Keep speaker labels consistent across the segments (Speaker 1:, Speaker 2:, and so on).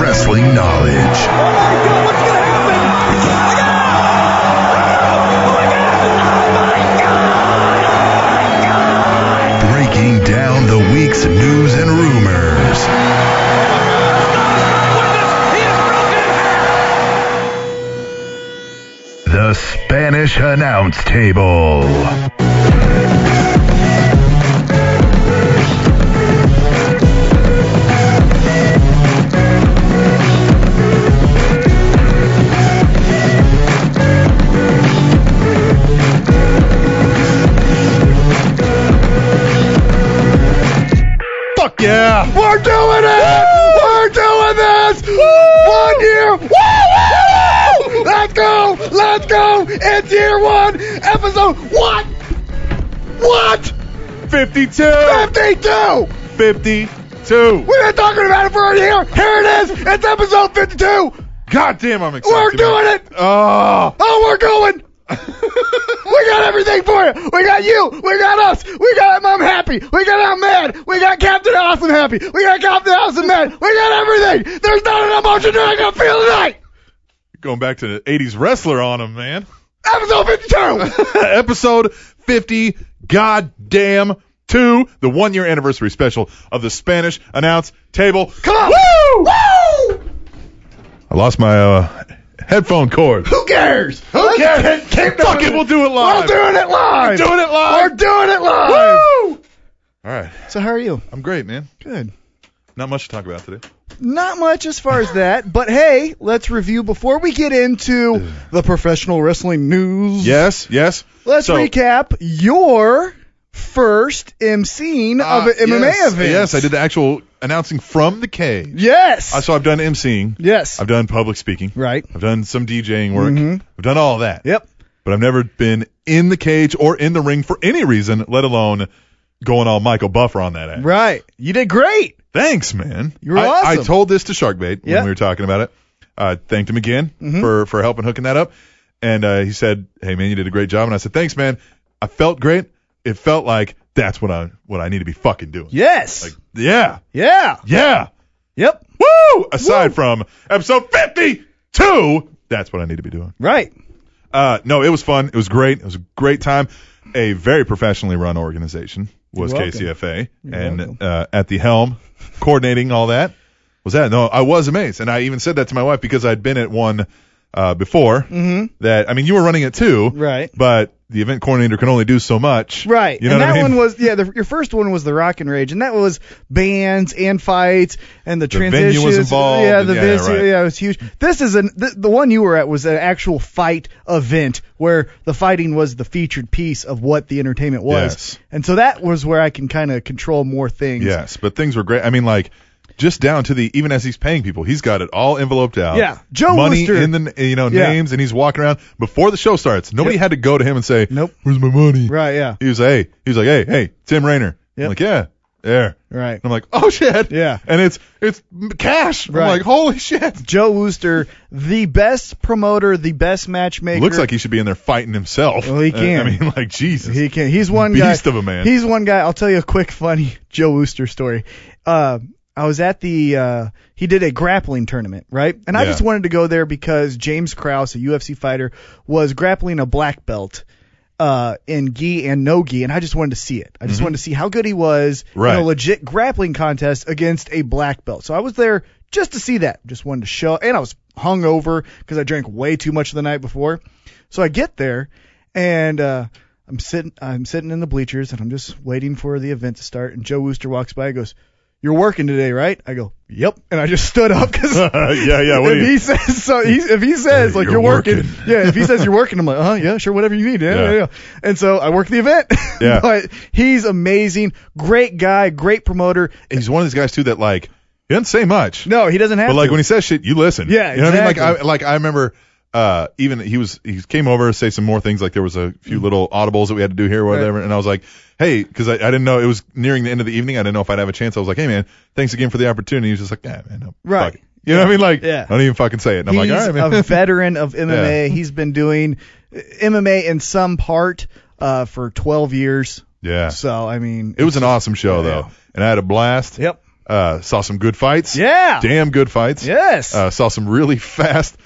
Speaker 1: Wrestling Knowledge. Breaking down the week's news and rumors. The Spanish Announce Table.
Speaker 2: Fuck yeah!
Speaker 1: We're doing it! We're doing this! One year! Woo! Let's go! Let's go! It's year one, episode what? What?
Speaker 2: 52!
Speaker 1: 52!
Speaker 2: 52!
Speaker 1: We've been talking about it for a year. Here it is. It's episode 52.
Speaker 2: God damn, I'm excited.
Speaker 1: We're doing
Speaker 2: man.
Speaker 1: it.
Speaker 2: Oh!
Speaker 1: Oh, we're going. we got everything for you. We got you. We got us. We got Mom Happy. We got I'm Mad. We got Captain Awesome Happy. We got Captain Awesome Mad. We got everything. There's not an emotion that I can feel tonight.
Speaker 2: Going back to the 80s wrestler on him, man.
Speaker 1: Episode 52.
Speaker 2: Episode 50, goddamn two, the one year anniversary special of the Spanish Announce Table.
Speaker 1: Come on. Woo! Woo!
Speaker 2: I lost my uh, headphone cord.
Speaker 1: Who cares? Who
Speaker 2: cares?
Speaker 1: Keep
Speaker 2: Fuck
Speaker 1: doing
Speaker 2: it, we'll do it live.
Speaker 1: We're doing it live.
Speaker 2: We're doing it live.
Speaker 1: We're doing it live.
Speaker 2: Woo! All right.
Speaker 3: So how are you?
Speaker 2: I'm great, man.
Speaker 3: Good.
Speaker 2: Not much to talk about today.
Speaker 3: Not much as far as that, but hey, let's review before we get into the professional wrestling news.
Speaker 2: Yes, yes.
Speaker 3: Let's
Speaker 2: So-
Speaker 3: recap your first emceeing of
Speaker 2: Uh,
Speaker 3: an MMA
Speaker 2: yes,
Speaker 3: event.
Speaker 2: Yes, I did the actual announcing from the cage.
Speaker 3: Yes.
Speaker 2: Uh, so I've done emceeing.
Speaker 3: yes.
Speaker 2: I've done public speaking.
Speaker 3: right.
Speaker 2: I've done some DJing work.
Speaker 3: Mhm.
Speaker 2: I've done all that.
Speaker 3: Yep.
Speaker 2: But I've never been in the cage or in the ring for any reason, let alone going all Michael Buffer on that ass.
Speaker 3: Right. You did great.
Speaker 2: Thanks, man.
Speaker 3: You were
Speaker 2: I,
Speaker 3: awesome.
Speaker 2: I told this to Sharkbait
Speaker 3: Yeah. Mm-hmm.
Speaker 2: when we were talking about it. I thanked him again for for helping hooking that up, and uh, he said, "Hey, man, you did a great job." And I said, "Thanks, man. I felt great. It felt like that's what I what I need to be fucking doing."
Speaker 3: Yes.
Speaker 2: Like, yeah,
Speaker 3: yeah.
Speaker 2: yeah.
Speaker 3: Yep.
Speaker 2: Woo! Aside from episode 52, that's what I need to be doing.
Speaker 3: Right.
Speaker 2: Uh, no, it was fun. It was great. It was a great time. A very professionally run organization was
Speaker 3: You're welcome.
Speaker 2: KCFA,
Speaker 3: You're welcome.
Speaker 2: and uh, at the helm, coordinating all that was that. No, I was amazed, and I even said that to my wife because I'd been at one uh, before.
Speaker 3: Mhm.
Speaker 2: That I mean, you were running it too,
Speaker 3: Right.
Speaker 2: But the event coordinator can only do so much,
Speaker 3: Right.
Speaker 2: You know
Speaker 3: and
Speaker 2: what
Speaker 3: that
Speaker 2: I mean?
Speaker 3: one was yeah, the, your first one was the Rock and Rage and that was bands and fights and the, transitions.
Speaker 2: venue was involved,
Speaker 3: Yeah,
Speaker 2: and
Speaker 3: the
Speaker 2: yeah,
Speaker 3: vis-
Speaker 2: right.
Speaker 3: yeah, it was huge. This is an th- the one you were at was an actual fight event where the fighting was the featured piece of what the entertainment was.
Speaker 2: Yes.
Speaker 3: And so that was where I can kind of control more things.
Speaker 2: Yes, but things were great. I mean, like just down to the even as he's paying people, he's got it all enveloped out.
Speaker 3: Yeah. Joe
Speaker 2: money
Speaker 3: Lister.
Speaker 2: in the you know
Speaker 3: Yeah.
Speaker 2: names, and he's walking around before the show starts. Nobody
Speaker 3: Yep.
Speaker 2: had to go to him and say,
Speaker 3: Nope.
Speaker 2: where's my money?"
Speaker 3: Right, yeah.
Speaker 2: He was like, "Hey, he was like, hey, hey, Tim Rayner." I'm
Speaker 3: Yep.
Speaker 2: like, "Yeah, there."
Speaker 3: Right.
Speaker 2: And I'm like, "Oh shit."
Speaker 3: Yeah.
Speaker 2: And it's it's cash.
Speaker 3: Right.
Speaker 2: I'm like, "Holy shit."
Speaker 3: Joe Wooster, the best promoter, the best matchmaker.
Speaker 2: Looks like he should be in there fighting himself.
Speaker 3: Well, he
Speaker 2: Uh,
Speaker 3: can.
Speaker 2: I mean, like Jesus.
Speaker 3: He can. He's one
Speaker 2: Beast
Speaker 3: guy.
Speaker 2: of a man.
Speaker 3: He's one guy. I'll tell you a quick funny Joe Wooster story. Uh, I was at the uh, he did a grappling tournament, right? And I
Speaker 2: Yeah.
Speaker 3: just wanted to go there because James Krause, a UFC fighter, was grappling a black belt uh, in gi and no gi, and I just wanted to see it. I just wanted to see how good he was
Speaker 2: Mm-hmm. Right.
Speaker 3: in a legit grappling contest against a black belt. So I was there just to see that. Just wanted to show, and I was hungover because I drank way too much the night before. So I get there, and uh, I'm sitting, I'm sitting in the bleachers, and I'm just waiting for the event to start. And Joe Wooster walks by, and goes, "You're working today, right?" I go, "Yep," and I just stood up because
Speaker 2: yeah, yeah. What do
Speaker 3: if
Speaker 2: you,
Speaker 3: he says so, he, if he says like
Speaker 2: You're
Speaker 3: you're, working,
Speaker 2: working.
Speaker 3: yeah. If he says you're working, I'm like, uh huh, yeah, sure, whatever you need, yeah,
Speaker 2: Yeah.
Speaker 3: yeah. yeah. And so I work the event.
Speaker 2: Yeah.
Speaker 3: but he's amazing, great guy, great promoter.
Speaker 2: he's one of these guys too that like he doesn't say much.
Speaker 3: No, he doesn't have.
Speaker 2: But like
Speaker 3: to.
Speaker 2: when he says shit, you listen.
Speaker 3: Yeah,
Speaker 2: you know what I mean. Like I
Speaker 3: exactly.
Speaker 2: like I remember uh even he was he came over to say some more things. Like there was a
Speaker 3: Mm.
Speaker 2: few little audibles that we had to do here or whatever. And I was like, hey, because I, I didn't know it was nearing the end of the evening. I didn't know if I'd have a chance. I was like, hey man, thanks again for the opportunity. He was just like, yeah man, no, fuck
Speaker 3: Right.
Speaker 2: it." You know what I mean? Like
Speaker 3: Yeah.
Speaker 2: I don't even fucking say it. And I'm
Speaker 3: he's
Speaker 2: like, all right, man.
Speaker 3: a veteran of MMA. He's been doing uh, MMA in some part uh, for 12 years.
Speaker 2: yeah.
Speaker 3: So I mean,
Speaker 2: It was an awesome show
Speaker 3: Yeah.
Speaker 2: though, and I had a blast.
Speaker 3: Yep.
Speaker 2: Uh, saw some good fights.
Speaker 3: Yeah.
Speaker 2: Damn good fights.
Speaker 3: Yes.
Speaker 2: Uh, saw some really fast.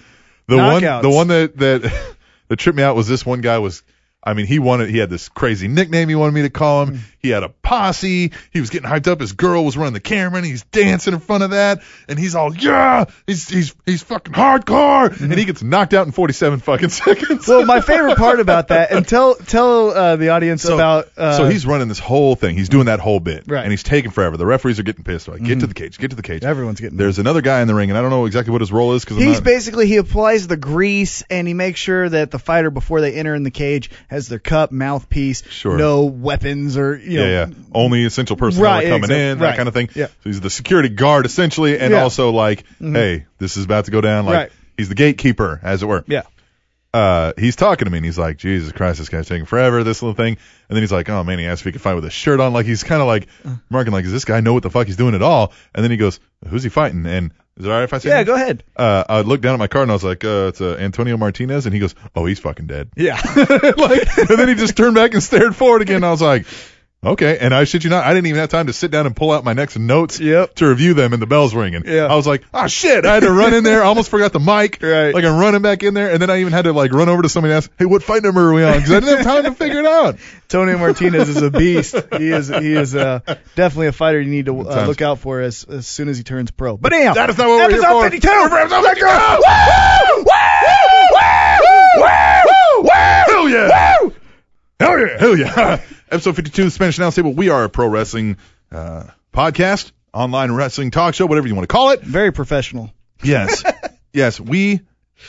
Speaker 2: The
Speaker 3: Knockouts.
Speaker 2: one, the one that that that tripped me out was this one guy was. I mean, he wanted. He had this crazy nickname he wanted me to call
Speaker 3: Hmm.
Speaker 2: him. He had a posse. He was getting hyped up. His girl was running the camera, and he's dancing in front of that. And he's all, yeah, he's he's he's fucking hardcore.
Speaker 3: Hmm.
Speaker 2: And he gets knocked out in 47 fucking seconds.
Speaker 3: well, my favorite part about that, and tell tell uh, the audience about. Uh,
Speaker 2: so he's running this whole thing. He's doing that whole bit,
Speaker 3: Right. Hmm.
Speaker 2: and he's taking forever. The referees are getting pissed. Like, get to the cage, get to the cage.
Speaker 3: everyone's getting.
Speaker 2: There's another guy in the ring, and I don't know exactly what his role is because
Speaker 3: He's basically he applies the grease and he makes sure that the fighter before they enter in the cage has their cup, mouthpiece,
Speaker 2: Sure.
Speaker 3: no weapons or you know.
Speaker 2: yeah, yeah. Only essential personnel
Speaker 3: Right,
Speaker 2: are coming
Speaker 3: exact-
Speaker 2: in,
Speaker 3: right.
Speaker 2: that kind of thing.
Speaker 3: Yeah.
Speaker 2: So he's the security guard essentially, and
Speaker 3: Yeah. Mm-hmm.
Speaker 2: also like, hey, this is about to go down. Like
Speaker 3: Right.
Speaker 2: he's the gatekeeper, as it were.
Speaker 3: yeah.
Speaker 2: Uh, he's talking to me, and he's like, Jesus Christ, this guy's taking forever. This little thing, and then he's like, Oh man, he asked if he could fight with a shirt on. Like he's kind of like
Speaker 3: Uh.
Speaker 2: marking, like, does this guy know what the fuck he's doing at all? And then he goes, Who's he fighting? And is it alright if I say?
Speaker 3: Yeah,
Speaker 2: names?
Speaker 3: go ahead.
Speaker 2: Uh, I looked down at my card and I was like, uh, it's uh, Antonio Martinez, and he goes, oh, he's fucking dead.
Speaker 3: Yeah.
Speaker 2: like, and then he just turned back and stared forward again. And I was like, okay. And I shit you not, I didn't even have time to sit down and pull out my next notes
Speaker 3: Yep.
Speaker 2: to review them, and the bell's ringing.
Speaker 3: Yeah. Ah,
Speaker 2: I was like, oh shit, I had to run in there. I almost forgot the mic.
Speaker 3: Right.
Speaker 2: Like I'm running back in there, and then I even had to like run over to somebody and ask, hey, what fight number are we on? Because I didn't have time to figure it out.
Speaker 3: Tony Martinez is a beast. He is he is uh, definitely a fighter you need to uh,
Speaker 2: Sometimes-
Speaker 3: look out for as as soon as he turns pro. But anyhow,
Speaker 2: That is not what we're here
Speaker 3: episode
Speaker 2: for.
Speaker 3: 52.
Speaker 2: We're for episode 52. Hell yeah. Hell yeah. Hell yeah. Episode 52 of the Spanish Announce Table. We are a pro wrestling uh, podcast, online wrestling talk show, whatever you want to call it.
Speaker 3: Very professional.
Speaker 2: Yes. yes. We,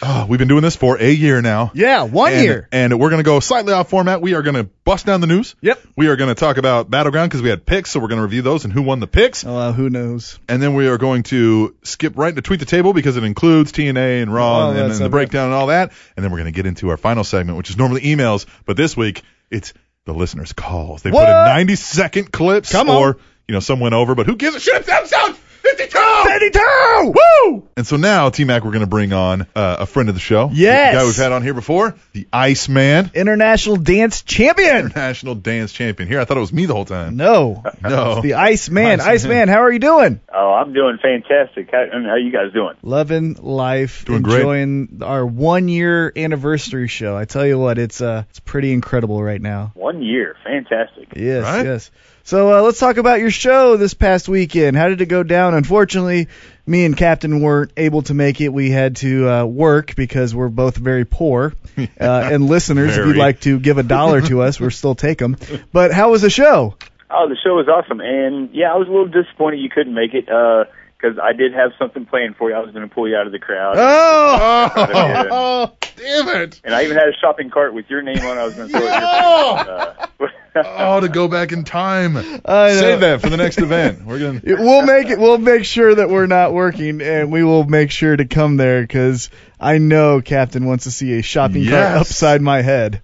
Speaker 2: uh, we've been doing this for a year now.
Speaker 3: Yeah, one
Speaker 2: And,
Speaker 3: year.
Speaker 2: and we're going to go slightly off format. We are going to bust down the news.
Speaker 3: Yep.
Speaker 2: We are going to talk about Battleground because we had picks, so we're going to review those and who won the picks.
Speaker 3: Uh, who knows?
Speaker 2: And then we are going to skip right into Tweet the Table because it includes TNA and Raw
Speaker 3: Oh,
Speaker 2: and,
Speaker 3: that's
Speaker 2: and
Speaker 3: so
Speaker 2: the
Speaker 3: good.
Speaker 2: breakdown and all that. And then we're going to get into our final segment, which is normally emails, but this week it's the listeners' calls. They put in
Speaker 3: What?
Speaker 2: 90 second clips
Speaker 3: Come on.
Speaker 2: or, you know, some went over, but who gives a shit? It's episode 52!
Speaker 3: 52!
Speaker 2: Woo! And so now, T Mac, we're going to bring on uh, a friend of the show.
Speaker 3: Yes.
Speaker 2: The guy we've had on here before, the Iceman,
Speaker 3: International dance champion.
Speaker 2: National Dance Champion. Here, I thought it was me the whole time.
Speaker 3: No.
Speaker 2: No.
Speaker 3: The Iceman.
Speaker 2: Iceman.
Speaker 3: Iceman, how are you doing?
Speaker 4: Oh, I'm doing fantastic. How, I mean, how you guys doing?
Speaker 3: Loving life,
Speaker 2: Doing great.
Speaker 3: enjoying our one year anniversary show. I tell you what, it's uh, it's pretty incredible right now.
Speaker 4: One year, fantastic.
Speaker 3: Yes,
Speaker 2: Right?
Speaker 3: yes. So uh, let's talk about your show this past weekend. How did it go down? Unfortunately, me and Captain weren't able to make it. We had to uh, work because we're both very poor. Uh, and listeners, if you'd
Speaker 2: Very.
Speaker 3: like to give a dollar to us, we'll still take them. But how was the show?
Speaker 4: Oh, the show was awesome, and yeah, I was a little disappointed you couldn't make it because I did have something planned for you. I was going to pull you out of the crowd,
Speaker 2: Oh!
Speaker 4: Yeah.
Speaker 2: damn it.
Speaker 4: and I even had a shopping cart with your name on. it. I was going to throw it. Your uh,
Speaker 2: Oh, to go back in time.
Speaker 3: I know.
Speaker 2: Save that for the next event. We're gonna.
Speaker 3: It- we'll make it. We'll make sure that we're not working, and we will make sure to come there because I know Captain wants to see a shopping cart
Speaker 2: Yes.
Speaker 3: upside my head.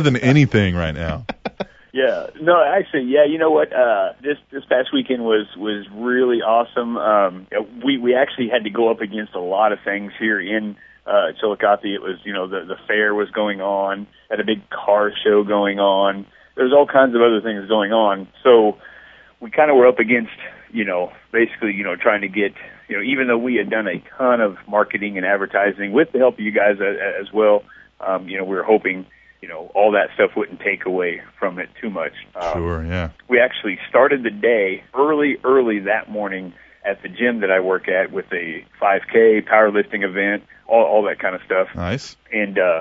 Speaker 2: than anything right now.
Speaker 4: Yeah. No, actually, yeah. You know what? Uh, this this past weekend was was really awesome. Um, we we actually had to go up against a lot of things here in uh, Chillicothe. It was you know the the fair was going on, had a big car show going on. There's all kinds of other things going on. So we kind of were up against you know basically you know trying to get you know even though we had done a ton of marketing and advertising with the help of you guys a- as well. Um, you know we were hoping. You know, all that stuff wouldn't take away from it too much. Um,
Speaker 2: Sure. Yeah.
Speaker 4: we actually started the day early, early that morning at the gym that I work at with a 5K powerlifting event, all, all that kind of stuff.
Speaker 2: Nice.
Speaker 4: And uh,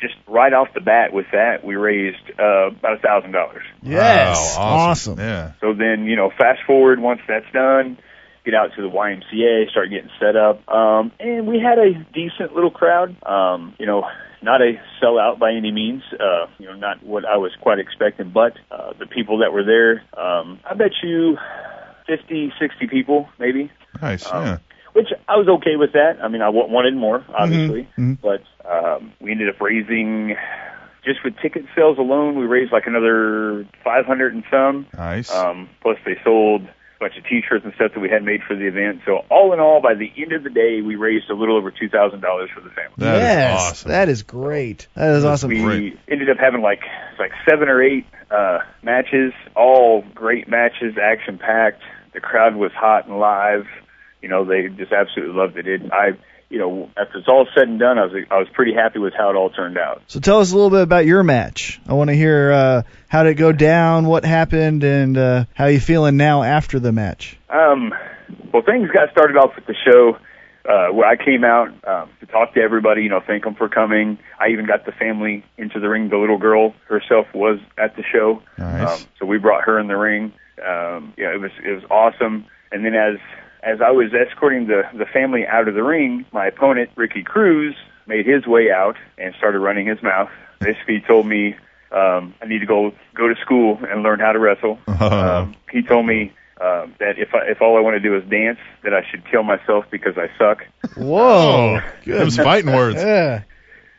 Speaker 4: just right off the bat with that, we raised uh, about a thousand dollars.
Speaker 3: Yes,
Speaker 2: Wow,
Speaker 3: awesome.
Speaker 2: Yeah.
Speaker 4: So then, you know, fast forward once that's done, get out to the YMCA, start getting set up. Um, and we had a decent little crowd. Um, you know, not a sellout by any means. Uh, you know, not what I was quite expecting, but uh, the people that were there, um, I bet you 50, 60 people maybe
Speaker 2: Nice.
Speaker 4: um,
Speaker 2: yeah.
Speaker 4: which I was okay with that. I mean, I w- wanted more, obviously,
Speaker 3: mhm.
Speaker 4: but um, we ended up raising just with ticket sales alone, we raised like another 500 and some.
Speaker 2: Nice.
Speaker 4: Um, plus, they sold a bunch of T-shirts and stuff that we had made for the event. So, all in all, by the end of the day, we raised a little over two thousand dollars for the family.
Speaker 2: That is
Speaker 3: yes,
Speaker 2: awesome.
Speaker 3: that is great. That is awesome.
Speaker 4: We
Speaker 2: Great.
Speaker 4: ended up having like like seven or eight uh, matches, all great matches, action packed. the crowd was hot and live. You know, they just absolutely loved it. it I, you know, after it's all said and done, I was I was pretty happy with how it all turned out.
Speaker 3: So tell us a little bit about your match. I want to hear uh, how did it go down, what happened, and uh, how you feeling now after the match.
Speaker 4: Um, well, things got started off with the show uh, where I came out um, to talk to everybody, you know, thank them for coming. I even got the family into the ring. The little girl herself was at the show,
Speaker 2: Nice.
Speaker 4: um, so we brought her in the ring. Um, yeah, it was it was awesome. And then as as I was escorting the the family out of the ring, my opponent Ricky Cruz made his way out and started running his mouth. Basically, told me um, I need to go go to school and learn how to wrestle.
Speaker 5: Uh-huh.
Speaker 4: Um, he told me um, that if I, if all I want to do is dance, that I should kill myself because I suck.
Speaker 2: Whoa. That was fighting words.
Speaker 3: Yeah.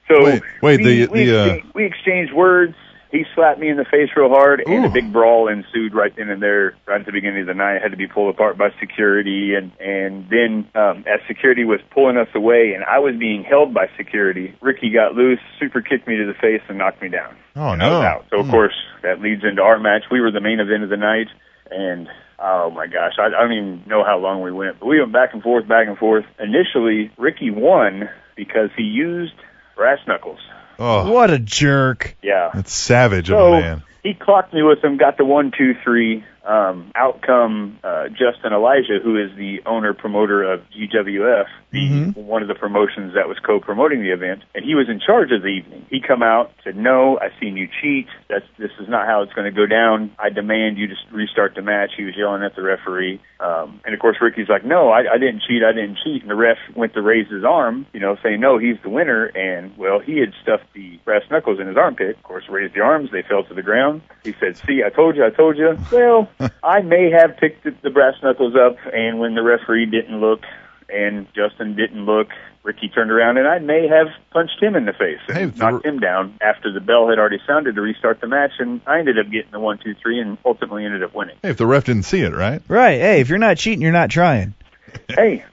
Speaker 4: So
Speaker 2: Wait, wait,
Speaker 4: we,
Speaker 2: the-
Speaker 4: we,
Speaker 2: the, uh,
Speaker 4: exchanged, we exchanged words. He slapped me in the face real hard, and
Speaker 2: Ooh.
Speaker 4: a big brawl ensued right then and there, right at the beginning of the night. I had to be pulled apart by security, and and then um, as security was pulling us away, and I was being held by security, Ricky got loose, super kicked me to the face, and knocked me down.
Speaker 2: Oh,
Speaker 4: I was
Speaker 2: no.
Speaker 4: out. So
Speaker 1: Hmm.
Speaker 4: of course that leads into our match. We were the main event of the night, and oh my gosh, I, I don't even know how long we went, but we went back and forth, back and forth. Initially, Ricky won because he used brass knuckles.
Speaker 2: Oh,
Speaker 3: What a jerk.
Speaker 4: Yeah.
Speaker 2: that's savage of
Speaker 4: So
Speaker 2: a man.
Speaker 4: he clocked me with him, got the one, two, three. Um, out come uh, Justin Elijah, who is the owner promoter of GWF, the,
Speaker 2: Mm-hmm.
Speaker 4: one of the promotions that was co-promoting the event, and he was in charge of the evening. He come out, said, "No, I seen you cheat. That's this is not how it's going to go down. I demand you just restart the match." He was yelling at the referee, um, and of course Ricky's like, "No, I, I didn't cheat. I didn't cheat." And the ref went to raise his arm, you know, saying, "No, he's the winner." And well, he had stuffed the brass knuckles in his armpit. Of course, raised the arms. They fell to the ground. He said, "See, I told you. I told you." Well, I may have picked the, the brass knuckles up, and when the referee didn't look, and Justin didn't look. Ricky turned around, and I may have punched him in the face and
Speaker 2: Hey, the-
Speaker 4: knocked him down after the bell had already sounded to restart the match. And I ended up getting the one, two, three, and ultimately ended up winning.
Speaker 2: Hey, if the ref didn't see it, right?
Speaker 3: Right. Hey, if you're not cheating, you're not trying.
Speaker 4: hey,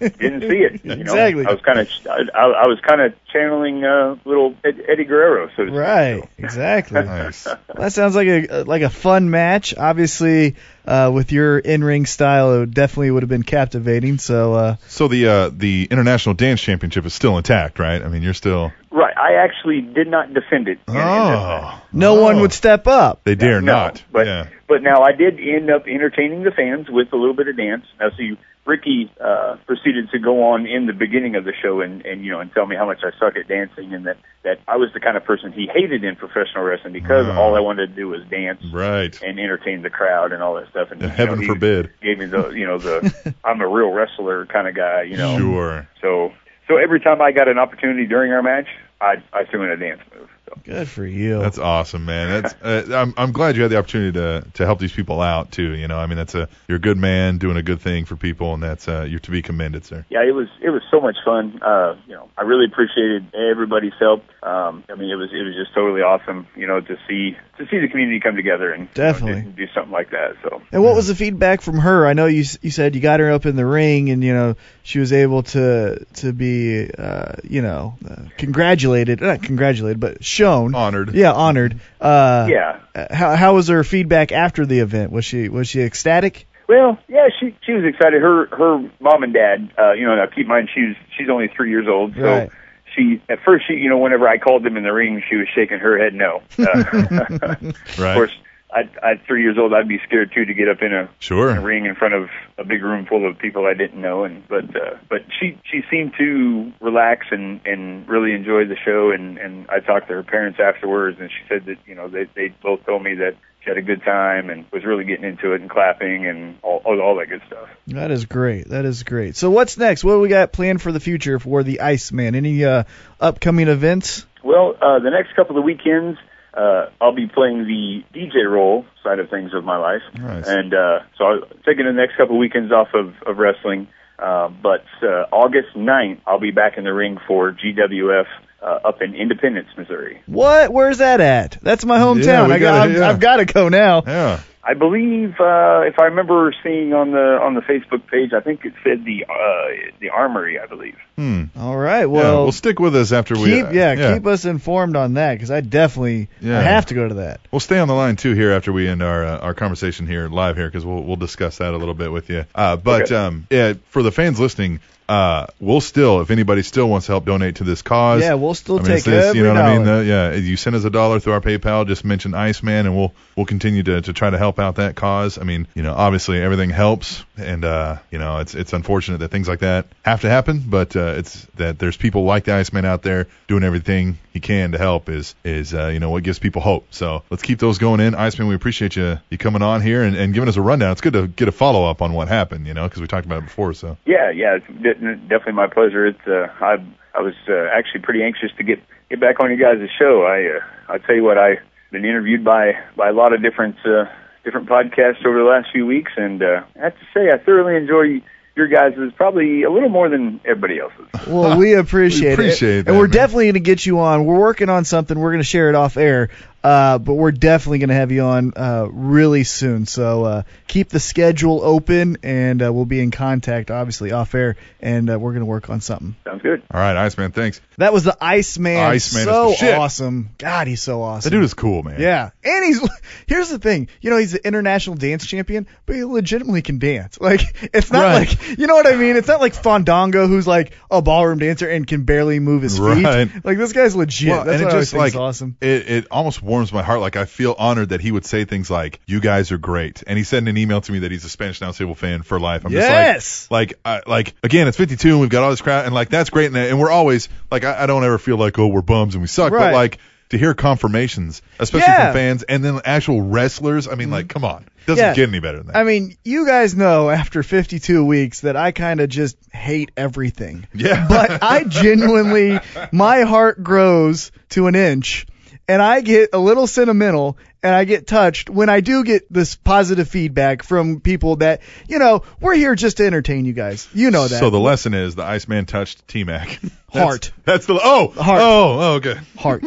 Speaker 4: didn't see it. You know?
Speaker 3: Exactly.
Speaker 4: I was kind of, I, I I was kind of channeling uh, little Ed, Eddie Guerrero, so to speak.
Speaker 3: Right. Exactly.
Speaker 2: Nice.
Speaker 3: Well, that sounds like a like a fun match. Obviously, uh, with your in-ring style, it definitely would have been captivating. So, uh,
Speaker 2: So the uh, the international dance championship is still intact, right? I mean, you're still.
Speaker 4: Right. I actually did not defend it. in- in this match.
Speaker 2: Oh,
Speaker 3: no
Speaker 2: Oh.
Speaker 3: one would step up.
Speaker 2: They dare
Speaker 4: No,
Speaker 2: not.
Speaker 4: But
Speaker 2: yeah.
Speaker 4: but now I did end up entertaining the fans with a little bit of dance. Now see, Ricky uh, proceeded to go on in the beginning of the show and and you know and tell me how much I suck at dancing and that that I was the kind of person he hated in professional wrestling because
Speaker 2: Mm.
Speaker 4: all I wanted to do was dance.
Speaker 2: Right.
Speaker 4: And entertain the crowd and all that stuff. And you know,
Speaker 2: Heaven
Speaker 4: he
Speaker 2: forbid.
Speaker 4: gave me the, you know, the I'm a real wrestler kind of guy, you know.
Speaker 2: Sure.
Speaker 4: So, so every time I got an opportunity during our match, I I threw in a dance move. So,
Speaker 3: Good for you.
Speaker 2: That's awesome, man. That's uh, I'm I'm glad you had the opportunity to to help these people out too. You know, I mean, that's a you're a good man doing a good thing for people, and that's uh, you're to be commended, sir.
Speaker 4: yeah, it was it was so much fun. Uh, you know, I really appreciated everybody's help. Um, I mean, it was it was just totally awesome. You know, to see to see the community come together and you know,
Speaker 3: Definitely.
Speaker 4: do, do something like that. So.
Speaker 3: And what was the feedback from her? I know you s- you said you got her up in the ring, and you know she was able to to be uh, you know uh, congratulated, not congratulated, but shown.
Speaker 2: Honored.
Speaker 3: Yeah, honored. Uh,
Speaker 4: Yeah.
Speaker 3: uh, How how was her feedback after the event? Was she was she ecstatic?
Speaker 4: Well, yeah, she she was excited. Her her mom and dad, uh, you know, now keep in mind she's she's only three years old, so
Speaker 3: Right.
Speaker 4: she at first she you know whenever I called them in the ring, she was shaking her head no. Uh,
Speaker 2: Right.
Speaker 4: Of course, I at three years old, I'd be scared too to get up in a
Speaker 2: Sure.
Speaker 4: ring in front of a big room full of people I didn't know. And but uh, but she she seemed to relax and and really enjoy the show. And and I talked to her parents afterwards, and she said that you know they they both told me that she had a good time and was really getting into it and clapping and all all, all that good stuff.
Speaker 3: That is great. That is great. So what's next? What do we got planned for the future for the Iceman? Any uh, upcoming events?
Speaker 4: Well, uh, the next couple of weekends, uh, I'll be playing the DJ role side of things of my life,
Speaker 2: Nice.
Speaker 4: and uh, so I'm taking the next couple of weekends off of, of wrestling. Uh, but uh, August 9th, I'll be back in the ring for GWF uh, up in Independence, Missouri.
Speaker 3: What? Where's that at? That's my hometown.
Speaker 2: we
Speaker 3: I
Speaker 2: gotta-
Speaker 3: got. I've,
Speaker 2: yeah.
Speaker 3: I've got to go now.
Speaker 2: Yeah.
Speaker 4: I believe, uh, if I remember seeing on the on the Facebook page, I think it said the uh, the Armory, I believe.
Speaker 2: Hmm.
Speaker 3: All right.
Speaker 2: Well, yeah,
Speaker 3: Well,
Speaker 2: well, stick with us after we.
Speaker 3: keep yeah, keep us informed on that because I definitely
Speaker 2: Yeah.
Speaker 3: I have to go to that.
Speaker 2: uh, We'll stay on the line too here after we end our uh, our conversation here live here because we'll we'll discuss that a little bit with you. Uh, but
Speaker 4: Okay.
Speaker 2: um, yeah, for the fans listening, uh, we'll still if anybody still wants to help donate to this cause,
Speaker 3: Yeah, we'll still
Speaker 2: I mean,
Speaker 3: take
Speaker 2: it's this,
Speaker 3: every
Speaker 2: you know what I mean?
Speaker 3: dollar.
Speaker 2: The- yeah, you send us a dollar through our PayPal, just mention Iceman, and we'll we'll continue to, to try to help out that cause. I mean, you know, obviously everything helps, and uh, you know, it's it's unfortunate that things like that have to happen, but uh, it's that there's people like the Iceman out there doing everything he can to help is is uh, you know what gives people hope. So let's keep those going in. Iceman, we appreciate you you coming on here and, and giving us a rundown. It's good to get a follow up on what happened, you know, because we talked about it before. So
Speaker 4: Yeah, yeah, it's de- definitely my pleasure. It's uh, I I was uh, actually pretty anxious to get get back on you guys' show. I uh, I tell you what, I've been interviewed by by a lot of different uh, different podcasts over the last few weeks, and uh, I have to say I thoroughly enjoy your guys' probably a little more than everybody else's.
Speaker 3: Well, we appreciate,
Speaker 2: appreciate
Speaker 3: it,
Speaker 2: that,
Speaker 3: and we're
Speaker 2: man.
Speaker 3: definitely going to get you on. We're working on something. We're going to share it off air, uh, but we're definitely going to have you on uh, really soon. So uh, keep the schedule open, and uh, we'll be in contact, obviously off air, and uh, we're going to work on something.
Speaker 4: Sounds good.
Speaker 2: all right, Iceman, thanks.
Speaker 3: That was the Iceman.
Speaker 2: Iceman is
Speaker 3: so
Speaker 2: the shit.
Speaker 3: awesome. God, he's so awesome.
Speaker 2: That dude is cool, man.
Speaker 3: Yeah, and he's here's the thing. You know, he's the international dance champion, but he legitimately can dance. Like it's not
Speaker 2: Right.
Speaker 3: like you know what I mean. It's not like Fandango, who's like a ballroom dancer and can barely move his
Speaker 2: Right.
Speaker 3: feet. Like this guy's legit.
Speaker 2: Well,
Speaker 3: That's
Speaker 2: and
Speaker 3: what
Speaker 2: it
Speaker 3: I always
Speaker 2: just
Speaker 3: think is
Speaker 2: like
Speaker 3: awesome.
Speaker 2: it, it almost warms my heart. Like I feel honored that he would say things like, "You guys are great," and he sent an email to me that he's a Spanish Down Table fan for life. I'm
Speaker 3: Yes.
Speaker 2: just like, like, I, like again, it's 52 and we've got all this crowd, and like that's great, and, and we're always like, I, I don't ever feel like, oh, we're bums and we suck,
Speaker 3: Right.
Speaker 2: but like to hear confirmations, especially
Speaker 3: Yeah. Mm-hmm.
Speaker 2: from fans, and then actual wrestlers. I mean, like, come on, doesn't
Speaker 3: Yeah.
Speaker 2: get any better than that.
Speaker 3: I mean, you guys know after 52 weeks that I kind of just hate everything.
Speaker 2: yeah,
Speaker 3: but I genuinely, my heart grows to an inch, and I get a little sentimental, and I get touched when I do get this positive feedback from people that, you know, we're here just to entertain you guys. You know that.
Speaker 2: So the lesson is the Iceman touched T Mac.
Speaker 3: Heart.
Speaker 2: That's the oh
Speaker 3: Heart.
Speaker 2: oh oh okay
Speaker 3: heart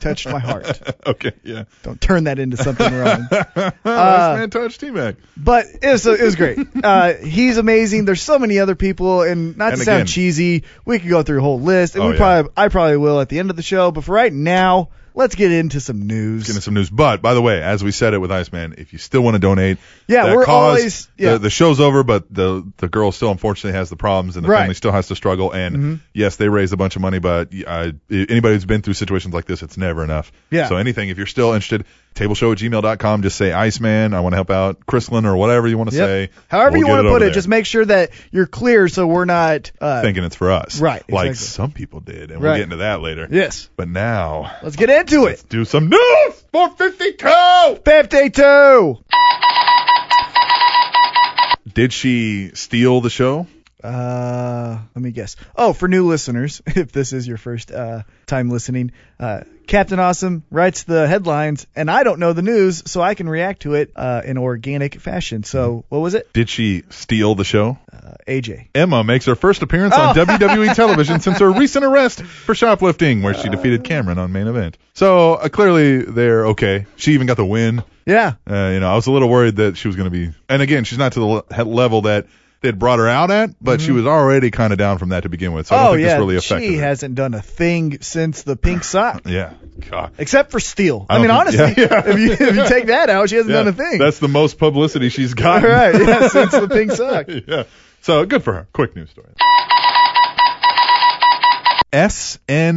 Speaker 3: touched my heart.
Speaker 2: okay yeah.
Speaker 3: Don't turn that into something wrong. Uh,
Speaker 2: Iceman touched T Mac.
Speaker 3: But it was, it was great. Uh, he's amazing. There's so many other people, and not
Speaker 2: And
Speaker 3: to sound
Speaker 2: again-
Speaker 3: cheesy, we could go through a whole list, and
Speaker 2: Oh,
Speaker 3: we
Speaker 2: yeah.
Speaker 3: probably I probably will at the end of the show. But for right now, let's get into some news.
Speaker 2: getting some news. But by the way, as we said it with Iceman, if you still want to donate,
Speaker 3: Yeah,
Speaker 2: that
Speaker 3: we're
Speaker 2: cause,
Speaker 3: always- yeah.
Speaker 2: The, the show's over, but the the girl still unfortunately has the problems, and the
Speaker 3: Right.
Speaker 2: family still has to struggle. And
Speaker 3: Mm-hmm.
Speaker 2: yes, they raised a bunch of money, but uh, anybody who's been through situations like this, it's never enough.
Speaker 3: Yeah.
Speaker 2: So anything, if you're still interested, tableshow at gmail.com, just say Iceman, I want to help out Chrislin or whatever you want to
Speaker 3: Yep.
Speaker 2: say.
Speaker 3: However
Speaker 2: We'll
Speaker 3: you
Speaker 2: get
Speaker 3: want to put
Speaker 2: over
Speaker 3: it,
Speaker 2: there.
Speaker 3: just make sure that you're clear so we're not uh,
Speaker 2: thinking it's for us.
Speaker 3: Right, exactly.
Speaker 2: Like some people did, and we'll
Speaker 3: Right.
Speaker 2: get into that later.
Speaker 3: Yes.
Speaker 2: But now,
Speaker 3: Let's get into it.
Speaker 2: let's do some news for 52!
Speaker 3: 52.
Speaker 2: Did she steal the show?
Speaker 3: Uh, let me guess. Oh, for new listeners, if this is your first uh, time listening, uh, Captain Awesome writes the headlines, and I don't know the news, so I can react to it uh, in organic fashion.
Speaker 2: Mm-hmm.
Speaker 3: So, what was it?
Speaker 2: Did she steal the show?
Speaker 3: Uh, AJ.
Speaker 2: Emma makes her first appearance on
Speaker 3: Oh.
Speaker 2: WWE television since her recent arrest for shoplifting, where she
Speaker 3: Uh.
Speaker 2: defeated Cameron on main event. So uh, clearly they're okay. She even got the win.
Speaker 3: Yeah.
Speaker 2: Uh, you know, I was a little worried that she was going to be, and again, she's not to the le- he- level that they had brought her out at, but she was already kind of down from that to begin with. So I don't
Speaker 3: Mm-hmm. oh,
Speaker 2: think
Speaker 3: yeah.
Speaker 2: this really affected
Speaker 3: she
Speaker 2: her.
Speaker 3: hasn't done a thing since the pink sock.
Speaker 2: yeah. God.
Speaker 3: Except for steel. I,
Speaker 2: I
Speaker 3: mean,
Speaker 2: don't
Speaker 3: honestly,
Speaker 2: think- yeah, yeah.
Speaker 3: If, you, if you take that out, she hasn't
Speaker 2: Yeah,
Speaker 3: done a thing.
Speaker 2: That's the most publicity she's
Speaker 3: All
Speaker 2: gotten.
Speaker 3: right, yeah, since the pink sock.
Speaker 2: yeah. So good for her. Quick news story.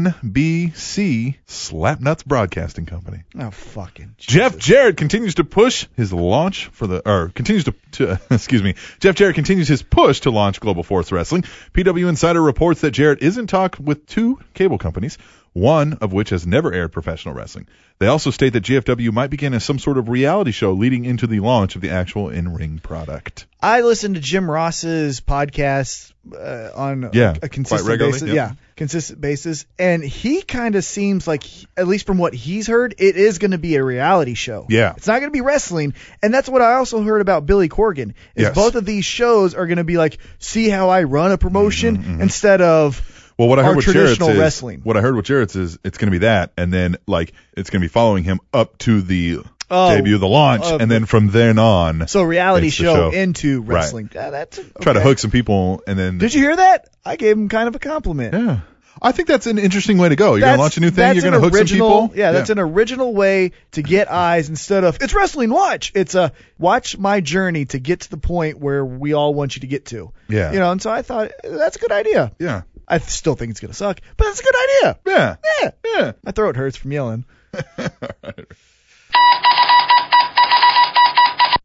Speaker 2: SNBC Slapnuts Broadcasting Company.
Speaker 3: Oh fucking
Speaker 2: Jeff Jarrett continues to push his launch for the, or continues to, to excuse me, Jeff Jarrett continues his push to launch Global Force Wrestling. PW Insider reports that Jarrett is in talk with two cable companies, one of which has never aired professional wrestling. They also state that GFW might begin as some sort of reality show leading into the launch of the actual in-ring product.
Speaker 3: I listen to Jim Ross's podcast uh, on
Speaker 2: Yeah,
Speaker 3: a
Speaker 2: quite
Speaker 3: consistent
Speaker 2: regularly,
Speaker 3: basis.
Speaker 2: yep.
Speaker 3: Yeah, consistent basis, and he kind of seems like, he- at least from what he's heard, it is going to be a reality show.
Speaker 2: Yeah.
Speaker 3: it's not going to be wrestling, and that's what I also heard about Billy Corgan. Is
Speaker 2: Yes.
Speaker 3: both of these shows are going to be like, see how I run a promotion instead of
Speaker 2: Mm-hmm, Well, what I
Speaker 3: our
Speaker 2: heard with Jarrett's
Speaker 3: traditional
Speaker 2: is,
Speaker 3: wrestling.
Speaker 2: what I heard with Jarrett's is it's going to be that, and then like it's going to be following him up to the
Speaker 3: Oh.
Speaker 2: debut, the launch,
Speaker 3: Oh.
Speaker 2: and then from then on,
Speaker 3: So reality
Speaker 2: It's the
Speaker 3: show,
Speaker 2: show.
Speaker 3: into
Speaker 2: Right.
Speaker 3: wrestling. Yeah, that's
Speaker 2: try to
Speaker 3: okay.
Speaker 2: hook some people, and then
Speaker 3: Did you hear that? I gave him kind of a compliment.
Speaker 2: Yeah, I think that's an interesting way to go. You're gonna
Speaker 3: That's-
Speaker 2: launch a new thing.
Speaker 3: that's
Speaker 2: You're
Speaker 3: an
Speaker 2: gonna hook
Speaker 3: original-
Speaker 2: some people.
Speaker 3: Yeah, that's an original way to get eyes instead of it's wrestling. Watch. It's a watch my journey to get to the point where we all want you to get to.
Speaker 2: Yeah.
Speaker 3: You know, and so I thought eh, that's a good idea.
Speaker 2: yeah,
Speaker 3: I still think it's gonna suck, but it's a good idea.
Speaker 2: yeah,
Speaker 3: Yeah.
Speaker 2: yeah.
Speaker 3: My throat hurts from yelling.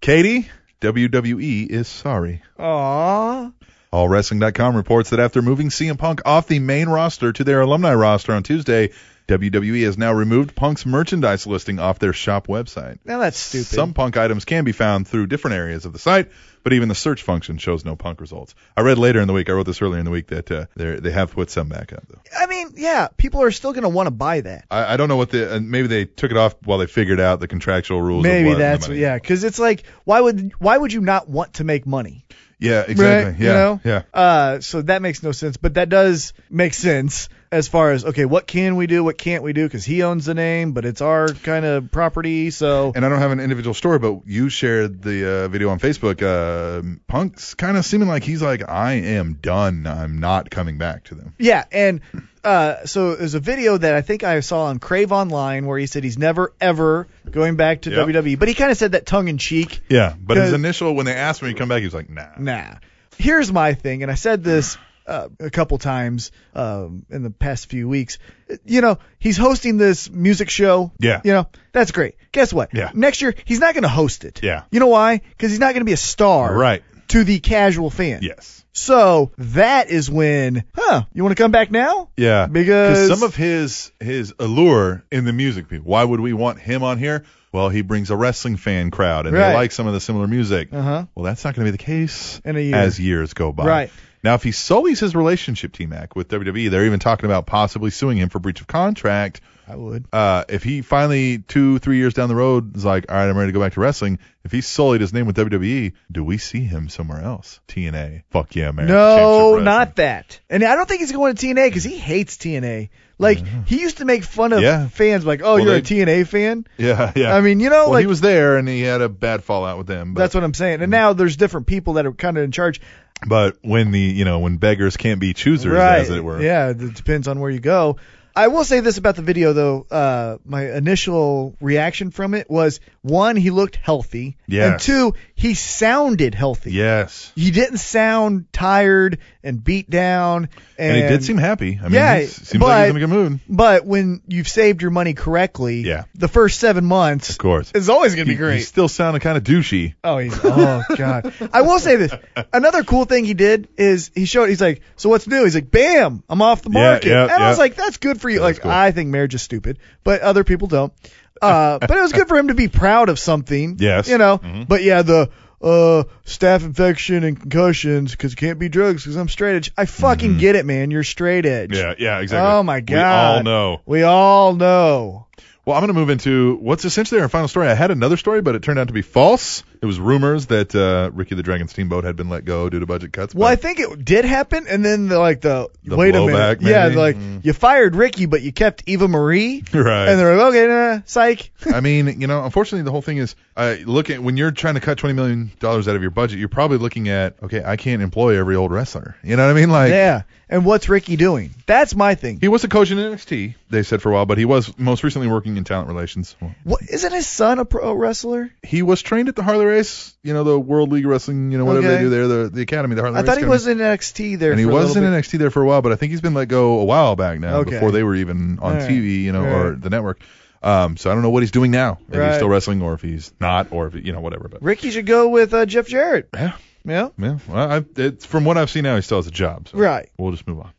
Speaker 2: Katie, WWE is sorry.
Speaker 3: Aww.
Speaker 2: AllWrestling.com reports that after moving CM Punk off the main roster to their alumni roster on Tuesday, WWE has now removed Punk's merchandise listing off their shop website.
Speaker 3: Now that's stupid.
Speaker 2: Some Punk items can be found through different areas of the site, but even the search function shows no Punk results. I read later in the week, I wrote this earlier in the week, that uh, they're- they have put some back up. Though.
Speaker 3: I mean, yeah, people are still gonna want to buy that.
Speaker 2: I, I don't know what the uh, maybe they took it off while they figured out the contractual rules. of
Speaker 3: Maybe
Speaker 2: what and the
Speaker 3: that's
Speaker 2: money.
Speaker 3: yeah, because it's like why would why would you not want to make money?
Speaker 2: yeah, exactly,
Speaker 3: Right,
Speaker 2: yeah,
Speaker 3: you know?
Speaker 2: yeah.
Speaker 3: Uh, so that makes no sense, but that does make sense as far as okay, what can we do, what can't we do? Because he owns the name, but it's our kind of property. So
Speaker 2: and I don't have an individual story, but you shared the uh, video on Facebook. Uh, Punk's kind of seeming like he's like, I am done. I'm not coming back to them.
Speaker 3: yeah, and uh, so there's a video that I think I saw on Crave Online where he said he's never ever going back to
Speaker 2: Yeah.
Speaker 3: WWE, but he kind of said that tongue in cheek.
Speaker 2: Yeah, but his
Speaker 3: Cause-
Speaker 2: initial when they asked him to come back, he was like, Nah.
Speaker 3: Nah. Here's my thing, and I said this uh, a couple times um, in the past few weeks. You know, he's hosting this music show.
Speaker 2: Yeah.
Speaker 3: You know, that's great. Guess what?
Speaker 2: Yeah.
Speaker 3: Next year, he's not going to host it.
Speaker 2: Yeah.
Speaker 3: You know why? Because he's not going to be a star.
Speaker 2: Right.
Speaker 3: To the casual fan.
Speaker 2: Yes.
Speaker 3: So that is when, huh? You want to come back now?
Speaker 2: Yeah.
Speaker 3: Because-
Speaker 2: some of his his allure in the music, people, why would we want him on here? Well, he brings a wrestling fan crowd, and
Speaker 3: Right.
Speaker 2: they like some of the similar music.
Speaker 3: Uh-huh.
Speaker 2: Well, that's not going to be the case
Speaker 3: In a year.
Speaker 2: as years go by.
Speaker 3: Right.
Speaker 2: Now, if he sullies his relationship, T Mac, with WWE, they're even talking about possibly suing him for breach of contract.
Speaker 3: I would.
Speaker 2: uh, if he finally two, three years down the road is like, all right, I'm ready to go back to wrestling. If he sullied his name with WWE, do we see him somewhere else? TNA. Fuck yeah, man.
Speaker 3: No, not that. And I don't think he's going to TNA because he hates TNA. Like he used to make fun of
Speaker 2: Mm-hmm. Yeah.
Speaker 3: fans, like, "Oh,
Speaker 2: Well,
Speaker 3: you're
Speaker 2: they-
Speaker 3: a TNA fan."
Speaker 2: Yeah, yeah.
Speaker 3: I mean, you know,
Speaker 2: well,
Speaker 3: like
Speaker 2: he was there and he had a bad fallout with them. But,
Speaker 3: That's what I'm saying. And now there's different people that are kind of in charge.
Speaker 2: but when the you know when beggars can't be choosers, as it were.
Speaker 3: Yeah, it depends on where you go. I will say this about the video though. Uh, my initial reaction from it was one, he looked healthy.
Speaker 2: Yeah.
Speaker 3: And two, he sounded healthy.
Speaker 2: Yes.
Speaker 3: He didn't sound tired and beat down. And,
Speaker 2: And, he did seem happy. I mean,
Speaker 3: Yeah,
Speaker 2: he s- seems like he's
Speaker 3: but-
Speaker 2: in a good mood.
Speaker 3: But when you've saved your money correctly,
Speaker 2: Yeah.
Speaker 3: the first seven months
Speaker 2: Of course.
Speaker 3: is always going to
Speaker 2: He,
Speaker 3: be great.
Speaker 2: he still sounded kind of douchey.
Speaker 3: Oh, he's, oh God. I will say this. Another cool thing he did is he showed. He's like, so what's new? He's like, bam, I'm off the
Speaker 2: Yeah,
Speaker 3: market.
Speaker 2: yeah,
Speaker 3: and I was
Speaker 2: yeah.
Speaker 3: like, that's good for you.
Speaker 2: That's
Speaker 3: like,
Speaker 2: cool.
Speaker 3: I think marriage is stupid, but other people don't. Uh, but it was good for him to be proud of something.
Speaker 2: Yes. Mm-hmm.
Speaker 3: You know. But yeah, the uh staph infection and concussions because it can't be drugs because I'm straight edge. I fucking
Speaker 2: Mm-hmm.
Speaker 3: get it, man. You're straight edge.
Speaker 2: Yeah, yeah, exactly.
Speaker 3: Oh my God.
Speaker 2: We all know.
Speaker 3: We all know.
Speaker 2: Well, I'm going to move into what's essentially our final story. I had another story, but it turned out to be false. It was rumors that uh, Ricky the Dragon Steamboat had been let go due to budget cuts.
Speaker 3: Well, I
Speaker 2: but
Speaker 3: think it did happen, and then the, like the,
Speaker 2: The
Speaker 3: wait a minute,
Speaker 2: blowback,
Speaker 3: yeah,
Speaker 2: maybe?
Speaker 3: like
Speaker 2: Mm.
Speaker 3: you fired Ricky, but you kept Eva Marie,
Speaker 2: Right.
Speaker 3: And they're like, okay, nah, psych.
Speaker 2: I mean, you know, unfortunately, the whole thing is, uh, look at when you're trying to cut twenty million dollars out of your budget, you're probably looking at, okay, I can't employ every old wrestler. You know what I mean? Like,
Speaker 3: yeah. And what's Ricky doing? That's my thing.
Speaker 2: he was a coach in NXT, they said for a while, but he was most recently working in talent relations. Well,
Speaker 3: What isn't his son a pro wrestler?
Speaker 2: He was trained at the Harley Race, you know, the World League Wrestling, you know, whatever
Speaker 3: Okay.
Speaker 2: they do there, the the academy, the Harley
Speaker 3: I
Speaker 2: Race.
Speaker 3: thought he
Speaker 2: Academy.
Speaker 3: was in NXT there.
Speaker 2: and he
Speaker 3: for a
Speaker 2: was
Speaker 3: little
Speaker 2: in
Speaker 3: bit.
Speaker 2: NXT there for a while, but I think he's been let go a while back now,
Speaker 3: Okay.
Speaker 2: before they were even on
Speaker 3: All right.
Speaker 2: TV, you know, or
Speaker 3: Right.
Speaker 2: the network. Um, so I don't know what he's doing now. If
Speaker 3: Right.
Speaker 2: he's still wrestling, or if he's not, or if you know, whatever. But
Speaker 3: Ricky should go with uh, Jeff Jarrett.
Speaker 2: yeah,
Speaker 3: Yeah.
Speaker 2: yeah. Well, I, it's, from what I've seen now, he still has a job. So
Speaker 3: Right.
Speaker 2: We'll just move on.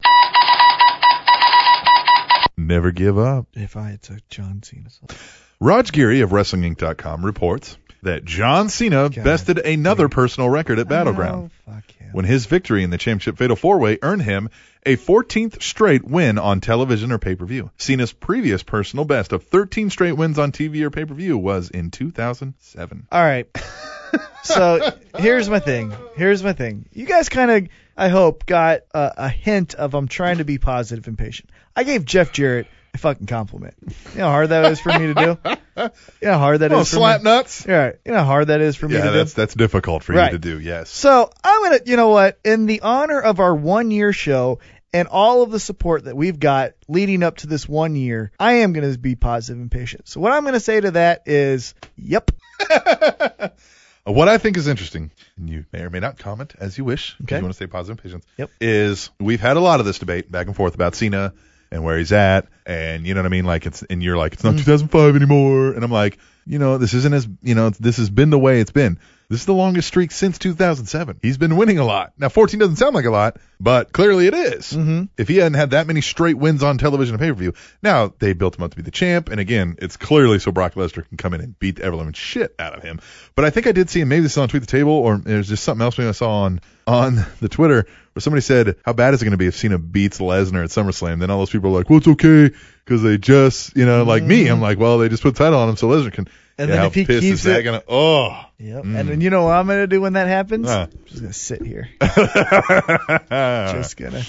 Speaker 2: Never give up.
Speaker 3: If I had took John Cena.
Speaker 2: Raj Geary of WrestlingInc.com reports that John Cena bested another personal record at Battleground.
Speaker 3: Oh, fuck him.
Speaker 2: when his victory in the championship fatal four way earned him a 14th straight win on television or pay per view. Cena's previous personal best of 13 straight wins on TV or pay per view was in 2007.
Speaker 3: All right. so here's my thing. Here's my thing. You guys kind of, I hope, got a, a hint of I'm trying to be positive and patient. I gave Jeff Jarrett a fucking compliment. You know how hard that is for me to do? You know how hard that is
Speaker 2: Oh,
Speaker 3: for
Speaker 2: slap
Speaker 3: me?
Speaker 2: nuts.
Speaker 3: Yeah, you know how hard that is for me
Speaker 2: Yeah,
Speaker 3: to do?
Speaker 2: that's that's difficult for
Speaker 3: Right.
Speaker 2: you to do. Yes.
Speaker 3: So I'm gonna, you know what? In the honor of our one year show and all of the support that we've got leading up to this one year, I am gonna be positive and patient. So what I'm gonna say to that is, yep.
Speaker 2: Uh, What I think is interesting, and you may or may not comment as you wish, because
Speaker 3: Okay.
Speaker 2: you want to stay positive and patient,
Speaker 3: Yep.
Speaker 2: is we've had a lot of this debate back and forth about Cena and where he's at, and you know what I mean? Like it's and you're like, it's not 2005
Speaker 3: Mm-hmm.
Speaker 2: anymore, and I'm like, you know, this isn't as you know, this has been the way it's been. This is the longest streak since 2007. He's been winning a lot. Now 14 doesn't sound like a lot, but clearly it is.
Speaker 3: Mm-hmm.
Speaker 2: If he hadn't had that many straight wins on television and pay per view, now they built him up to be the champ. And again, it's clearly so Brock Lesnar can come in and beat the ever living shit out of him. But I think I did see, and maybe this is on Tweet the Table, or there's just something else maybe I saw on on the Twitter where somebody said, "How bad is it going to be if Cena beats Lesnar at SummerSlam?" Then all those people are like, "Well, it's okay because they just, you know, like me, I'm like, well, they just put the title on him so Lesnar can."
Speaker 3: And
Speaker 2: Yeah,
Speaker 3: then
Speaker 2: how
Speaker 3: if he
Speaker 2: pissed
Speaker 3: keeps
Speaker 2: is that
Speaker 3: it-
Speaker 2: gonna? Oh,
Speaker 3: Yep. And then you know what I'm gonna do when that happens?
Speaker 2: Huh.
Speaker 3: I'm just gonna sit here. just gonna.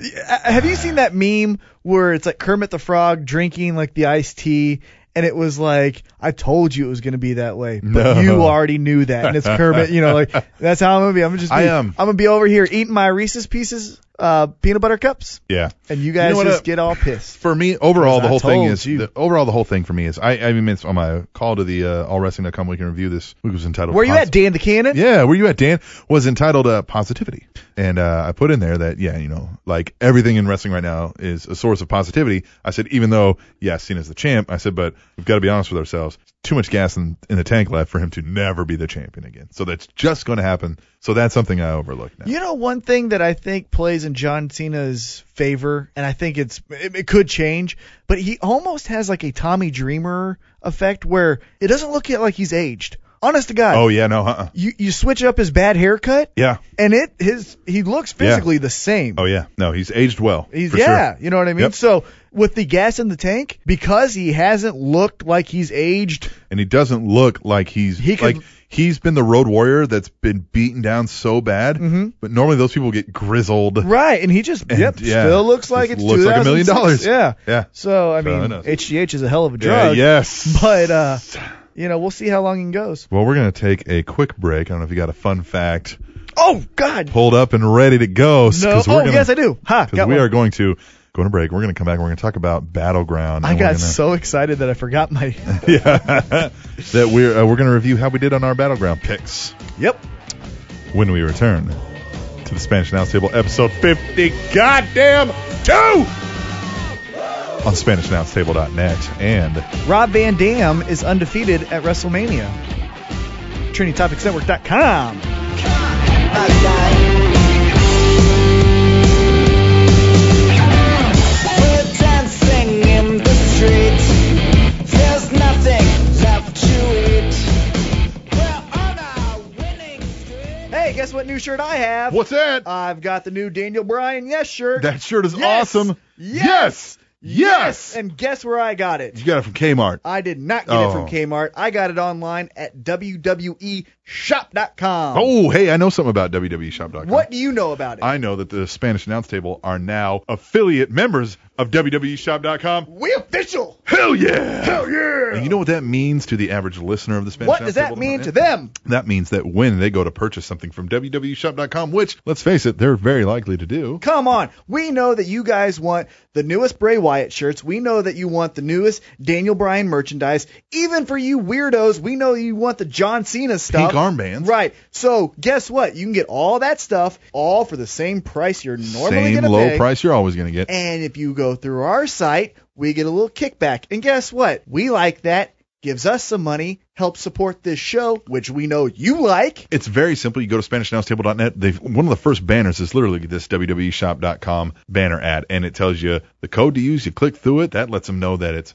Speaker 3: Yeah, Have you seen that meme where it's like Kermit the Frog drinking like the iced tea, and it was like, "I told you it was gonna be that way, but
Speaker 2: No.
Speaker 3: you already knew that." And it's Kermit, you know, like that's how I'm gonna be. I'm just, be,
Speaker 2: I am.
Speaker 3: I'm gonna be over here eating my Reese's Pieces, uh, peanut butter cups,
Speaker 2: yeah.
Speaker 3: and you guys
Speaker 2: what,
Speaker 3: just
Speaker 2: uh,
Speaker 3: get all pissed.
Speaker 2: for me overall the
Speaker 3: I
Speaker 2: whole thing
Speaker 3: told
Speaker 2: is
Speaker 3: you.
Speaker 2: the, overall the whole thing for me is I I mean it's on my call to the uh, allwrestling.com weekend review this week was entitled
Speaker 3: Where you
Speaker 2: Posi-
Speaker 3: at, Dan the Cannon?
Speaker 2: yeah, where you at, Dan? Was entitled uh, Positivity. And uh, I put in there that, yeah, you know, like everything in wrestling right now is a source of positivity. I said, even though, yeah, Cena's the champ, I said, but we've got to be honest with ourselves. Too much gas in, in the tank left for him to never be the champion again. So that's just going to happen. So that's something I overlook now.
Speaker 3: You know, one thing that I think plays in John Cena's favor, and I think it's it, it could change, but he almost has like a Tommy Dreamer effect where it doesn't look like he's aged. Honest to God,
Speaker 2: Oh, yeah, no, uh-uh.
Speaker 3: you you switch up his bad haircut,
Speaker 2: Yeah.
Speaker 3: and it his he looks physically the same.
Speaker 2: Oh, yeah. No, he's aged well.
Speaker 3: He's,
Speaker 2: for
Speaker 3: yeah,
Speaker 2: Sure.
Speaker 3: you know what I mean.
Speaker 2: Yep.
Speaker 3: So with the gas in the tank, because he hasn't looked like he's aged,
Speaker 2: and he doesn't look like he's
Speaker 3: He could-
Speaker 2: like he's been the road warrior that's been beaten down so bad. But normally those people get grizzled.
Speaker 3: Mm-hmm. right? And he just
Speaker 2: And,
Speaker 3: yep,
Speaker 2: yeah,
Speaker 3: still looks like
Speaker 2: just
Speaker 3: it's
Speaker 2: looks like a million
Speaker 3: 2006.
Speaker 2: dollars.
Speaker 3: Yeah,
Speaker 2: Yeah.
Speaker 3: So I
Speaker 2: So, who
Speaker 3: mean,
Speaker 2: knows?
Speaker 3: HGH is a hell of a
Speaker 2: Yeah,
Speaker 3: drug.
Speaker 2: yes.
Speaker 3: But uh, you know, we'll see how long he goes.
Speaker 2: well, we're gonna take a quick break. I don't know if you got a fun fact
Speaker 3: Oh God,
Speaker 2: pulled up and ready to go.
Speaker 3: no! Oh
Speaker 2: Cause we're gonna,
Speaker 3: yes, I do. Ha!
Speaker 2: Because
Speaker 3: Got
Speaker 2: we
Speaker 3: one.
Speaker 2: are going to go on a break. We're gonna come back. and We're gonna talk about battleground.
Speaker 3: I
Speaker 2: and
Speaker 3: got
Speaker 2: we're gonna-
Speaker 3: so excited that I forgot my.
Speaker 2: yeah. that we're uh, we're gonna review how we did on our battleground picks
Speaker 3: yep.
Speaker 2: when we return to the Spanish Announce Table, episode 50. Goddamn two. On SpanishAnnounceTable.net and
Speaker 3: Rob Van Dam is undefeated at WrestleMania. TrinityTopicsNetwork.com.
Speaker 1: We're dancing in the street. There's nothing left to eat. We're on a winning streak.
Speaker 3: Hey, guess what new shirt I have?
Speaker 2: what's that?
Speaker 3: I've got the new Daniel Bryan Yes shirt.
Speaker 2: that shirt is
Speaker 3: Yes!
Speaker 2: awesome.
Speaker 3: Yes!
Speaker 2: Yes.
Speaker 3: And guess where I got it?
Speaker 2: you got it from Kmart.
Speaker 3: I did not get it from
Speaker 2: Oh.
Speaker 3: Kmart. I got it online at E WWEshop.com.
Speaker 2: Oh, hey, I know something about E WWEshop.com.
Speaker 3: What do you know about it?
Speaker 2: I know that the Spanish Announce Table are now affiliate members of E WWEshop.com.
Speaker 3: we official.
Speaker 2: Hell yeah! Hell
Speaker 3: yeah!
Speaker 2: And you know what that means to the average listener of the Spanish
Speaker 3: What
Speaker 2: Announce
Speaker 3: does that
Speaker 2: Table?
Speaker 3: mean to them?
Speaker 2: That means that when they go to purchase something from E WWEshop.com, which, let's face it, they're very likely to do.
Speaker 3: Come on. We know that you guys want the newest Bray Wyatt shirts. We know that you want the newest Daniel Bryan merchandise. Even for you weirdos, we know you want the John Cena stuff.
Speaker 2: armbands.
Speaker 3: Right. So guess what? You can get all that stuff all for the same price you're normally
Speaker 2: Same
Speaker 3: going to
Speaker 2: low
Speaker 3: pay.
Speaker 2: price you're always going to get.
Speaker 3: And if you go through our site, we get a little kickback. And guess what? We like that. Gives us some money, helps support this show, which we know you like.
Speaker 2: It's very simple. You go to SpanishAnnounceTable.net. They've, one of the first banners is literally this E WWEshop.com banner ad, and it tells you the code to use. You click through it. That lets them know that it's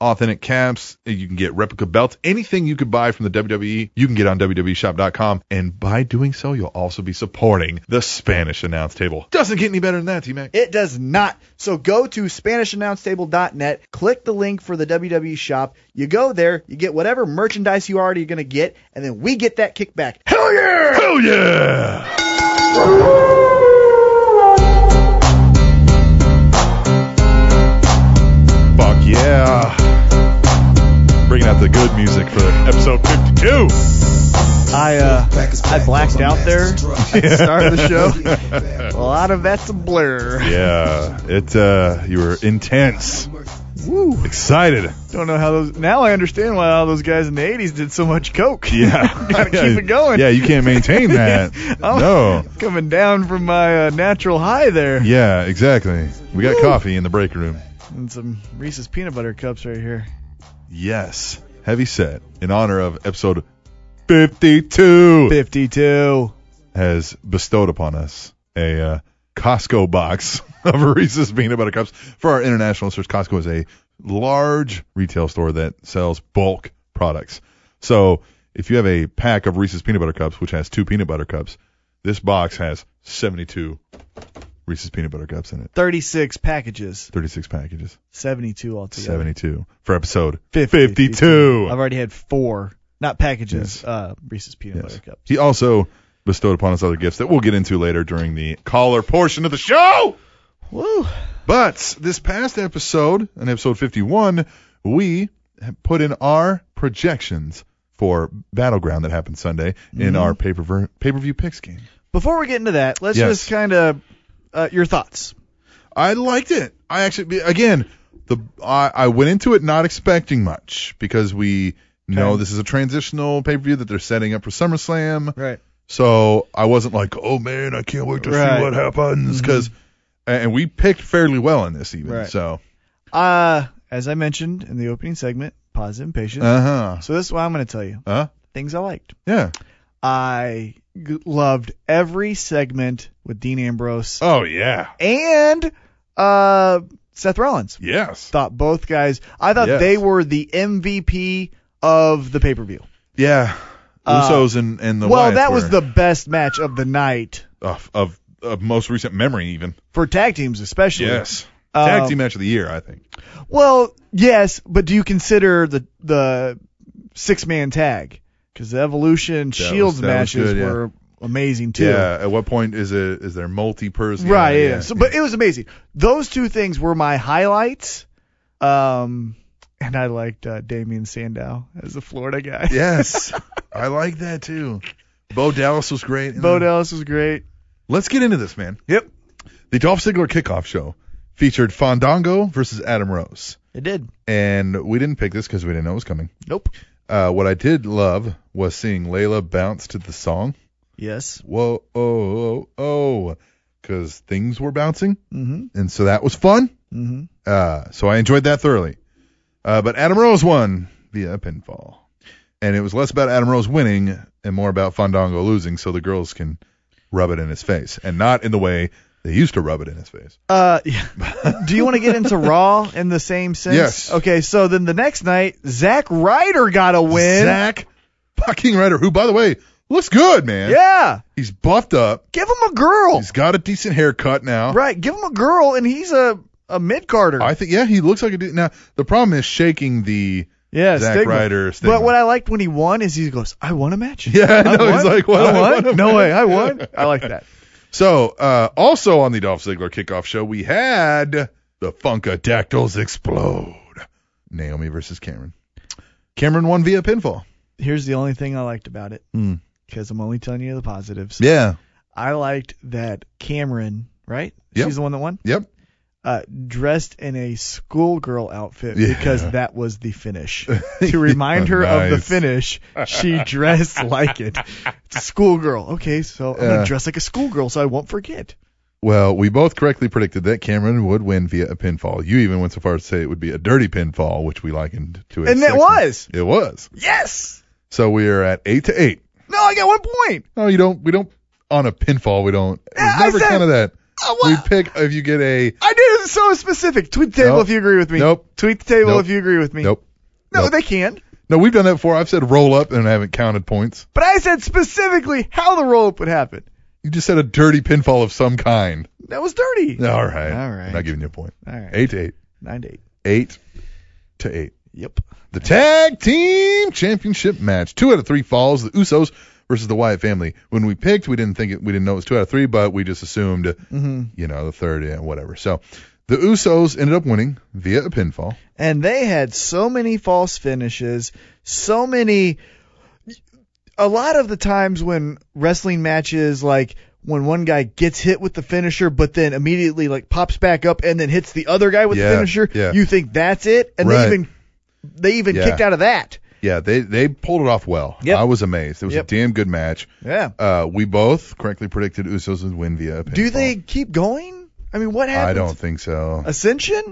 Speaker 2: authentic caps. You can get replica belts. Anything you could buy from the WWE, you can get on E WWEshop.com. And by doing so, you'll also be supporting the Spanish announce table. Doesn't get any better than that, T Mac.
Speaker 3: It does not. So go to SpanishAnnounceTable.net, click the link for the WWE shop. You go there, you get whatever merchandise you already going to get, and then we get that kickback.
Speaker 2: Hell yeah! Hell yeah! Fuck yeah. Bringing out the good music for episode 52.
Speaker 3: I uh, I blacked out there at the start of the show. A lot of that's a blur.
Speaker 2: Yeah, it, uh, you were intense.
Speaker 3: Woo.
Speaker 2: Excited.
Speaker 3: Don't know how those. Now I understand why all those guys in the '80s did so much coke.
Speaker 2: Yeah.
Speaker 3: Gotta keep it going.
Speaker 2: Yeah, you can't maintain that.
Speaker 3: Oh.
Speaker 2: No.
Speaker 3: Coming down from my uh, natural high there.
Speaker 2: Yeah, exactly. We got coffee in the break room.
Speaker 3: And some Reese's peanut butter cups right here.
Speaker 2: Yes. Heavy set in honor of episode 52.
Speaker 3: 52.
Speaker 2: has bestowed upon us a uh, Costco box of Reese's peanut butter cups for our international listeners. Costco is a large retail store that sells bulk products. So if you have a pack of Reese's peanut butter cups, which has two peanut butter cups, this box has 72 Reese's peanut butter cups in it.
Speaker 3: 36 packages.
Speaker 2: 36 packages,
Speaker 3: 72 altogether.
Speaker 2: 72 for episode
Speaker 3: 52.
Speaker 2: 52.
Speaker 3: I've already had four, not packages.
Speaker 2: Yes.
Speaker 3: Uh, Reese's peanut butter cups.
Speaker 2: He also bestowed upon us other gifts that we'll get into later during the caller portion of the show.
Speaker 3: Woo.
Speaker 2: But this past episode, in episode 51, we put in our projections for Battleground that happened Sunday in our pay per view picks game.
Speaker 3: Mm-hmm. Before we get into that, let's
Speaker 2: Yes.
Speaker 3: just kind of uh, your thoughts.
Speaker 2: I liked it. I actually, be- again, the I, I went into it not expecting much because we know
Speaker 3: Okay.
Speaker 2: this is a transitional pay per view that they're setting up for SummerSlam.
Speaker 3: Right.
Speaker 2: So I wasn't like, oh man, I can't wait to
Speaker 3: Right. Mm-hmm.
Speaker 2: see what happens because, and we picked fairly well in this even.
Speaker 3: Right.
Speaker 2: So,
Speaker 3: Uh, as I mentioned in the opening segment, positive and patient.
Speaker 2: uh huh,
Speaker 3: so this is what I'm going to tell you.
Speaker 2: Huh?
Speaker 3: Things I liked.
Speaker 2: yeah,
Speaker 3: I g- loved every segment with Dean Ambrose
Speaker 2: oh yeah,
Speaker 3: and uh, Seth Rollins.
Speaker 2: yes.
Speaker 3: Thought both guys. I thought
Speaker 2: Yes.
Speaker 3: they were the MVP of the pay per view.
Speaker 2: Yeah.
Speaker 3: Uh,
Speaker 2: Usos and, and the
Speaker 3: Well,
Speaker 2: Wyatts
Speaker 3: that was
Speaker 2: were
Speaker 3: the best match of the night
Speaker 2: of, of of most recent memory even.
Speaker 3: for tag teams, especially.
Speaker 2: Yes.
Speaker 3: Uh,
Speaker 2: Tag team match of the year, I think.
Speaker 3: Well, yes, but do you consider the the six man tag? Because the Evolution
Speaker 2: was-
Speaker 3: Shields
Speaker 2: that was
Speaker 3: matches
Speaker 2: good, yeah.
Speaker 3: were amazing too.
Speaker 2: Yeah. At what point is it is there multi person?
Speaker 3: Right. Yeah. So, but it was amazing. Those two things were my highlights. Um, and I liked uh, Damian Sandow as a Florida guy.
Speaker 2: yes. I like that too. Bo Dallas was great. And
Speaker 3: Bo
Speaker 2: then-
Speaker 3: Dallas was great.
Speaker 2: Let's get into this, man.
Speaker 3: Yep.
Speaker 2: The Dolph Ziggler kickoff show featured Fandango versus Adam Rose.
Speaker 3: It did.
Speaker 2: And we didn't pick this because we didn't know it was coming.
Speaker 3: Nope.
Speaker 2: Uh, what I did love was seeing Layla bounce to the song.
Speaker 3: Yes.
Speaker 2: Whoa, oh, oh, oh. Because things were bouncing.
Speaker 3: Mm-hmm.
Speaker 2: and so that was fun.
Speaker 3: Mm-hmm.
Speaker 2: Uh, so I enjoyed that thoroughly. Uh, but Adam Rose won via pinfall, and it was less about Adam Rose winning and more about Fandango losing, so the girls can rub it in his face, and not in the way they used to rub it in his face.
Speaker 3: Uh, yeah. do you want to get into Raw in the same sense?
Speaker 2: Yes.
Speaker 3: Okay, so then the next night, Zack Ryder got a win.
Speaker 2: Zack fucking Ryder, who by the way looks good, man.
Speaker 3: Yeah.
Speaker 2: He's buffed up.
Speaker 3: Give him a girl.
Speaker 2: He's got a decent haircut now.
Speaker 3: Right. Give him a girl, and he's a a mid Carter.
Speaker 2: I think yeah, he looks like a dude. Now the problem is shaking the
Speaker 3: Yeah,
Speaker 2: Zack
Speaker 3: stigma.
Speaker 2: Ryder stigma.
Speaker 3: But what I liked when he won is he goes, "I won a match."
Speaker 2: yeah.
Speaker 3: I
Speaker 2: No,
Speaker 3: won.
Speaker 2: he's like what?
Speaker 3: I won?
Speaker 2: won a
Speaker 3: no
Speaker 2: match."
Speaker 3: way, I won. I like that.
Speaker 2: So, uh, also on the Dolph Ziggler kickoff show, we had the Funkadactyls explode. Naomi versus Cameron. Cameron won via pinfall.
Speaker 3: Here's the only thing I liked about it,
Speaker 2: Hmm.
Speaker 3: because I'm only telling you the positives.
Speaker 2: Yeah.
Speaker 3: I liked that Cameron, right?
Speaker 2: Yep.
Speaker 3: She's the one that won.
Speaker 2: Yep.
Speaker 3: Uh, dressed in a schoolgirl outfit
Speaker 2: Yeah.
Speaker 3: because that was the finish. to remind her of the
Speaker 2: Nice.
Speaker 3: finish, she dressed like it. It's schoolgirl. Okay, so I'm
Speaker 2: Yeah.
Speaker 3: gonna dress like a schoolgirl so I won't forget.
Speaker 2: Well, we both correctly predicted that Cameron would win via a pinfall. You even went so far as to say it would be a dirty pinfall, which we likened to a
Speaker 3: And it
Speaker 2: sexy-
Speaker 3: was.
Speaker 2: It was.
Speaker 3: Yes.
Speaker 2: So we are at eight to eight.
Speaker 3: No, I got one point.
Speaker 2: No, you don't. We don't on a pinfall. We don't.
Speaker 3: Yeah,
Speaker 2: we've never
Speaker 3: I said-
Speaker 2: counted that.
Speaker 3: Uh,
Speaker 2: We
Speaker 3: what?
Speaker 2: pick if you get a
Speaker 3: I did it so specific. Tweet the table
Speaker 2: Nope.
Speaker 3: if you agree with me.
Speaker 2: Nope.
Speaker 3: Tweet the table
Speaker 2: Nope.
Speaker 3: if you agree with me.
Speaker 2: nope.
Speaker 3: No,
Speaker 2: Nope.
Speaker 3: they can't.
Speaker 2: No, we've done that before. I've said roll up and I haven't counted points.
Speaker 3: But I said specifically how the roll up would happen.
Speaker 2: You just said a dirty pinfall of some kind.
Speaker 3: That was dirty.
Speaker 2: All right.
Speaker 3: All right.
Speaker 2: I'm not giving you a point.
Speaker 3: All right.
Speaker 2: Eight to eight.
Speaker 3: Nine to eight.
Speaker 2: Eight to eight.
Speaker 3: Yep.
Speaker 2: The tag team championship match. Two out of three falls. The Usos versus the Wyatt family. When we picked, we didn't think it, we didn't know it was two out of three, but we just assumed, you know, the third and whatever. So the Usos ended up winning via a pinfall.
Speaker 3: And they had so many false finishes, so many. A lot of the times when wrestling matches, like when one guy gets hit with the finisher, but then immediately like pops back up and then hits the other guy with
Speaker 2: Yeah,
Speaker 3: the finisher,
Speaker 2: yeah.
Speaker 3: you think that's it, and
Speaker 2: Right.
Speaker 3: they even they even
Speaker 2: Yeah.
Speaker 3: kicked out of that.
Speaker 2: Yeah, they they pulled it off well.
Speaker 3: Yep.
Speaker 2: I was amazed. It was
Speaker 3: Yep.
Speaker 2: a damn good match.
Speaker 3: Yeah.
Speaker 2: Uh, we both correctly predicted Usos would win via a pinfall.
Speaker 3: Do they keep going? I mean, what happens?
Speaker 2: I don't think so.
Speaker 3: Ascension?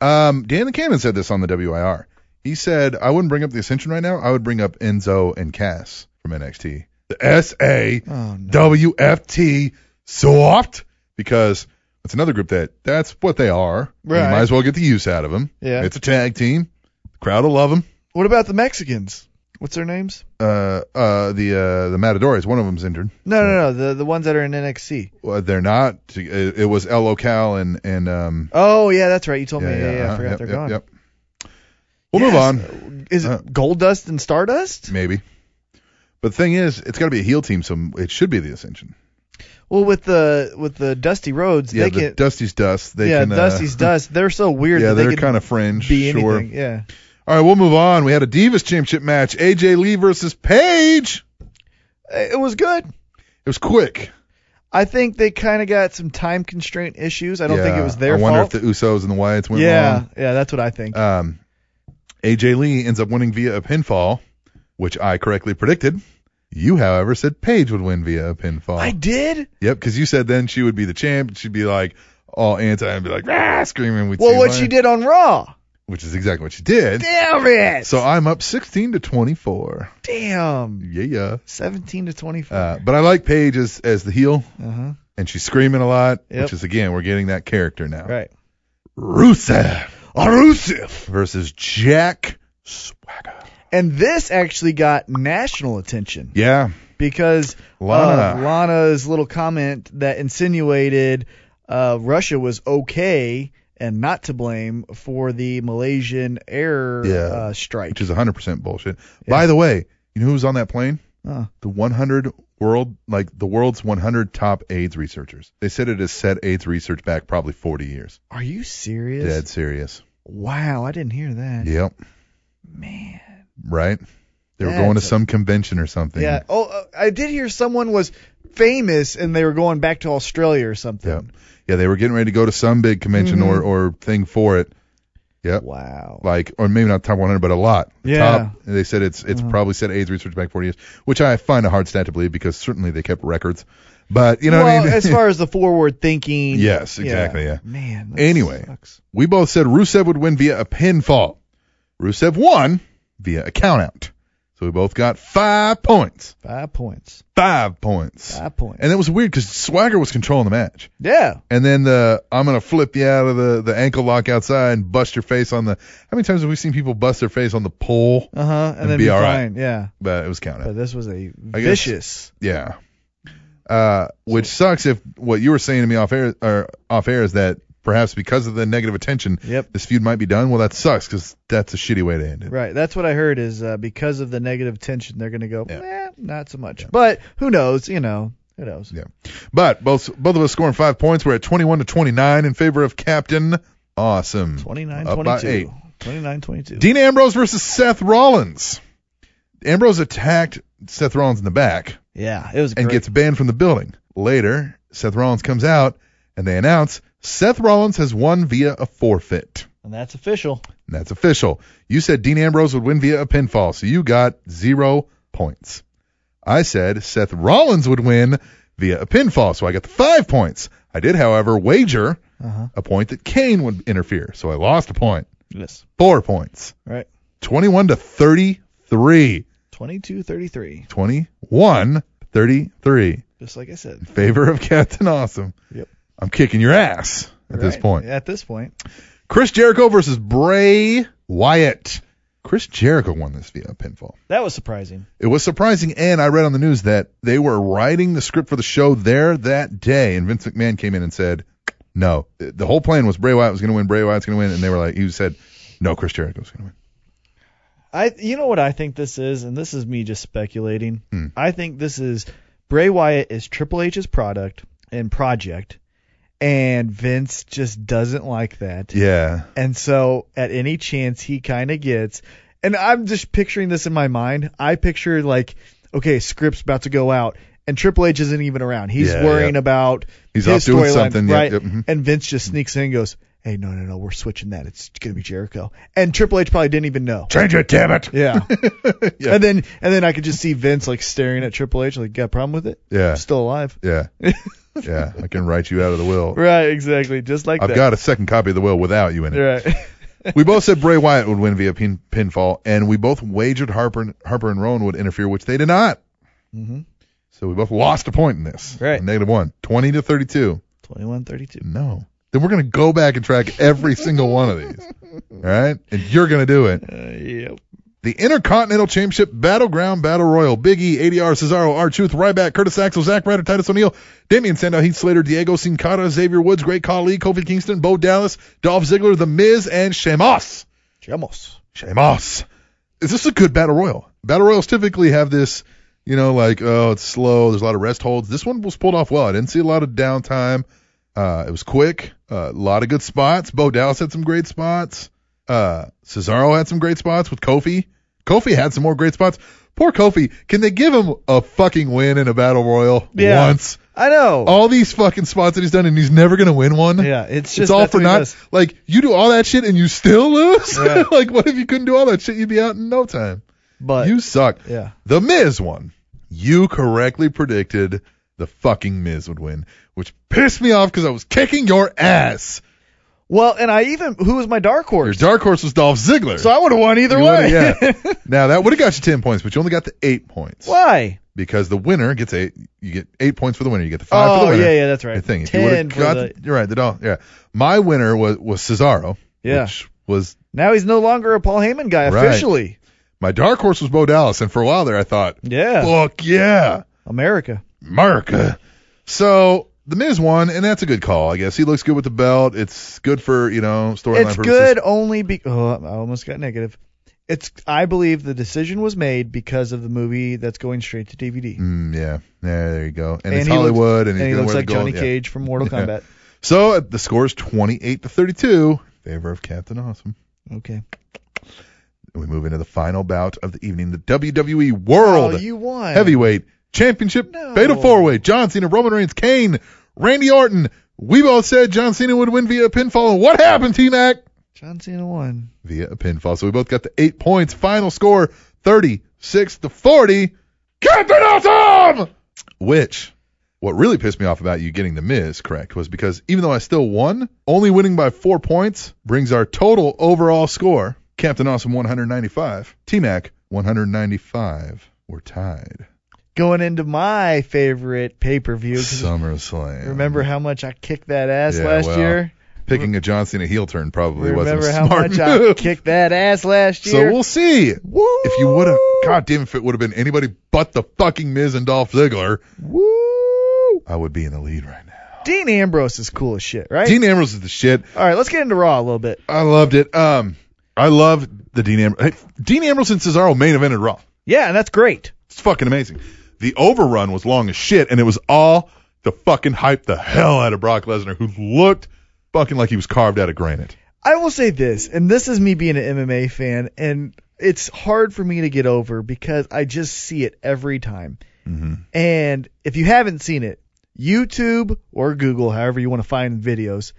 Speaker 2: Um, Dan the Cannon said this on the WIR. He said, I wouldn't bring up the Ascension right now. I would bring up Enzo and Cass from NXT. The S A
Speaker 3: Oh no.
Speaker 2: W F T soft because it's another group that that's what they are. You
Speaker 3: Right.
Speaker 2: might as well get the use out of them.
Speaker 3: Yeah.
Speaker 2: It's a tag team. The crowd will love them.
Speaker 3: What about the Mexicans? What's their names?
Speaker 2: Uh, uh, the uh, the Matadores. One of them's injured.
Speaker 3: No, no, no. The the ones that are in NXT.
Speaker 2: Well, they're not. It, it was El Local and and um.
Speaker 3: Oh yeah, that's right. You told me. Yeah, yeah.
Speaker 2: uh-huh,
Speaker 3: I forgot
Speaker 2: yep,
Speaker 3: they're
Speaker 2: yep,
Speaker 3: gone.
Speaker 2: Yep. We'll move on.
Speaker 3: on. Is it
Speaker 2: Uh,
Speaker 3: Gold Dust and Stardust?
Speaker 2: Maybe. But the thing is, it's got to be a heel team, so it should be the Ascension.
Speaker 3: Well, with the with the Dusty Roads,
Speaker 2: Yeah,
Speaker 3: they
Speaker 2: the
Speaker 3: can.
Speaker 2: Dusty's Dust. They
Speaker 3: yeah,
Speaker 2: can, uh,
Speaker 3: Dusty's Dust. They're so weird.
Speaker 2: Yeah,
Speaker 3: that they
Speaker 2: they're
Speaker 3: could
Speaker 2: kind of fringe.
Speaker 3: be
Speaker 2: sure.
Speaker 3: anything. Yeah.
Speaker 2: All right, we'll move on. We had a Divas Championship match: AJ Lee versus Paige.
Speaker 3: It was good.
Speaker 2: It was quick.
Speaker 3: I think they kind of got some time constraint issues. I don't think it
Speaker 2: Yeah,
Speaker 3: was their
Speaker 2: I wonder
Speaker 3: fault.
Speaker 2: if the Usos and the Wyatts went
Speaker 3: yeah,
Speaker 2: wrong.
Speaker 3: yeah, that's what I think.
Speaker 2: Um, AJ Lee ends up winning via a pinfall, which I correctly predicted. You, however, said Paige would win via a pinfall.
Speaker 3: I did.
Speaker 2: Yep, because you said then she would be the champ. She'd be like all anti and be like ah, screaming. We'd see
Speaker 3: Well, what
Speaker 2: why.
Speaker 3: she did on Raw.
Speaker 2: which is exactly what she did.
Speaker 3: Damn it.
Speaker 2: So I'm up 16 to 24.
Speaker 3: damn.
Speaker 2: Yeah, yeah.
Speaker 3: Seventeen to twenty-four.
Speaker 2: Uh, but I like Paige as as the heel,
Speaker 3: Uh-huh.
Speaker 2: and she's screaming a lot,
Speaker 3: Yep.
Speaker 2: which is again we're getting that character now.
Speaker 3: Right.
Speaker 2: Rusev, Rusev versus Jack Swagger.
Speaker 3: And this actually got national attention.
Speaker 2: Yeah,
Speaker 3: because
Speaker 2: Lana.
Speaker 3: Lana. Lana's little comment that insinuated uh, Russia was okay and not to blame for the Malaysian air
Speaker 2: Yeah.
Speaker 3: uh, strike.
Speaker 2: which is 100% bullshit. By the way, you know who was on that plane?
Speaker 3: Huh.
Speaker 2: The 100 world, like the world's 100 top AIDS researchers. They said it has set AIDS research back probably 40 years.
Speaker 3: Are you serious?
Speaker 2: Dead serious.
Speaker 3: Wow, I didn't hear that.
Speaker 2: Yep.
Speaker 3: Man.
Speaker 2: Right? They were
Speaker 3: That's
Speaker 2: going to
Speaker 3: a-
Speaker 2: some convention or something.
Speaker 3: Yeah. Oh, uh, I did hear someone was famous and they were going back to Australia or something.
Speaker 2: Yep. Yeah, they were getting ready to go to some big convention or, or thing for it. Yep.
Speaker 3: Mm-hmm. Wow.
Speaker 2: Like, or maybe not top 100, but a lot. The
Speaker 3: Yeah. Uh-huh.
Speaker 2: Top, they said it's it's probably set AIDS research back 40 years, which I find a hard stat to believe because certainly they kept records. But you know
Speaker 3: well,
Speaker 2: what I mean?
Speaker 3: as far as the forward thinking.
Speaker 2: Yes, exactly, yeah.
Speaker 3: Man. that
Speaker 2: Anyway.
Speaker 3: sucks.
Speaker 2: we both said Rusev would win via a pinfall. Rusev won via a countout. So we both got five points.
Speaker 3: Five points.
Speaker 2: Five points.
Speaker 3: Five points.
Speaker 2: And it was weird because Swagger was controlling the match.
Speaker 3: yeah.
Speaker 2: And then the I'm gonna flip you out of the, the ankle lock outside and bust your face on the. How many times have we seen people bust their face on the pole?
Speaker 3: Uh huh. And,
Speaker 2: And
Speaker 3: then
Speaker 2: be
Speaker 3: be
Speaker 2: all right.
Speaker 3: fine. Yeah.
Speaker 2: But it was counted.
Speaker 3: But this was a
Speaker 2: I guess-
Speaker 3: vicious.
Speaker 2: yeah. Uh, which sucks if what you were saying to me off air or off air is that perhaps because of the negative attention,
Speaker 3: Yep.
Speaker 2: this feud might be done. Well, that sucks because that's a shitty way to end it.
Speaker 3: Right. That's what I heard is uh, because of the negative tension, they're going to go,
Speaker 2: Yeah.
Speaker 3: eh, not so much. But who knows? You know, who knows?
Speaker 2: Yeah. But both both of us scoring five points. We're at 21 to 29 in favor of Captain Awesome.
Speaker 3: 29
Speaker 2: Up by eight.
Speaker 3: 22. 29 22.
Speaker 2: Dean Ambrose versus Seth Rollins. Ambrose attacked Seth Rollins in the back
Speaker 3: yeah. Ah, It was
Speaker 2: and
Speaker 3: great.
Speaker 2: gets banned from the building. Later, Seth Rollins comes out and they announce Seth Rollins has won via a forfeit.
Speaker 3: and that's official.
Speaker 2: And that's official. You said Dean Ambrose would win via a pinfall, so you got zero points. I said Seth Rollins would win via a pinfall, so I got the five points. I did, however, wager
Speaker 3: Uh-huh.
Speaker 2: a point that Kane would interfere, so I lost a point.
Speaker 3: Yes.
Speaker 2: Four points.
Speaker 3: Right.
Speaker 2: 21 to 33.
Speaker 3: 22 33.
Speaker 2: 21 33
Speaker 3: Just like I said.
Speaker 2: favor of Captain Awesome.
Speaker 3: Yep.
Speaker 2: I'm kicking your ass at this
Speaker 6: Right.
Speaker 2: point.
Speaker 6: At this point.
Speaker 2: Chris Jericho versus Bray Wyatt. Chris Jericho won this via pinfall.
Speaker 3: That was surprising.
Speaker 2: It was surprising, and I read on the news that they were writing the script for the show there that day, and Vince McMahon came in and said, "No, the whole plan was Bray Wyatt was going to win, Bray Wyatt's going to win," and they were like, "He said, no, Chris Jericho's going to win."
Speaker 3: I you know what I think this is, and this is me just speculating. I think this is Bray Wyatt is Triple H's product and project, and Vince just doesn't like that.
Speaker 2: Yeah,
Speaker 3: And so at any chance he kind of gets, and I'm just picturing this in my mind. I picture like, okay, script's about to go out, and Triple H isn't even around. He's
Speaker 2: Yeah,
Speaker 3: worrying
Speaker 2: yeah.
Speaker 3: about
Speaker 2: He's
Speaker 3: his
Speaker 2: off doing
Speaker 3: storyline,
Speaker 2: something, yep,
Speaker 3: right?
Speaker 2: yep, mhm.
Speaker 3: And Vince just sneaks in and goes, "Hey, no, no, no, we're switching that. It's gonna be Jericho." And Triple H probably didn't even know.
Speaker 2: change it, damn it.
Speaker 3: Yeah.
Speaker 2: Yeah.
Speaker 3: And then and then I could just see Vince like staring at Triple H like, "Got a problem with it?
Speaker 2: Yeah,
Speaker 3: I'm still alive."
Speaker 2: yeah, yeah. I can write you out of the will.
Speaker 3: Right, exactly. Just like
Speaker 2: I've
Speaker 3: that.
Speaker 2: got a second copy of the will without you in it.
Speaker 3: right.
Speaker 2: we both said Bray Wyatt would win via pin, pinfall, and we both wagered Harper Harper and Rowan would interfere, which they did not.
Speaker 3: Mhm.
Speaker 2: So we both lost a point in this.
Speaker 3: Right.
Speaker 2: Negative one. 20 to 32.
Speaker 3: 2132.
Speaker 2: No. Then we're going to go back and track every single one of these. All right? And you're going to do it.
Speaker 3: Uh, yep.
Speaker 2: The Intercontinental Championship Battleground Battle Royal. Big E, ADR, Cesaro, R-Truth, Ryback, Curtis Axel, Zack Ryder, Titus O'Neil, Damian Sandow, Heath Slater, Diego Sincada, Xavier Woods, Great Khali, Kofi Kingston, Bo Dallas, Dolph Ziggler, The Miz, and Sheamus.
Speaker 3: Chamos.
Speaker 2: Sheamus. Is this a good battle royal? Battle royals typically have this, you know, like, oh, it's slow. There's a lot of rest holds. This one was pulled off well. I didn't see a lot of downtime. Uh, it was quick. Uh, a lot of good spots. Bo Dallas had some great spots. Uh, Cesaro had some great spots with Kofi. Kofi had some more great spots. Poor Kofi. Can they give him a fucking win in a battle royal
Speaker 3: Yeah.
Speaker 2: once?
Speaker 3: I know.
Speaker 2: All these fucking spots that he's done and he's never gonna win one.
Speaker 3: Yeah, it's just
Speaker 2: It's all
Speaker 3: that's
Speaker 2: for
Speaker 3: what he
Speaker 2: not
Speaker 3: does.
Speaker 2: like you do all that shit and you still lose.
Speaker 3: Right.
Speaker 2: like what if you couldn't do all that shit? You'd be out in no time.
Speaker 3: But
Speaker 2: you suck.
Speaker 3: yeah,
Speaker 2: The Miz won. You correctly predicted the fucking Miz would win, which pissed me off because I was kicking your ass.
Speaker 3: well, and I even who was my dark
Speaker 2: Your
Speaker 3: horse?
Speaker 2: dark horse was Dolph Ziggler.
Speaker 3: So I would have won either
Speaker 2: You
Speaker 3: way.
Speaker 2: would've- yeah. now that would have got you ten points, but you only got the eight points
Speaker 3: Why?
Speaker 2: because the winner gets eight. You get eight points for the winner. You get the five
Speaker 3: Oh
Speaker 2: for the winner.
Speaker 3: yeah, yeah, that's right.
Speaker 2: I think. If you
Speaker 3: Ten
Speaker 2: would've
Speaker 3: for
Speaker 2: got
Speaker 3: the,
Speaker 2: the- you're right. The doll. Yeah. My winner was was Cesaro.
Speaker 3: Yeah.
Speaker 2: Which was
Speaker 3: Now he's no longer a Paul Heyman guy
Speaker 2: Right.
Speaker 3: officially.
Speaker 2: my dark horse was Bo Dallas, and for a while there I thought,
Speaker 3: Yeah,
Speaker 2: fuck yeah,
Speaker 3: America.
Speaker 2: America. So the Miz won, and that's a good call, I guess. He looks good with the belt. It's good for you know storyline.
Speaker 3: It's
Speaker 2: purposes.
Speaker 3: good only be. Oh, I almost got negative. It's. I believe the decision was made because of the movie that's going straight to DVD.
Speaker 2: Mm, yeah. Yeah. There you go. And,
Speaker 3: And
Speaker 2: it's
Speaker 3: he looks-
Speaker 2: Hollywood,
Speaker 3: And
Speaker 2: and he's
Speaker 3: he
Speaker 2: gonna
Speaker 3: looks
Speaker 2: wear
Speaker 3: like
Speaker 2: the gold.
Speaker 3: Johnny
Speaker 2: yeah.
Speaker 3: Cage from Mortal
Speaker 2: Yeah.
Speaker 3: Kombat.
Speaker 2: So uh, the score is 28 to 32 in favor of Captain Awesome.
Speaker 3: Okay.
Speaker 2: And we move into the final bout of the evening, the WWE World.
Speaker 3: Oh, you won.
Speaker 2: heavyweight championship
Speaker 3: No.
Speaker 2: fatal four way John Cena, Roman Reigns, Kane, Randy Orton. We both said John Cena would win via pinfall. And what happened, T Mac?
Speaker 3: John Cena won.
Speaker 2: Via a pinfall. So we both got the eight points. Final score 36 to 40. Captain Awesome! Which, what really pissed me off about you getting the Miz correct was because even though I still won, only winning by four points brings our total overall score Captain Awesome 195, T Mac 195. We're tied.
Speaker 3: Going into my favorite pay per view.
Speaker 2: SummerSlam.
Speaker 3: Remember how much I kicked that ass
Speaker 2: Yeah,
Speaker 3: last
Speaker 2: well,
Speaker 3: year?
Speaker 2: picking a John Cena heel turn probably wasn't
Speaker 3: Remember
Speaker 2: a
Speaker 3: how
Speaker 2: smart
Speaker 3: much I
Speaker 2: move.
Speaker 3: kicked that ass last
Speaker 2: so
Speaker 3: year?
Speaker 2: we'll see.
Speaker 3: Woo!
Speaker 2: If you would have, God damn, if it would have been anybody but the fucking Miz and Dolph Ziggler,
Speaker 3: Woo!
Speaker 2: I would be in the lead right now.
Speaker 3: Dean Ambrose is cool as shit, right?
Speaker 2: Dean Ambrose is the shit.
Speaker 3: All right, let's get into Raw a little bit.
Speaker 2: I loved it. Um, I love the Dean Ambrose. Hey, Dean Ambrose and Cesaro main evented Raw.
Speaker 3: Yeah, and that's great.
Speaker 2: It's fucking amazing. The overrun was long as shit, and it was all to fucking hype the hell out of Brock Lesnar, who looked fucking like he was carved out of granite.
Speaker 3: I will say this, and this is me being an MMA fan, and it's hard for me to get over because I just see it every time. Mm-hmm. And if you haven't seen it, YouTube or Google, however you want to find videos,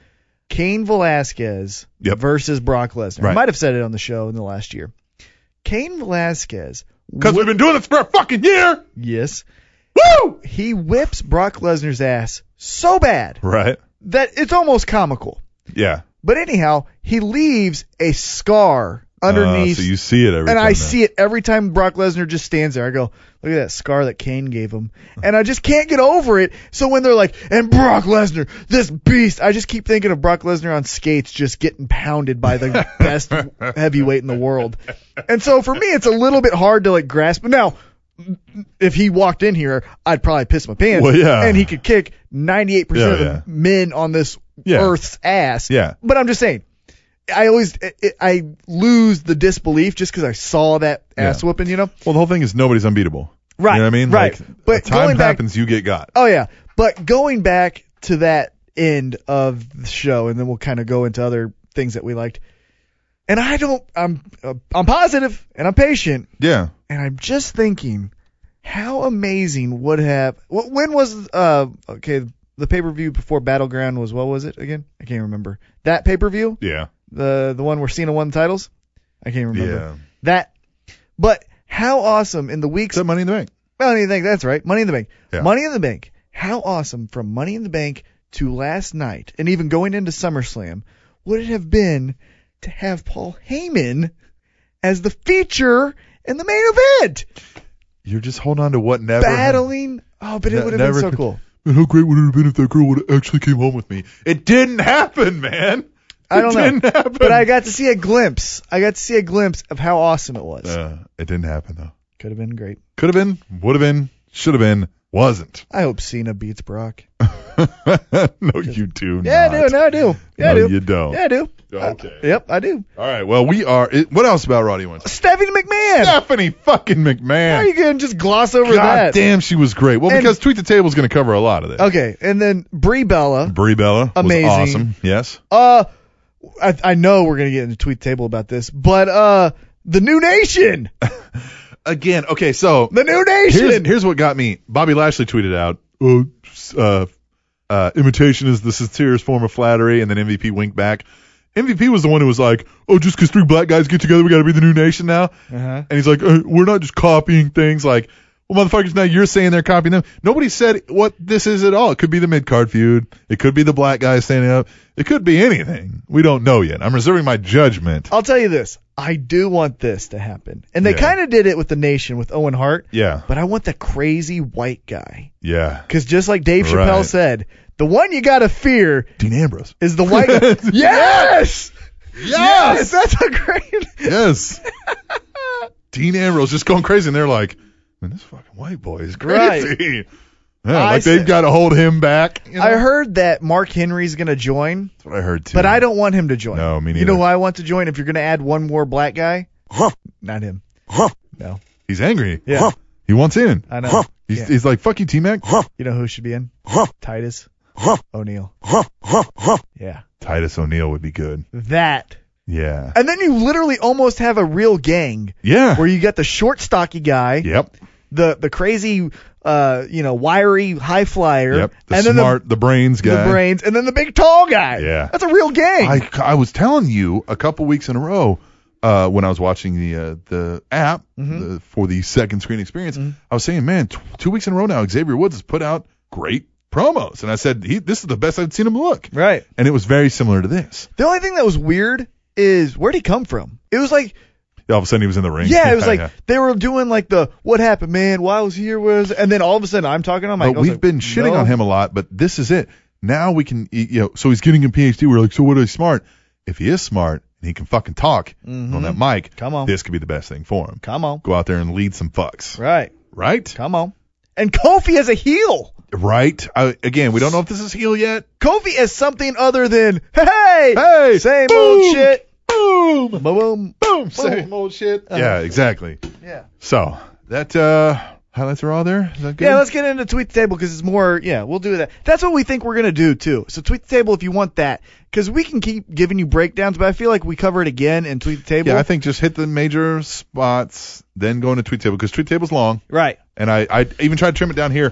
Speaker 3: Kane Velasquez
Speaker 2: Yep.
Speaker 3: versus Brock Lesnar. I
Speaker 2: Right.
Speaker 3: might have said it on the show in the last year. Kane Velasquez,
Speaker 2: Because we've been doing this for a fucking year.
Speaker 3: yes,
Speaker 2: Woo!
Speaker 3: he whips Brock Lesnar's ass so bad
Speaker 2: Right.
Speaker 3: that it's almost comical.
Speaker 2: Yeah.
Speaker 3: But anyhow, he leaves a scar, underneath.
Speaker 2: Uh, so you see it every
Speaker 3: and
Speaker 2: time.
Speaker 3: I
Speaker 2: now.
Speaker 3: see it every time Brock Lesnar just stands there. I go, look at that scar that Kane gave him, and I just can't get over it. So when they're like, and Brock Lesnar, this beast, I just keep thinking of Brock Lesnar on skates just getting pounded by the best heavyweight in the world. And so for me, it's a little bit hard to like grasp. Now, if he walked in here, I'd probably piss my pants.
Speaker 2: Well, yeah.
Speaker 3: And he could kick 98% of
Speaker 2: Yeah,
Speaker 3: the
Speaker 2: yeah.
Speaker 3: men on this
Speaker 2: Yeah.
Speaker 3: earth's ass.
Speaker 2: Yeah.
Speaker 3: But I'm just saying, I always i I lose the disbelief just because I saw that ass
Speaker 2: Yeah.
Speaker 3: whooping, you know?
Speaker 2: Well, the whole thing is nobody's unbeatable.
Speaker 3: Right,
Speaker 2: You know what I mean?
Speaker 3: right.
Speaker 2: Like,
Speaker 3: But
Speaker 2: a time
Speaker 3: going back-
Speaker 2: happens, you get got.
Speaker 3: Oh yeah, but going back to that end of the show, and then we'll kind of go into other things that we liked. And I don't, I'm, uh, I'm positive, and I'm patient,
Speaker 2: Yeah.
Speaker 3: and I'm just thinking, how amazing would have? wh- When was uh okay the pay per view before Battleground was what was it again? I can't remember that pay per view
Speaker 2: Yeah.
Speaker 3: the the one where Cena won the titles. I can't remember
Speaker 2: Yeah. Is
Speaker 3: that. But how awesome in the weeks
Speaker 2: that Money in the Bank?
Speaker 3: Money in the Bank. That's right. Money in the Bank.
Speaker 2: Yeah.
Speaker 3: Money in the Bank. How awesome from Money in the Bank to last night and even going into SummerSlam would it have been to have Paul Heyman as the feature in the main event
Speaker 2: You're just holding on to what never.
Speaker 3: battling? Oh, but it
Speaker 2: Ne-
Speaker 3: would have
Speaker 2: never
Speaker 3: been so
Speaker 2: could-
Speaker 3: cool.
Speaker 2: Man, how great would it have been if that girl would have actually came home with me? It didn't happen, man.
Speaker 3: I don't
Speaker 2: it
Speaker 3: know.
Speaker 2: Didn't happen.
Speaker 3: But I got to see a glimpse. I got to see a glimpse of how awesome it was.
Speaker 2: Uh, it didn't happen though.
Speaker 3: Could have been great.
Speaker 2: Could have been. Would have been. Should have been. Wasn't.
Speaker 3: I hope Cena beats Brock.
Speaker 2: no, you do
Speaker 3: Yeah,
Speaker 2: not.
Speaker 3: I do. No, I do. Yeah, I
Speaker 2: No,
Speaker 3: do.
Speaker 2: you don't.
Speaker 3: Yeah, I do.
Speaker 2: Okay.
Speaker 3: Yep, I do.
Speaker 2: All right. Well, we are. It, what else about Roddy Wins?
Speaker 3: Stephanie McMahon.
Speaker 2: Stephanie fucking McMahon.
Speaker 3: How are you gonna just gloss over
Speaker 2: God
Speaker 3: that?
Speaker 2: damn, she was great. Well,
Speaker 3: And-
Speaker 2: because Tweet the Table is going to cover a lot of this.
Speaker 3: Okay, and then Brie Bella.
Speaker 2: Brie Bella
Speaker 3: Amazing.
Speaker 2: was awesome. Yes.
Speaker 3: Uh, I, I know we're gonna get into tweet table about this, but uh, the New Nation,
Speaker 2: Again, okay, so
Speaker 3: the New
Speaker 2: here's,
Speaker 3: Nation.
Speaker 2: here's what got me. Bobby Lashley tweeted out, "Oh, uh, uh, imitation is the sincerest form of flattery, and then MVP winked back. MVP was the one who was like, oh, just 'cause three black guys get together, we got to be the new nation now.
Speaker 3: Uh-huh.
Speaker 2: And he's like, uh, we're not just copying things like, well, motherfuckers, now you're saying they're copying them. Nobody said what this is at all. It could be the mid card feud. It could be the black guy standing up. It could be anything. We don't know yet. I'm reserving my judgment.
Speaker 3: I'll tell you this, I do want this to happen, and they
Speaker 2: Yeah.
Speaker 3: kind of did it with the Nation with Owen Hart,
Speaker 2: Yeah.
Speaker 3: but I want the crazy white guy,
Speaker 2: Yeah.
Speaker 3: because just like Dave Chappelle
Speaker 2: Right.
Speaker 3: said, the one you gotta fear
Speaker 2: Dean Ambrose.
Speaker 3: is the white. yes! yes,
Speaker 2: Yes!
Speaker 3: that's a great.
Speaker 2: Yes. Dean Ambrose just going crazy, and they're like, "Man, this fucking white boy is crazy." Yeah,
Speaker 3: I
Speaker 2: like they've
Speaker 3: said-
Speaker 2: got to hold him back. you know?
Speaker 3: I heard that Mark Henry's gonna join.
Speaker 2: That's what I heard too.
Speaker 3: But I don't want him to join.
Speaker 2: No, me
Speaker 3: You know
Speaker 2: neither.
Speaker 3: who I want to join? If you're going to add one more black guy,
Speaker 7: Huh.
Speaker 3: not him.
Speaker 2: He's angry.
Speaker 3: Yeah,
Speaker 7: Huh.
Speaker 2: He wants in.
Speaker 3: I know.
Speaker 7: Huh.
Speaker 2: He's,
Speaker 3: Yeah.
Speaker 2: he's like, "Fuck you, T Mac."
Speaker 3: You know who should be in?
Speaker 7: Huh.
Speaker 3: Titus
Speaker 7: Huh.
Speaker 3: O'Neil.
Speaker 7: Huh, huh, huh.
Speaker 3: Yeah,
Speaker 2: Titus O'Neil would be good.
Speaker 3: that.
Speaker 2: Yeah.
Speaker 3: And then you literally almost have a real gang
Speaker 2: Yeah.
Speaker 3: where you got the short, stocky guy,
Speaker 2: Yep.
Speaker 3: the the crazy, uh, you know, wiry high flyer,
Speaker 2: Yep. The
Speaker 3: and then
Speaker 2: smart, the, brains
Speaker 3: the,
Speaker 2: guy.
Speaker 3: the brains, and then the big tall guy.
Speaker 2: Yeah.
Speaker 3: that's a real gang.
Speaker 2: I, I was telling you a couple weeks in a row uh, when I was watching the uh, the app
Speaker 3: Mm-hmm.
Speaker 2: the, for the second screen experience. I was saying, man, t- two weeks in a row now, Xavier Woods has put out great promos, and I said he, this is the best I've seen him look,
Speaker 3: right.
Speaker 2: and it was very similar to this.
Speaker 3: The only thing that was weird is where'd he come from? It was like
Speaker 2: All of a sudden, he was in the ring.
Speaker 3: Yeah, it was like they were doing like the what happened, man? Why I was here was, and then all of a sudden I'm talking on Oh my.
Speaker 2: But we've been shitting on him a lot, but this is it. Now we can, y- you know, so he's getting a PhD. We're like, so what is smart? If he is smart and he can fucking talk on that mic,
Speaker 3: Mm-hmm. Come on.
Speaker 2: this could be the best thing for him.
Speaker 3: Come on,
Speaker 2: Go out there and lead some fucks,
Speaker 3: right?
Speaker 2: right?
Speaker 3: Come on. And Kofi as a heel.
Speaker 2: Right? I, again, we don't know if this is heel yet.
Speaker 3: Kofi as something other than hey,
Speaker 2: Hey,
Speaker 3: same
Speaker 2: boom,
Speaker 3: old shit.
Speaker 2: Boom,
Speaker 3: Boom, boom.
Speaker 2: boom, same old shit. yeah, exactly.
Speaker 3: Yeah.
Speaker 2: So that uh, highlights are all there. Is that good?
Speaker 3: Yeah, let's get into tweet the table because it's more. Yeah, we'll do that. That's what we think we're gonna do too. So tweet the table if you want that because we can keep giving you breakdowns, but I feel like we cover it again in tweet the table.
Speaker 2: yeah, I think just hit the major spots, then go into tweet table because tweet table's long,
Speaker 3: right.
Speaker 2: and I, I even tried to trim it down here.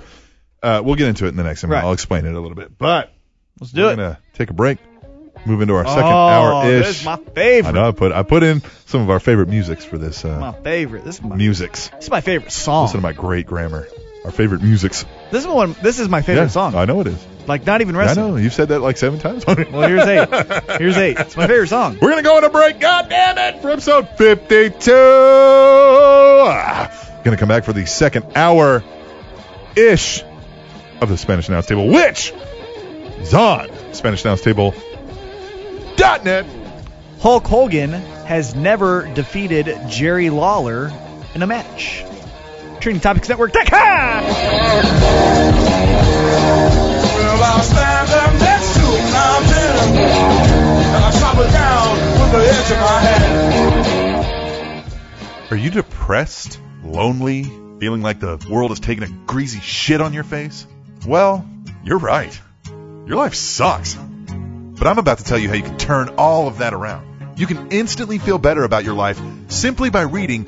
Speaker 2: Uh, we'll get into it in the next. one.
Speaker 3: Right.
Speaker 2: I'll explain it a little bit, but
Speaker 3: Let's
Speaker 2: we're
Speaker 3: do it.
Speaker 2: gonna take a break, move into our second
Speaker 3: oh,
Speaker 2: hour
Speaker 3: This is
Speaker 2: ish.
Speaker 3: my
Speaker 2: I
Speaker 3: favorite.
Speaker 2: know I put I put in some of our favorite musics for this
Speaker 3: My
Speaker 2: uh,
Speaker 3: favorite. This is my
Speaker 2: musics.
Speaker 3: This is my favorite song.
Speaker 2: Listen to my great grammar. Our favorite musics.
Speaker 3: This is one. This is my favorite
Speaker 2: Yeah,
Speaker 3: song.
Speaker 2: I know it is.
Speaker 3: Like not even
Speaker 2: I
Speaker 3: wrestling.
Speaker 2: know. You've said that like seven times.
Speaker 3: Well, here's eight. Here's eight. It's my favorite song.
Speaker 2: We're gonna go on a break. God damn it! For episode 52. Ah, Gonna come back for the second hour, ish, of the Spanish Announce Table, which is on SpanishAnnounceTable.net.
Speaker 3: Hulk Hogan has never defeated Jerry Lawler in a match. TrainingTopicsNetwork.com.
Speaker 2: Are you depressed, lonely, feeling like the world is taking a greasy shit on your face? Well, you're right. Your life sucks. But I'm about to tell you how you can turn all of that around. You can instantly feel better about your life simply by reading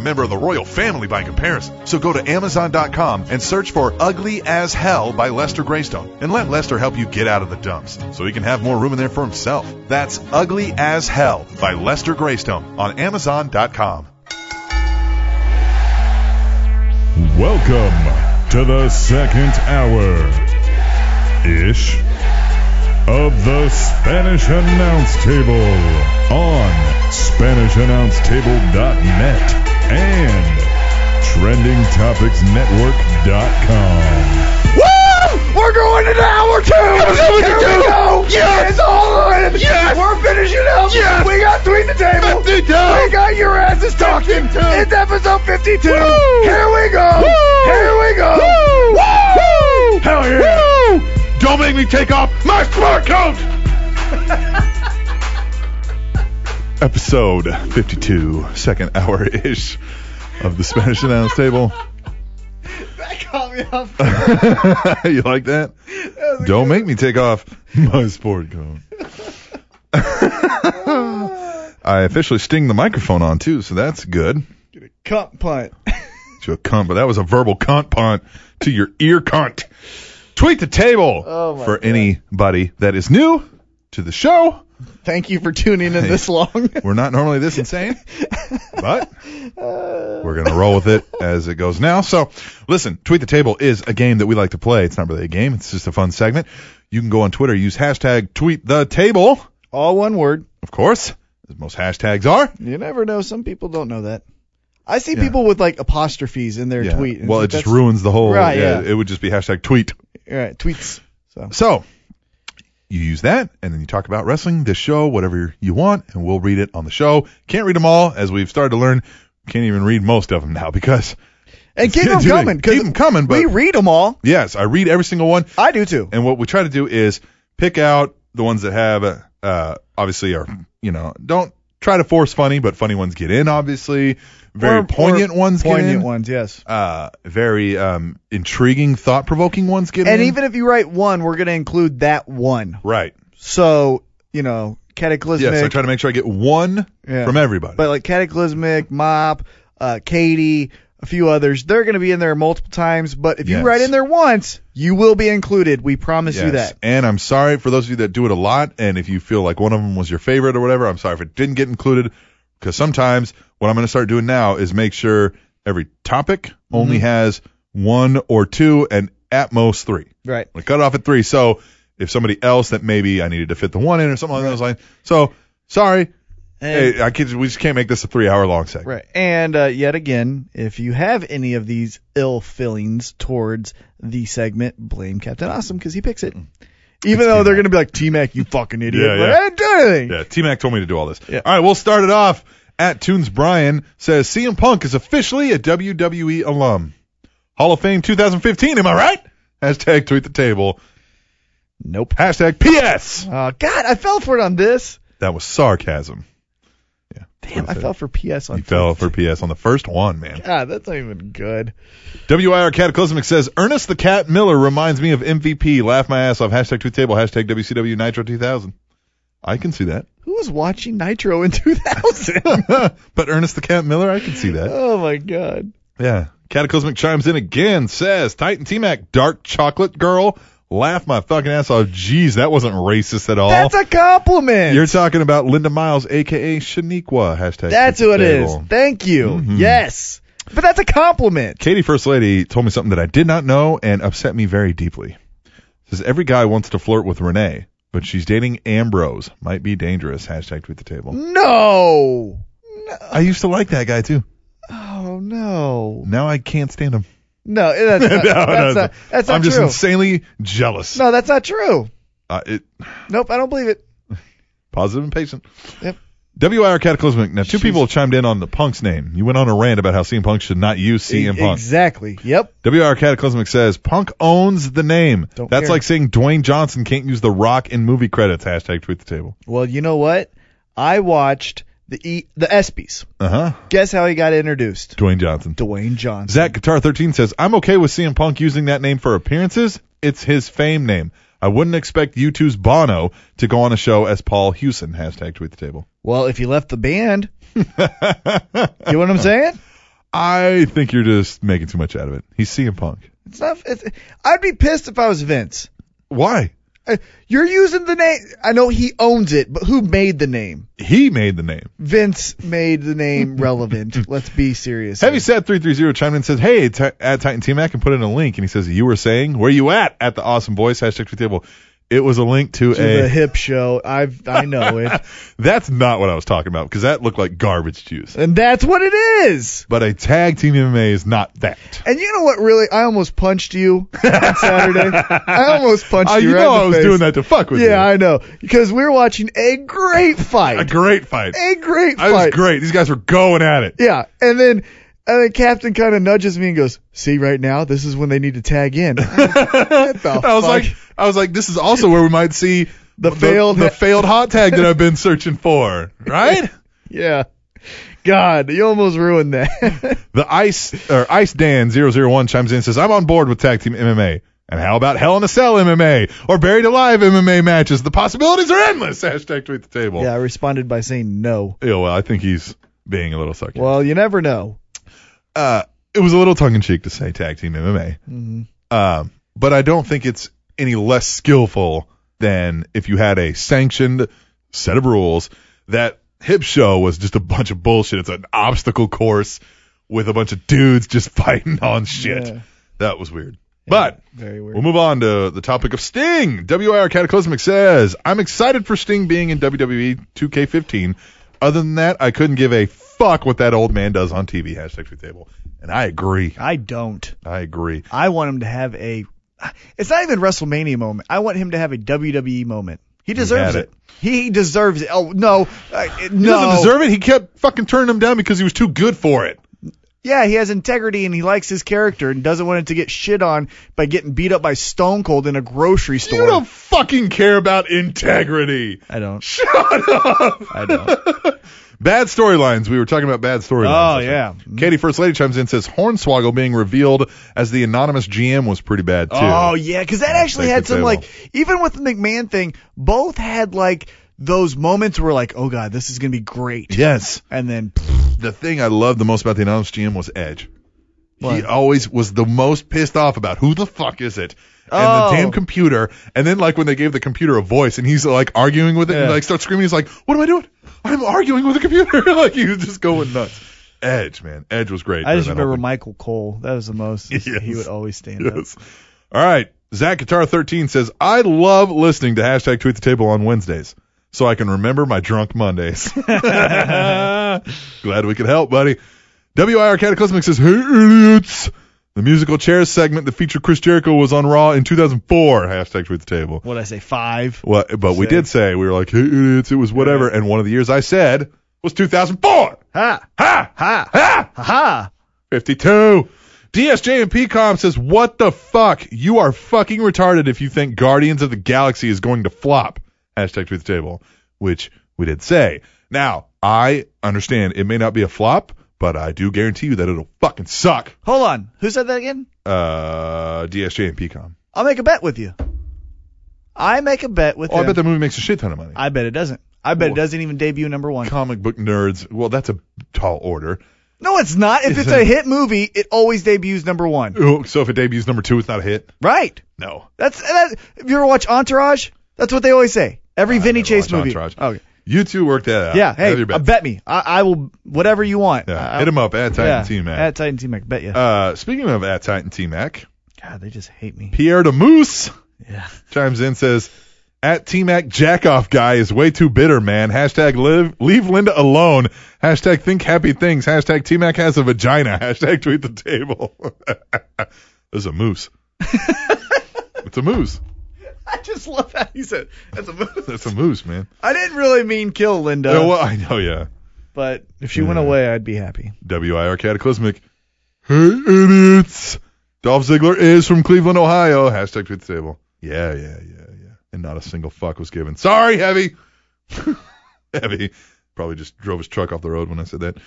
Speaker 2: member of the royal family by comparison. So go to Amazon.com and search for Ugly as Hell by Lester Greystone and let Lester help you get out of the dumps so he can have more room in there for himself. That's Ugly as Hell by Lester Greystone on Amazon.com.
Speaker 8: Welcome to the second hour ish of the Spanish Announce Table on SpanishAnnounceTable.net and TrendingTopicsNetwork.com.
Speaker 1: We're going into hour two. Here we go. Yes. It's all on. Yes. We're finishing up. Yes. We got three to table. We got your asses talking. It's episode 52. Here we go. Here we go. Woo. Hell yeah.
Speaker 2: Don't make me take off my fur coat! Episode 52, second hour ish of the Spanish Announce Table.
Speaker 6: That caught me off.
Speaker 2: you like that? Don't make me take off my sport coat. I officially sting the microphone on too, so that's good.
Speaker 6: Cunt punt.
Speaker 2: To a cunt, but that was a verbal cunt punt to your ear cunt. Tweet the table
Speaker 6: Oh,
Speaker 2: for anybody that is new to the show.
Speaker 6: Thank you for tuning in this long.
Speaker 2: We're not normally this insane, but we're going to roll with it as it goes now. So, listen, Tweet the Table is a game that we like to play. It's not really a game, it's just a fun segment. You can go on Twitter, use hashtag Tweet the Table,
Speaker 6: All one word.
Speaker 2: of course, as most hashtags are.
Speaker 6: You never know. Some people don't know that. I see
Speaker 2: Yeah.
Speaker 6: people with like apostrophes in their
Speaker 2: Yeah.
Speaker 6: tweet. and
Speaker 2: Well, it
Speaker 6: it's like,
Speaker 2: just ruins the whole.
Speaker 6: Right, yeah.
Speaker 2: It would just be hashtag Tweet.
Speaker 6: that's- All right, tweets. So
Speaker 2: So, you use that, and then you talk about wrestling, this show, whatever you want, and we'll read it on the show. Can't read them all, as we've started to learn. Can't even read most of them now because
Speaker 6: and keep
Speaker 2: Yeah,
Speaker 6: them
Speaker 2: dude,
Speaker 6: coming. 'cause
Speaker 2: keep 'em coming, but-
Speaker 6: we read them all.
Speaker 2: Yes, I read every single one.
Speaker 6: I do too.
Speaker 2: And what we try to do is pick out the ones that have, uh, obviously are, you know, don't try to force funny, but funny ones get in, obviously. Very
Speaker 6: Or- or
Speaker 2: poignant ones get in.
Speaker 6: Poignant ones, yes.
Speaker 2: Uh, very, um, intriguing, thought provoking ones get in.
Speaker 6: And even if you write one, we're gonna include that one.
Speaker 2: Right.
Speaker 6: So you know,
Speaker 2: Yes,
Speaker 6: cataclysmic.
Speaker 2: I try to make sure I get one
Speaker 6: Yeah.
Speaker 2: from everybody.
Speaker 6: but like cataclysmic, mop, uh, Katie, a few others, they're gonna be in there multiple times. But if
Speaker 2: Yes.
Speaker 6: you write in there once, you will be included. We promise you
Speaker 2: Yes.
Speaker 6: that.
Speaker 2: And I'm sorry for those of you that do it a lot. And if you feel like one of them was your favorite or whatever, I'm sorry if it didn't get included. Because sometimes what I'm going to start doing now is make sure every topic only
Speaker 6: Mm-hmm.
Speaker 2: has one or two and at most three.
Speaker 6: Right.
Speaker 2: I cut it off at three. So if somebody else that maybe I needed to fit the one in or something along those lines. So sorry.
Speaker 6: And-
Speaker 2: Hey, I can't, we just can't make this a three hour long segment.
Speaker 6: Right. And uh, yet again, if you have any of these ill feelings towards the segment, blame Captain Awesome because he picks it. Even though they're going to be like, T Mac, you fucking idiot.
Speaker 2: Mm-hmm. Yeah,
Speaker 6: but
Speaker 2: yeah.
Speaker 6: I didn't do anything.
Speaker 2: Yeah, T Mac told me to do all this.
Speaker 6: Yeah.
Speaker 2: All right, we'll start it off. At Tunes Brian says CM Punk is officially a WWE alum. Hall of Fame 2015, am I right? Hashtag tweet the table.
Speaker 6: Nope.
Speaker 2: Hashtag PS.
Speaker 6: Oh, Uh, God, I fell for it on this.
Speaker 2: That was sarcasm. Yeah.
Speaker 3: Damn, I fell for PS on.
Speaker 2: He fell for PS on the first one, man.
Speaker 3: God, that's not even good.
Speaker 2: WIR Cataclysmic says Ernest the Cat Miller reminds me of MVP. Laugh my ass off. Hashtag Truth Table. Hashtag WCW Nitro 2000. I can see that.
Speaker 3: Who was watching Nitro in 2000?
Speaker 2: but Ernest the Cat Miller, I can see that.
Speaker 3: oh my god.
Speaker 2: Yeah. Cataclysmic chimes in again. Says Titan T Mac Dark Chocolate Girl. Laugh my fucking ass off. Jeez, that wasn't racist at all.
Speaker 3: That's a compliment.
Speaker 2: You're talking about Linda Miles, aka Shaniqua. Hashtag
Speaker 3: that's
Speaker 2: Truth
Speaker 3: who it is.
Speaker 2: Table.
Speaker 3: Thank you.
Speaker 2: Mhm.
Speaker 3: Yes. But that's a compliment.
Speaker 2: Katie, first lady, told me something that I did not know and upset me very deeply. Says every guy wants to flirt with Renee, but she's dating Ambrose. Might be dangerous. Hashtag tweet the
Speaker 3: Mm.
Speaker 2: table.
Speaker 3: No.
Speaker 2: I used to like that guy too.
Speaker 3: Oh no.
Speaker 2: Now I can't stand him.
Speaker 3: No, that's not,
Speaker 2: No, no,
Speaker 3: that's
Speaker 2: no.
Speaker 3: not, that's not
Speaker 2: I'm
Speaker 3: true.
Speaker 2: just insanely jealous.
Speaker 3: no, that's not true.
Speaker 2: Uh, it,
Speaker 3: Nope, I don't believe it.
Speaker 2: positive and patient.
Speaker 3: Yep.
Speaker 2: WIR Cataclysmic. Now, two people have chimed in on the Punk's name. You went on a rant about how CM Punk should not use CM Punk.
Speaker 3: E, Exactly. Yep.
Speaker 2: WR Cataclysmic says Punk owns the name.
Speaker 3: Don't
Speaker 2: That's
Speaker 3: care.
Speaker 2: like saying Dwayne Johnson can't use The Rock in movie credits. Hashtag tweet the table.
Speaker 3: Well, you know what? I watched the e- the ESPYS.
Speaker 2: Uh huh.
Speaker 3: Guess how he got introduced?
Speaker 2: Dwayne Johnson.
Speaker 3: Dwayne Johnson.
Speaker 2: Zach Guitar 13 says I'm okay with CM Punk using that name for appearances. It's his fame name. I wouldn't expect U2's Bono to go on a show as Paul Hewson. Hashtag tweet the table.
Speaker 3: Well, if he left the band, you know what I'm saying?
Speaker 2: I think you're just making too much out of it. He's CM Punk.
Speaker 3: It's not. It's, I'd be pissed if I was Vince.
Speaker 2: Why?
Speaker 3: Uh, You're using the name. I know he owns it, but who made the name?
Speaker 2: He made the name.
Speaker 3: Vince made the name relevant. Let's be serious.
Speaker 2: Heavy Sad 330 chimed in and says, Hey, t- at Titan T Mac, and put in a link. And he says, You were saying, Where you at? At the awesome voice, hashtag tweet table. It was a link to,
Speaker 3: to
Speaker 2: a.
Speaker 3: the hip show. I've I know it,
Speaker 2: That's not what I was talking about because that looked like garbage juice.
Speaker 3: and that's what it is.
Speaker 2: But a tag team MMA is not that.
Speaker 3: And you know what? Really, I almost punched you on Saturday. I almost punched
Speaker 2: I,
Speaker 3: you.
Speaker 2: Uh, you
Speaker 3: right
Speaker 2: know
Speaker 3: in the
Speaker 2: I was
Speaker 3: face.
Speaker 2: doing that to fuck with
Speaker 3: Yeah,
Speaker 2: you.
Speaker 3: I know because we were watching a great
Speaker 2: a
Speaker 3: fight.
Speaker 2: great fight.
Speaker 3: A great
Speaker 2: I
Speaker 3: fight.
Speaker 2: was great. These guys were going at it.
Speaker 3: Yeah, and then and then Captain kind of nudges me and goes, "See, right now, this is when they need to tag in."
Speaker 2: I was like, I was like, this is also where we might see
Speaker 3: The failed-
Speaker 2: the failed hot tag that I've been searching for, right?
Speaker 3: "Yeah, God, you almost ruined that."
Speaker 2: The Ice or Ice Dan 001 chimes in and says, I'm on board with tag team MMA. And how about Hell in a Cell MMA or Buried Alive MMA matches? The possibilities are endless. Hashtag tweet the table.
Speaker 3: yeah, I responded by saying no.
Speaker 2: Yeah, well, I think he's being a little sarcastic.
Speaker 3: Well, you never know.
Speaker 2: uh, it was a little tongue in cheek to say tag team MMA.
Speaker 3: Mm-hmm.
Speaker 2: Um, but I don't think it's any less skillful than if you had a sanctioned set of rules. That hip show was just a bunch of bullshit. It's an obstacle course with a bunch of dudes just fighting on shit.
Speaker 3: Yeah.
Speaker 2: That was weird. But
Speaker 3: Very weird.
Speaker 2: we'll move on to the topic of Sting. WIR Cataclysmic says, I'm excited for Sting being in E WWE 2K15. Other than that, I couldn't give a fuck what that old man does on TV. Hashtag tweet table. And I agree.
Speaker 3: I don't.
Speaker 2: I agree.
Speaker 3: I want him to have a. It's not even WrestleMania moment. I want him to have a WWE moment. He deserves
Speaker 2: had
Speaker 3: it.
Speaker 2: it.
Speaker 3: He deserves it. Oh no, uh,
Speaker 2: He
Speaker 3: no.
Speaker 2: doesn't deserve it. He kept fucking turning him down because he was too good for it.
Speaker 3: Yeah, he has integrity and he likes his character and doesn't want it to get shit on by getting beat up by Stone Cold in a grocery store.
Speaker 2: You don't fucking care about integrity.
Speaker 3: I don't.
Speaker 2: Shut up.
Speaker 3: I don't.
Speaker 2: Bad storylines. We were talking about bad storylines.
Speaker 3: Oh, yeah.
Speaker 2: Katie First Lady chimes in and says Hornswoggle being revealed as the anonymous GM was pretty bad too.
Speaker 3: oh yeah, because that actually
Speaker 2: Take
Speaker 3: had
Speaker 2: the
Speaker 3: some
Speaker 2: table.
Speaker 3: like even with the McMahon thing, both had like those moments where like, oh god, this is gonna be great.
Speaker 2: Yes.
Speaker 3: And then
Speaker 2: The thing I loved the most about the anonymous GM was Edge. He
Speaker 3: What?
Speaker 2: always was the most pissed off about who the fuck is it? And
Speaker 3: Oh.
Speaker 2: the damn computer. And then like when they gave the computer a voice and he's like arguing with it and
Speaker 3: Yeah.
Speaker 2: like starts screaming, he's like, What am I doing? I'm arguing with the computer. like he was just going nuts. Edge, man. Edge was great.
Speaker 3: I just
Speaker 2: during that
Speaker 3: remember
Speaker 2: whole
Speaker 3: Michael Cole. That was the most.
Speaker 2: Yes.
Speaker 3: He would always stand
Speaker 2: thing.
Speaker 3: up.
Speaker 2: Yes. All right. Zach Guitar thirteen says, I love listening to hashtag tweet the table on Wednesdays. So I can remember my drunk Mondays. Glad we could help, buddy. WIR Cataclysmic says, Hey, idiots! The musical chairs segment that featured Chris Jericho was on Raw in 2004. Hashtag tweet the table.
Speaker 3: What'd I say? Five.
Speaker 2: Well, but we did say, we were like, hey, idiots, it was whatever. And one of the years I said was 2004.
Speaker 3: Ha
Speaker 2: Ha!
Speaker 3: ha
Speaker 2: Ha!
Speaker 3: ha ha.
Speaker 2: 52. DSJ and PCOM says, what the fuck? You are fucking retarded if you think Guardians of the Galaxy is going to flop. Hashtag tweet the table, which we did say. Now, I understand it may not be a flop, but I do guarantee you that it'll fucking suck.
Speaker 3: Hold on. Who said that again?
Speaker 2: Uh, DSJ and PCOM.
Speaker 3: I'll make a bet with you. I make a bet with
Speaker 2: Oh,
Speaker 3: them.
Speaker 2: I bet that movie makes a shit ton of money.
Speaker 3: I bet it doesn't. I bet
Speaker 2: Wha-
Speaker 3: it doesn't even debut number one.
Speaker 2: Comic book nerds. Well, that's a tall order.
Speaker 3: No, it's not. If it's a hit movie, it always debuts number one.
Speaker 2: Ooh, Oh, so if it debuts number two, it's not a hit.
Speaker 3: Right.
Speaker 2: No.
Speaker 3: That's that. If you ever watch Entourage, that's what they always say. Every Vinny
Speaker 2: never
Speaker 3: Chase
Speaker 2: watched
Speaker 3: movie.
Speaker 2: Entourage.
Speaker 3: Okay.
Speaker 2: You two work that out.
Speaker 3: Yeah.
Speaker 2: Have
Speaker 3: Hey,
Speaker 2: your
Speaker 3: uh,
Speaker 2: bets.
Speaker 3: bet me. I, I will whatever you want.
Speaker 2: Yeah,
Speaker 3: I-
Speaker 2: hit him up at Titan
Speaker 3: yeah,
Speaker 2: T Mac.
Speaker 3: At Titan T Mac. Bet you.
Speaker 2: uh, speaking of at Titan T Mac,
Speaker 3: God, they just hate me.
Speaker 2: Pierre de Moose
Speaker 3: Yeah.
Speaker 2: chimes in says, "At T Mac Jackoff guy is way too bitter, man. Hashtag live, leave Linda alone. Hashtag think happy things. Hashtag T Mac has a vagina. Hashtag tweet the table. this is a moose. it's a moose.
Speaker 3: I just love how you said that's a uh, move.
Speaker 2: That's a moose, man.
Speaker 3: I didn't really mean kill Linda,
Speaker 2: Yeah, well, I know, yeah.
Speaker 3: but if she
Speaker 2: Yeah.
Speaker 3: went away, I'd be happy.
Speaker 2: WIR Cataclysmic. Hey, idiots! Dolph Ziggler is from Cleveland, Ohio. Hashtag tweet the table. Yeah, yeah, yeah, yeah. And not a single fuck was given. Sorry, Heavy! heavy. Probably just drove his truck off the road when I said that.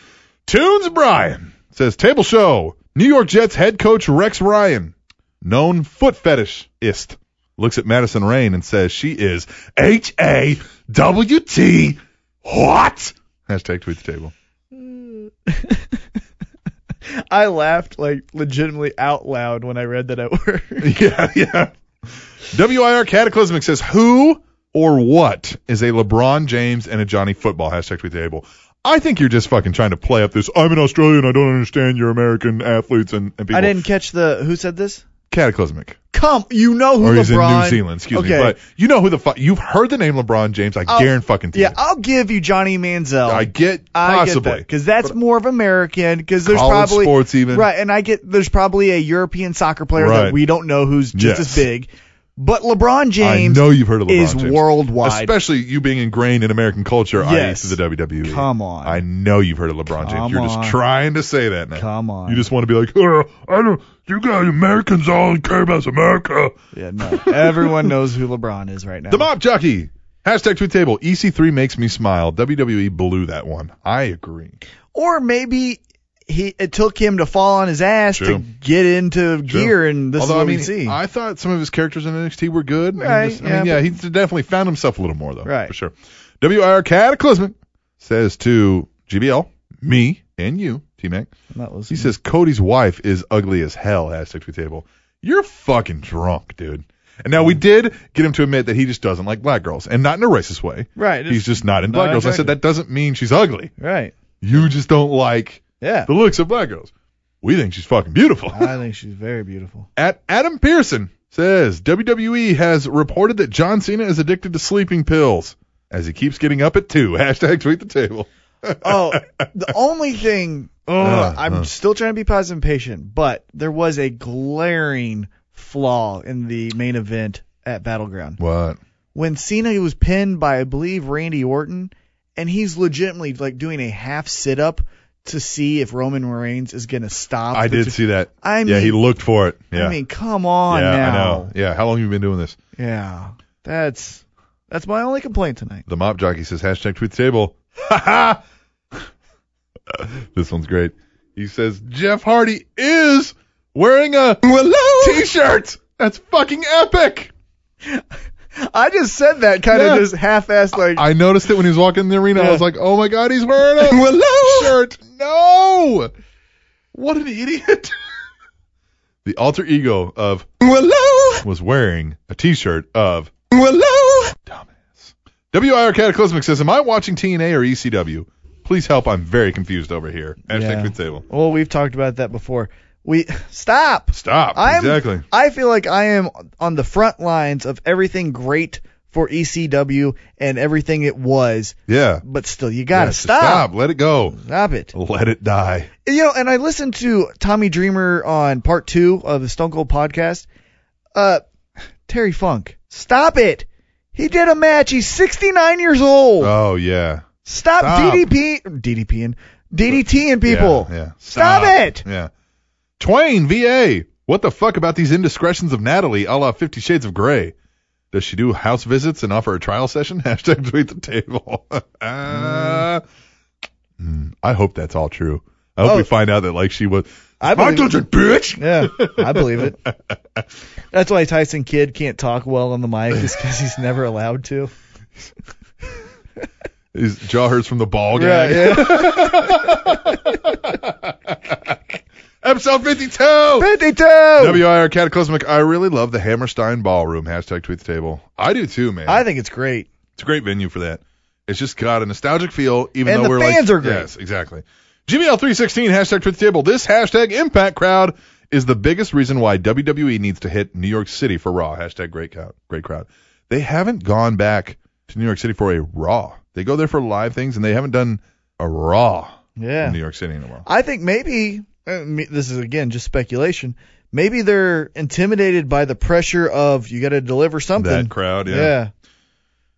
Speaker 2: Tunes Brian says, Table show. New York Jets head coach Rex Ryan, known foot fetishist, looks at Madison Rain and says she is H A W T. What? Hashtag tweet the table.
Speaker 3: I laughed like legitimately out loud when I read that at work.
Speaker 2: Yeah, yeah. WIR Cataclysmic says, Who or what is a LeBron James and a Johnny football? Hashtag tweet the table. I think you're just fucking trying to play up this. I'm an Australian. I don't understand your American athletes and, and people.
Speaker 3: I didn't catch the who said this.
Speaker 2: Cataclysmic.
Speaker 3: Come, you know who
Speaker 2: Or
Speaker 3: LeBron.
Speaker 2: he's in New Zealand. Excuse me.
Speaker 3: Okay.
Speaker 2: But you know who the fuck. You've heard the name LeBron James. I
Speaker 3: Oh,
Speaker 2: guarantee fucking to
Speaker 3: yeah,
Speaker 2: you.
Speaker 3: I'll give you Johnny Manziel.
Speaker 2: I get
Speaker 3: I
Speaker 2: possibly.
Speaker 3: get that because that's more of American. Because there's
Speaker 2: College
Speaker 3: probably
Speaker 2: sports even.
Speaker 3: right, and I get there's probably a European soccer player
Speaker 2: Right.
Speaker 3: that we don't know who's just
Speaker 2: Yes.
Speaker 3: as big. But LeBron James
Speaker 2: I know you've heard of LeBron
Speaker 3: is
Speaker 2: James.
Speaker 3: worldwide.
Speaker 2: Especially you being ingrained in American culture,
Speaker 3: Yes.
Speaker 2: i.e. to the WWE.
Speaker 3: Come on.
Speaker 2: I know you've heard of LeBron James.
Speaker 3: Come
Speaker 2: You're just
Speaker 3: on.
Speaker 2: trying to say that now.
Speaker 3: Come on.
Speaker 2: You just want to be like, "Uh, I don't, you guys Americans all care about America.
Speaker 3: yeah, no. Everyone knows who LeBron is right now.
Speaker 2: The Mob Jockey. Hashtag tweet table. EC3 makes me smile. WWE blew that one. I agree.
Speaker 3: or maybe he it took him to fall on his ass
Speaker 2: True.
Speaker 3: to get into gear, and this
Speaker 2: Although,
Speaker 3: is what
Speaker 2: I mean,
Speaker 3: we see.
Speaker 2: I thought some of his characters in NXT were good. I mean,
Speaker 3: Right,
Speaker 2: just- I mean, yeah,
Speaker 3: yeah,
Speaker 2: he definitely found himself a little more, though.
Speaker 3: Right.
Speaker 2: For sure. WIR Cataclysmic says to GBL, me, and you, T Mac.
Speaker 3: that was
Speaker 2: He says Cody's wife is ugly as hell. Hashtag tweet table. You're fucking drunk, dude. And now
Speaker 3: Mm.
Speaker 2: we did get him to admit that he just doesn't like black girls, and not in a racist way.
Speaker 3: right.
Speaker 2: He's just not in black
Speaker 3: No,
Speaker 2: girls. I said
Speaker 3: exactly.
Speaker 2: that doesn't mean she's ugly.
Speaker 3: right.
Speaker 2: You just don't like
Speaker 3: Yeah.
Speaker 2: the looks of black girls. We think she's fucking beautiful.
Speaker 3: I think she's very beautiful.
Speaker 2: At Adam Pearson says WWE has reported that John Cena is addicted to sleeping pills as he keeps getting up at two. Hashtag tweet the table.
Speaker 3: Oh, the only thing
Speaker 2: Uh,
Speaker 3: ugh, Oh, I'm
Speaker 2: uh.
Speaker 3: still trying to be positive and patient, but there was a glaring flaw in the main event at Battleground
Speaker 2: What?
Speaker 3: when Cena was pinned by I believe Randy Orton, and he's legitimately like doing a half sit up to see if Roman Reigns is gonna stop.
Speaker 2: I
Speaker 3: the
Speaker 2: did
Speaker 3: two-
Speaker 2: see that.
Speaker 3: I
Speaker 2: yeah, he
Speaker 3: mean-
Speaker 2: looked for it. Yeah.
Speaker 3: I mean, come on
Speaker 2: yeah,
Speaker 3: now.
Speaker 2: I know. Yeah, how long have you been doing this?
Speaker 3: Yeah, that's that's my only complaint tonight.
Speaker 2: The mop jockey says hashtag tweet the table. Ha ha! this one's great. He says Jeff Hardy is wearing a t-shirt. That's fucking epic.
Speaker 3: I just said that kind
Speaker 2: Yeah.
Speaker 3: of just half-assed like
Speaker 2: I noticed it when he was walking in the arena. I
Speaker 3: Yeah.
Speaker 2: was like, oh my god, he's wearing a shirt. No. What an idiot. the alter ego of Willow was wearing a t-shirt of Willow. Dumbass. WIR Cataclysmic says, am I watching TNA or ECW? Please help. I'm very confused over here. Hashtag
Speaker 3: Yeah.
Speaker 2: tweet table.
Speaker 3: Well, we've talked about that before. We stop.
Speaker 2: Stop.
Speaker 3: I'm,
Speaker 2: exactly.
Speaker 3: I feel like I am on the front lines of everything great for ECW and everything it was,
Speaker 2: Yeah.
Speaker 3: but still, you gotta
Speaker 2: Yes,
Speaker 3: stop.
Speaker 2: Stop.
Speaker 3: stop.
Speaker 2: Let it go.
Speaker 3: it.
Speaker 2: Let it die.
Speaker 3: You know, and I listened to Tommy Dreamer on part two of the Stone Cold podcast. Uh, Terry Funk, stop it. He did a match. He's 69 years old.
Speaker 2: Oh yeah.
Speaker 3: stop,
Speaker 2: stop.
Speaker 3: DDP, DDPing, DDTing people.
Speaker 2: Yeah. yeah.
Speaker 3: Stop it.
Speaker 2: Yeah. Twain, VA. What the fuck about these indiscretions of Natalie a la Fifty Shades of Grey? Does she do house visits and offer a trial session? Hashtag tweet the table. Uh, I hope that's all true. I hope we find out that like she was. I
Speaker 3: Oh. believe-
Speaker 2: a bitch.
Speaker 3: Yeah, I believe it. That's why Tyson Kidd can't talk well on the mic, is because he's never allowed to.
Speaker 2: His jaw hurts from the ball gag.
Speaker 3: yeah.
Speaker 2: Episode 52.
Speaker 3: 52!
Speaker 2: WIR Cataclysmic. I really love the Hammerstein Ballroom. Hashtag tweet the table. I do too, man.
Speaker 3: I think it's great.
Speaker 2: It's a great venue for that. It's just got a nostalgic feel, even
Speaker 3: And
Speaker 2: though
Speaker 3: the
Speaker 2: we're
Speaker 3: fans
Speaker 2: like,
Speaker 3: are great.
Speaker 2: yes, exactly. GBL316 hashtag Twitch table. This hashtag impact crowd is the biggest reason why WWE needs to hit New York City for Raw. Hashtag great crowd. Great crowd. They haven't gone back to New York City for a Raw. They go there for live things, and they haven't done a Raw
Speaker 3: Yeah.
Speaker 2: in New York City in a while.
Speaker 3: I think maybe uh, me- this is again just speculation. Maybe they're intimidated by the pressure of you got to deliver something.
Speaker 2: That crowd,
Speaker 3: yeah.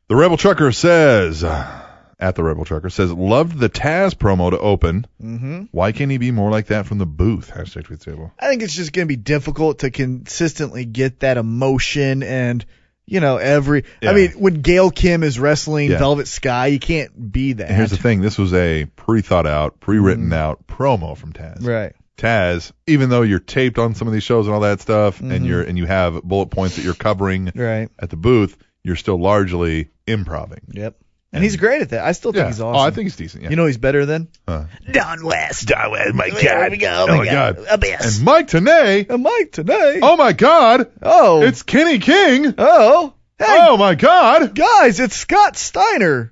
Speaker 2: The Rebel Trucker says, at the Rebel Trucker says, loved the Taz promo to open. Mm-hmm. Why can't he be more like that from the booth? Hashtag tweet table.
Speaker 3: I think it's just going to be difficult to consistently get that emotion and you know every.
Speaker 2: Yeah.
Speaker 3: I mean, when Gail Kim is wrestling
Speaker 2: Yeah.
Speaker 3: Velvet Sky, you can't be that.
Speaker 2: And here's the thing: this was a pre-thought out, pre-written out promo from Taz.
Speaker 3: right.
Speaker 2: Taz, even though you're taped on some of these shows and all that stuff, and you're and you have bullet points that you're covering
Speaker 3: Right.
Speaker 2: at the booth, you're still largely improving.
Speaker 3: Yep. And, he's great at that. I still think
Speaker 2: Yeah.
Speaker 3: he's
Speaker 2: Oh, I
Speaker 3: awesome.
Speaker 2: think he's decent. Yeah.
Speaker 3: you know he's better than
Speaker 7: Don West.
Speaker 2: Don West, my God.
Speaker 7: we go.
Speaker 2: Oh, my God.
Speaker 7: Abyss.
Speaker 2: and Mike Tanay.
Speaker 3: and Mike today.
Speaker 2: Oh my God,
Speaker 3: oh,
Speaker 2: it's Kenny King.
Speaker 3: oh, hey
Speaker 2: Oh my God.
Speaker 3: guys, it's Scott Steiner.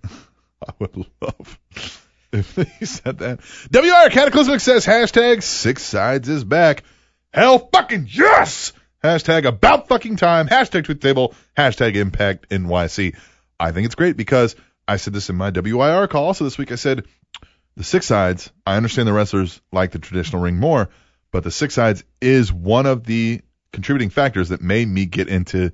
Speaker 2: I would love if they said that. WR Cataclysmic says hashtag six sides is back. Hell fucking yes! Hashtag about fucking time. Hashtag tweet the table. Hashtag impact NYC. I think it's great because I said this in my WIR call also this week. I said the six sides, I understand the wrestlers like the traditional ring more, but the six sides is one of the contributing factors that made me get into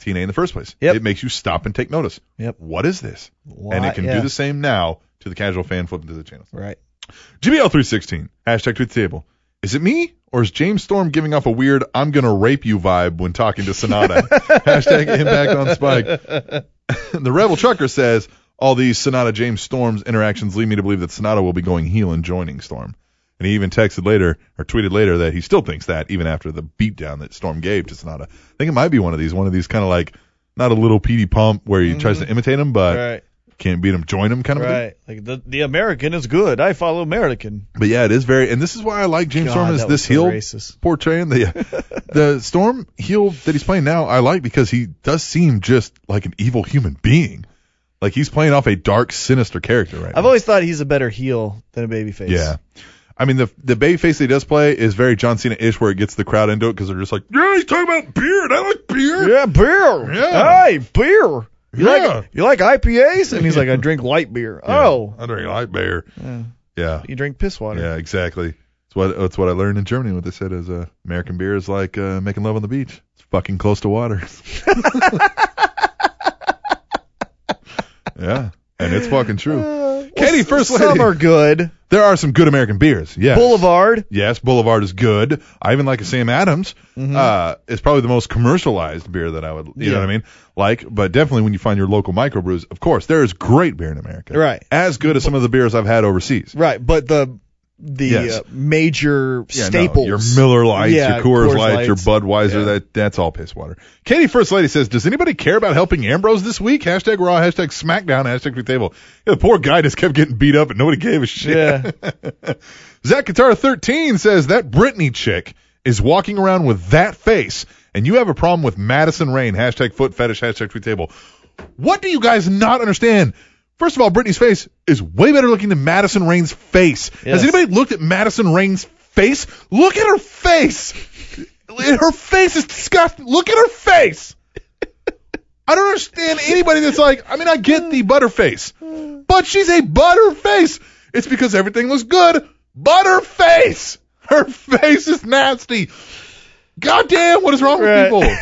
Speaker 2: TNA in the first place.
Speaker 3: Yep.
Speaker 2: It makes you stop and take notice.
Speaker 3: Yep.
Speaker 2: What is this? and it can
Speaker 3: yeah.
Speaker 2: do the same now to the casual fan flipping through the channels.
Speaker 3: Right.
Speaker 2: GBL316, hashtag tweet the table. Is it me, or is James Storm giving off a weird I'm going to rape you vibe when talking to Sonata? hashtag impact on Spike. the Rebel Trucker says, all these Sonata James Storm's interactions lead me to believe that Sonata will be going heel and joining Storm. And he even texted later or tweeted later that he still thinks that even after the beatdown that Storm gave to Sonata. I think it might be one of these, one of these kind of like not a little PD pump where he tries to imitate him, but
Speaker 3: Mm-hmm. Right.
Speaker 2: can't beat him, join him kind of a thing.
Speaker 3: Right. Like the the American is good. I follow American.
Speaker 2: But yeah, it is very, and this is why I like James
Speaker 3: God,
Speaker 2: Storm as
Speaker 3: that
Speaker 2: this
Speaker 3: was so
Speaker 2: heel
Speaker 3: racist.
Speaker 2: portraying the the Storm heel that he's playing now. I like because he does seem just like an evil human being. Like he's playing off a dark, sinister character right
Speaker 3: I've
Speaker 2: now.
Speaker 3: always thought he's a better heel than a babyface.
Speaker 2: yeah. I mean the the baby face that he does play is very John Cena ish, where it gets the crowd into it because they're just like, yeah, he's talking about beer, and I like beer.
Speaker 3: Yeah, beer.
Speaker 2: Yeah.
Speaker 3: Hey, beer. You
Speaker 2: Yeah.
Speaker 3: like you like IPAs? And he's like, I drink light beer. Oh,
Speaker 2: I drink light beer. Yeah,
Speaker 3: you drink piss water.
Speaker 2: yeah, exactly. That's what that's what I learned in Germany. What they said is uh, American beer is like uh, making love on the beach. It's fucking close to water. yeah, and it's fucking true. Katie, first lady.
Speaker 3: Uh, Some are good.
Speaker 2: There are some good American beers. Yes.
Speaker 3: Boulevard.
Speaker 2: Yes, Boulevard is good. I even like a Sam Adams.
Speaker 3: Mm-hmm.
Speaker 2: Uh, it's probably the most commercialized beer that I would, you
Speaker 3: Yeah.
Speaker 2: know what I mean? Like, but definitely when you find your local microbrews, of course, there is great beer in America.
Speaker 3: Right.
Speaker 2: As good as some of the beers I've had overseas.
Speaker 3: Right, but the the
Speaker 2: Yes.
Speaker 3: uh, major
Speaker 2: Yeah, no,
Speaker 3: staples.
Speaker 2: your Miller Lights,
Speaker 3: Yeah,
Speaker 2: your Coors,
Speaker 3: Coors
Speaker 2: Lights, your
Speaker 3: Lights.
Speaker 2: Budweiser,
Speaker 3: Yeah.
Speaker 2: that that's all piss water. Katie First Lady says, Does anybody care about helping Ambrose this week? Hashtag Raw, hashtag SmackDown, hashtag Free Table. Yeah, the poor guy just kept getting beat up and nobody gave a shit.
Speaker 3: Yeah.
Speaker 2: Zach Guitar 13 says, That Britney chick is walking around with that face, and you have a problem with Madison Rain, hashtag foot fetish, hashtag Free Table. What do you guys not understand? First of all, Britney's face is way better looking than Madison Rain's face.
Speaker 3: Yes.
Speaker 2: Has anybody looked at Madison Rain's face? Look at her face. her face is disgusting. Look at her face. I don't understand anybody that's like, I mean, I get the butterface, but she's a butterface. It's because everything looks good. Butterface. Her face is nasty. Goddamn, what is wrong with
Speaker 3: Right.
Speaker 2: people?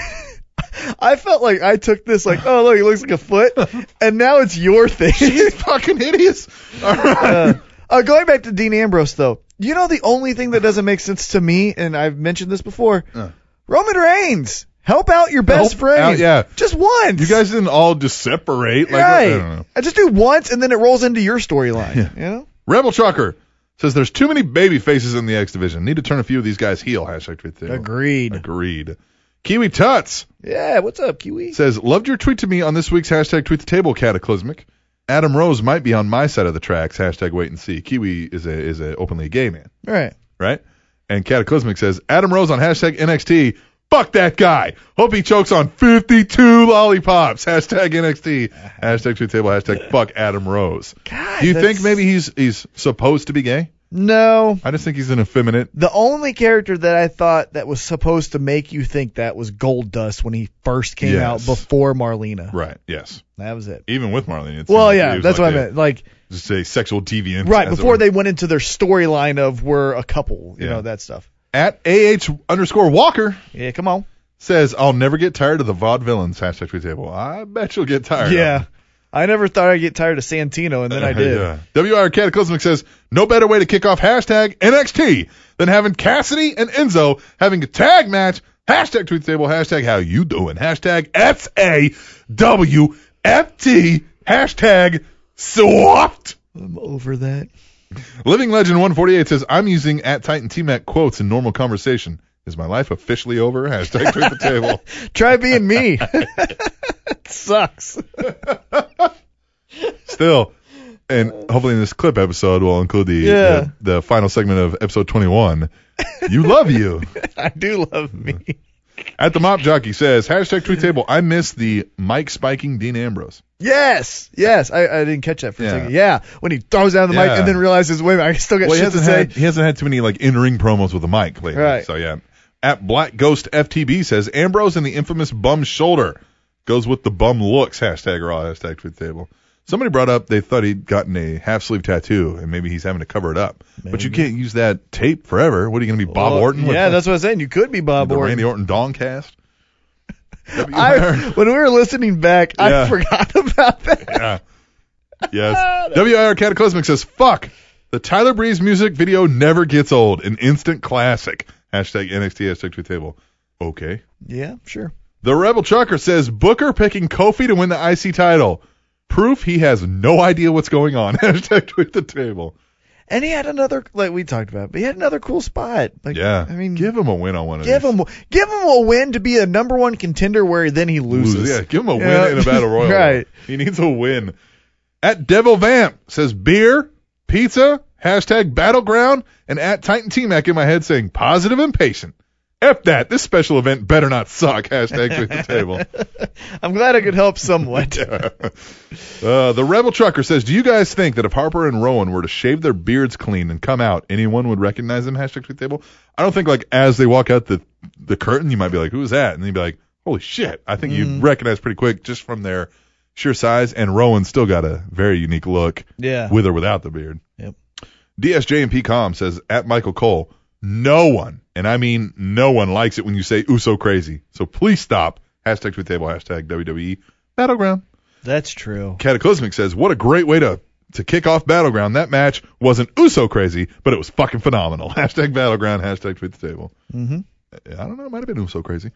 Speaker 3: I felt like I took this like, oh look, it looks like a foot, and now it's your thing.
Speaker 2: She's fucking hideous. All right.
Speaker 3: uh, uh, going back to Dean Ambrose though, you know the only thing that doesn't make sense to me, and I've mentioned this before, Roman Reigns, help out your best
Speaker 2: Uh. Help
Speaker 3: friend,
Speaker 2: out, yeah.
Speaker 3: just once.
Speaker 2: You guys didn't all just separate. Like, I
Speaker 3: right?
Speaker 2: don't know.
Speaker 3: I, just do once, and then it rolls into your storyline. You know,
Speaker 2: Rebel Trucker says there's too many baby faces in the X division. Need to turn a few of these guys heel. Hashtag tweet the table.
Speaker 3: Agreed.
Speaker 2: Agreed. Kiwi Tuts
Speaker 3: Yeah, what's up, Kiwi?
Speaker 2: says loved your tweet to me on this week's hashtag tweet the table cataclysmic. Adam Rose might be on my side of the tracks. Hashtag wait and see. Kiwi is a is a openly gay man,
Speaker 3: All right.
Speaker 2: right? And Cataclysmic says Adam Rose on hashtag NXT. Fuck that guy. Hope he chokes on 52 lollipops. Hashtag NXT. Hashtag tweet the table. Hashtag fuck Adam Rose.
Speaker 3: God,
Speaker 2: Do you think
Speaker 3: that's-
Speaker 2: maybe he's he's supposed to be gay?
Speaker 3: No.
Speaker 2: I just think he's an effeminate.
Speaker 3: The only character that I thought that was supposed to make you think that was Gold Dust when he first came
Speaker 2: Yes.
Speaker 3: out before Marlena.
Speaker 2: Right. Yes.
Speaker 3: That was it.
Speaker 2: Even with Marlene. It's
Speaker 3: Well, yeah, that's what I meant. Like
Speaker 2: Just a sexual deviant.
Speaker 3: right
Speaker 2: as it
Speaker 3: before
Speaker 2: were.
Speaker 3: they went into their storyline of we're a couple, you
Speaker 2: Yeah.
Speaker 3: know that stuff.
Speaker 2: at ah underscore Walker
Speaker 3: Yeah, come on.
Speaker 2: says I'll never get tired of the vaudevillains hashtag tweet table. I bet you'll get tired. of
Speaker 3: Yeah.
Speaker 2: them.
Speaker 3: I never thought I'd get tired of Santino, and then I did.
Speaker 2: Uh, Yeah. WR Cataclysmic says no better way to kick off hashtag NXT than having Cassidy and Enzo having a tag match. Hashtag tweet table. Hashtag how you doing. Hashtag S A W F T. Hashtag swapped.
Speaker 3: I'm over that.
Speaker 2: Living Legend 148 says, I'm using at Titan T Mac quotes in normal conversation. Is my life officially over? Hashtag tweet the table.
Speaker 3: Try being me. sucks.
Speaker 2: Still, and hopefully in this clip episode, we'll include the,
Speaker 3: Oh, Yeah.
Speaker 2: the, the final segment of episode 21. You love you.
Speaker 3: I do love me.
Speaker 2: At the Mop Jockey says, hashtag tweet table, I miss the mic spiking Dean Ambrose.
Speaker 3: Yes, yes. I, I didn't catch that for
Speaker 2: Yeah.
Speaker 3: a second. Yeah, when he throws down the
Speaker 2: Yeah.
Speaker 3: mic and then realizes, wait a minute, I still got
Speaker 2: Well, he
Speaker 3: shit to
Speaker 2: hasn't,
Speaker 3: say.
Speaker 2: had, he hasn't had too many like in ring promos with a mic lately.
Speaker 3: Right.
Speaker 2: So, yeah. At Black Ghost FTB says, Ambrose and the infamous bum shoulder goes with the bum looks. Hashtag raw, hashtag tweet table. Somebody brought up they thought he'd gotten a half sleeve tattoo and maybe he's having to cover it up. But you can't use that tape forever. What are you going to be, Bob
Speaker 3: Well,
Speaker 2: Orton?
Speaker 3: Yeah,
Speaker 2: with
Speaker 3: that's what I'm saying. You could be Bob
Speaker 2: the
Speaker 3: Orton.
Speaker 2: Randy Orton Dong cast?
Speaker 3: I, when we were listening back,
Speaker 2: Yeah.
Speaker 3: I forgot about that. Oh,
Speaker 2: Yeah. Yes. WIR Cataclysmic says, fuck. The Tyler Breeze music video never gets old. An instant classic. Hashtag NXT, hashtag tweet table. Okay.
Speaker 3: Yeah, sure.
Speaker 2: The Rebel Trucker says, Booker picking Kofi to win the IC title. Proof he has no idea what's going on. hashtag tweet the table.
Speaker 3: And he had another, like we talked about, but he had another cool spot. Like,
Speaker 2: Yeah.
Speaker 3: I mean,
Speaker 2: give him a win on one of
Speaker 3: give
Speaker 2: these.
Speaker 3: him, give him a win to be a number one contender where then he loses.
Speaker 2: Yeah, give him a win
Speaker 3: Yeah.
Speaker 2: in a battle royal.
Speaker 3: Right.
Speaker 2: He needs a win. At Devil Vamp says beer, pizza, hashtag battleground, and at Titan T Mac in my head saying positive and patient. F that. This special event better not suck. Hashtag tweet the table.
Speaker 3: I'm glad I could help somewhat.
Speaker 2: Uh, the Rebel Trucker says, Do you guys think that if Harper and Rowan were to shave their beards clean and come out, anyone would recognize them? Hashtag tweet the table. I don't think like as they walk out the the curtain, you might be like, Who's that? And you'd be like, Holy shit. I think
Speaker 3: Mm.
Speaker 2: you'd recognize pretty quick just from their sheer size. And Rowan's still got a very unique look
Speaker 3: Yeah.
Speaker 2: with or without the beard.
Speaker 3: Yep.
Speaker 2: DSJ and PCOM says at Michael Cole, no one, and I mean no one likes it when you say Uso crazy. So please stop. Hashtag tweet table, hashtag WWE Battleground.
Speaker 3: That's true.
Speaker 2: Cataclysmic says, what a great way to to kick off Battleground. That match wasn't Uso crazy, but it was fucking phenomenal. Hashtag Battleground, hashtag tweet the table. Mm-hmm. I don't know, it might have been Uso crazy.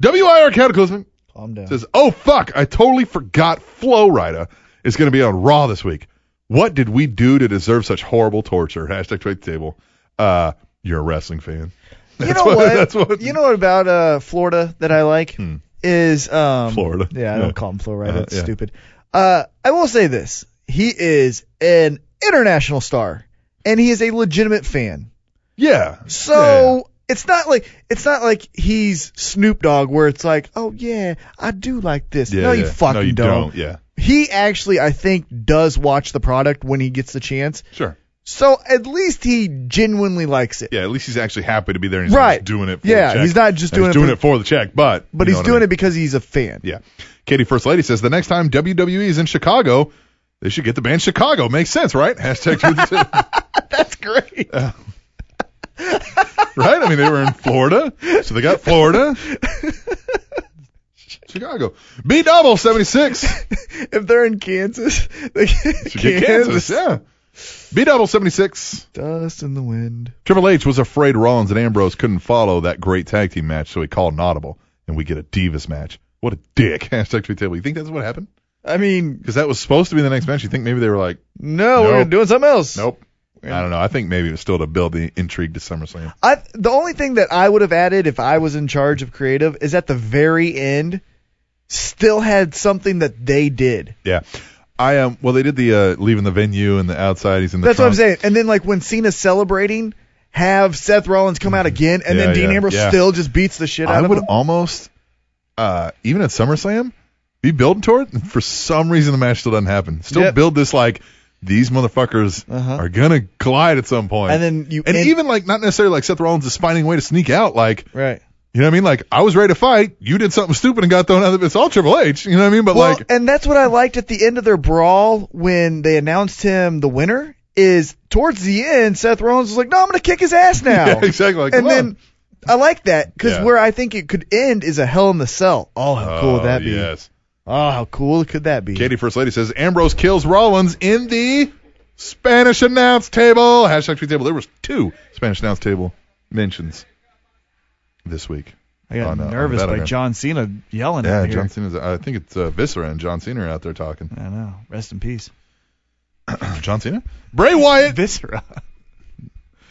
Speaker 2: WIR Cataclysmic
Speaker 3: Calm down.
Speaker 2: says, "Oh fuck, I totally forgot Flow Rida is going to be on Raw this week. What did we do to deserve such horrible torture?" Hashtag tweet the table. Uh, you're a wrestling fan.
Speaker 3: you know
Speaker 2: what-
Speaker 3: what,
Speaker 2: that's what- Hmm.
Speaker 3: You know what about uh, Florida that I like is um,
Speaker 2: Florida.
Speaker 3: Yeah, I
Speaker 2: Yeah.
Speaker 3: don't call him Florida.
Speaker 2: Uh-huh,
Speaker 3: That's
Speaker 2: yeah.
Speaker 3: stupid. Uh, I will say this: he is an international star, and he is a legitimate fan.
Speaker 2: Yeah.
Speaker 3: So it's not like it's not like he's Snoop Dogg, where it's like, oh yeah, I do like this.
Speaker 2: Yeah,
Speaker 3: no, you
Speaker 2: yeah.
Speaker 3: fucking
Speaker 2: no, you
Speaker 3: don't.
Speaker 2: Yeah.
Speaker 3: He actually, I think, does watch the product when he gets the chance.
Speaker 2: Sure.
Speaker 3: So at least he genuinely likes it.
Speaker 2: Yeah. At least he's actually happy to be there. And he's
Speaker 3: Right.
Speaker 2: Not just doing it. For
Speaker 3: Yeah,
Speaker 2: The check.
Speaker 3: he's not just
Speaker 2: And
Speaker 3: doing
Speaker 2: he's
Speaker 3: it
Speaker 2: doing
Speaker 3: for-
Speaker 2: it for the check, but
Speaker 3: But he's doing it because he's a fan.
Speaker 2: Yeah. Katie First Lady says the next time WWE is in Chicago, they should get the band Chicago. Makes sense, right? Hashtag tweet the table. Um,
Speaker 3: That's great.
Speaker 2: right? I mean, they were in Florida, so they got Florida. Chicago. B double 76.
Speaker 3: if they're in Kansas, they get
Speaker 2: Should get Kansas. Yeah. B double 76.
Speaker 3: Dust in the wind.
Speaker 2: Triple H was afraid Rollins and Ambrose couldn't follow that great tag team match, so he called an audible, and we get a Divas match. What a dick. Hashtag tweet table. You think that's what happened?
Speaker 3: I mean,
Speaker 2: Because that was supposed to be the next match. You think maybe they were like,
Speaker 3: no,
Speaker 2: Nope.
Speaker 3: we're doing something else.
Speaker 2: nope, I don't know. I think maybe it was still to build the intrigue to SummerSlam.
Speaker 3: I the only thing that I would have added if I was in charge of creative is at the very end, still had something that they did.
Speaker 2: Yeah. I um well they did the uh leaving the venue and the outside he's in the
Speaker 3: That's what I'm saying.
Speaker 2: trunk.
Speaker 3: And then like when Cena's celebrating, have Seth Rollins come out again, and
Speaker 2: Mm-hmm. Yeah,
Speaker 3: then Dean
Speaker 2: yeah,
Speaker 3: Ambrose
Speaker 2: yeah.
Speaker 3: still just beats the shit out
Speaker 2: I
Speaker 3: of
Speaker 2: would
Speaker 3: him.
Speaker 2: almost uh even at SummerSlam be building toward it. For some reason the match still doesn't happen. Still
Speaker 3: Yep.
Speaker 2: build this like these motherfuckers
Speaker 3: Uh-huh.
Speaker 2: are gonna collide at some point.
Speaker 3: And then you
Speaker 2: and
Speaker 3: end-
Speaker 2: even like not necessarily like Seth Rollins is finding a way to sneak out like
Speaker 3: right.
Speaker 2: you know what I mean like I was ready to fight you did something stupid and got thrown out of it's all Triple H you know what I mean but
Speaker 3: Well,
Speaker 2: like
Speaker 3: and that's what I liked at the end of their brawl when they announced him the winner. Is towards the end, Seth Rollins was like, "No, I'm gonna kick his ass now."
Speaker 2: Yeah, exactly. Like,
Speaker 3: and
Speaker 2: come
Speaker 3: then
Speaker 2: on.
Speaker 3: I like that because
Speaker 2: Yeah.
Speaker 3: where I think it could end is a Hell in the Cell. Oh, how cool
Speaker 2: Oh,
Speaker 3: would that be?
Speaker 2: yes
Speaker 3: Oh, how cool could that be?
Speaker 2: Katie First Lady says Ambrose kills Rollins in the Spanish announce table. Hashtag tweet table. There was two Spanish announce table mentions this week.
Speaker 3: I got
Speaker 2: on, uh, on
Speaker 3: nervous by
Speaker 2: Battleground.
Speaker 3: John Cena yelling
Speaker 2: Yeah,
Speaker 3: at me.
Speaker 2: John Cena's. I think it's uh, Viscera and John Cena are out there talking.
Speaker 3: I know. Rest in peace.
Speaker 2: John Cena? Bray Wyatt!
Speaker 3: Viscera.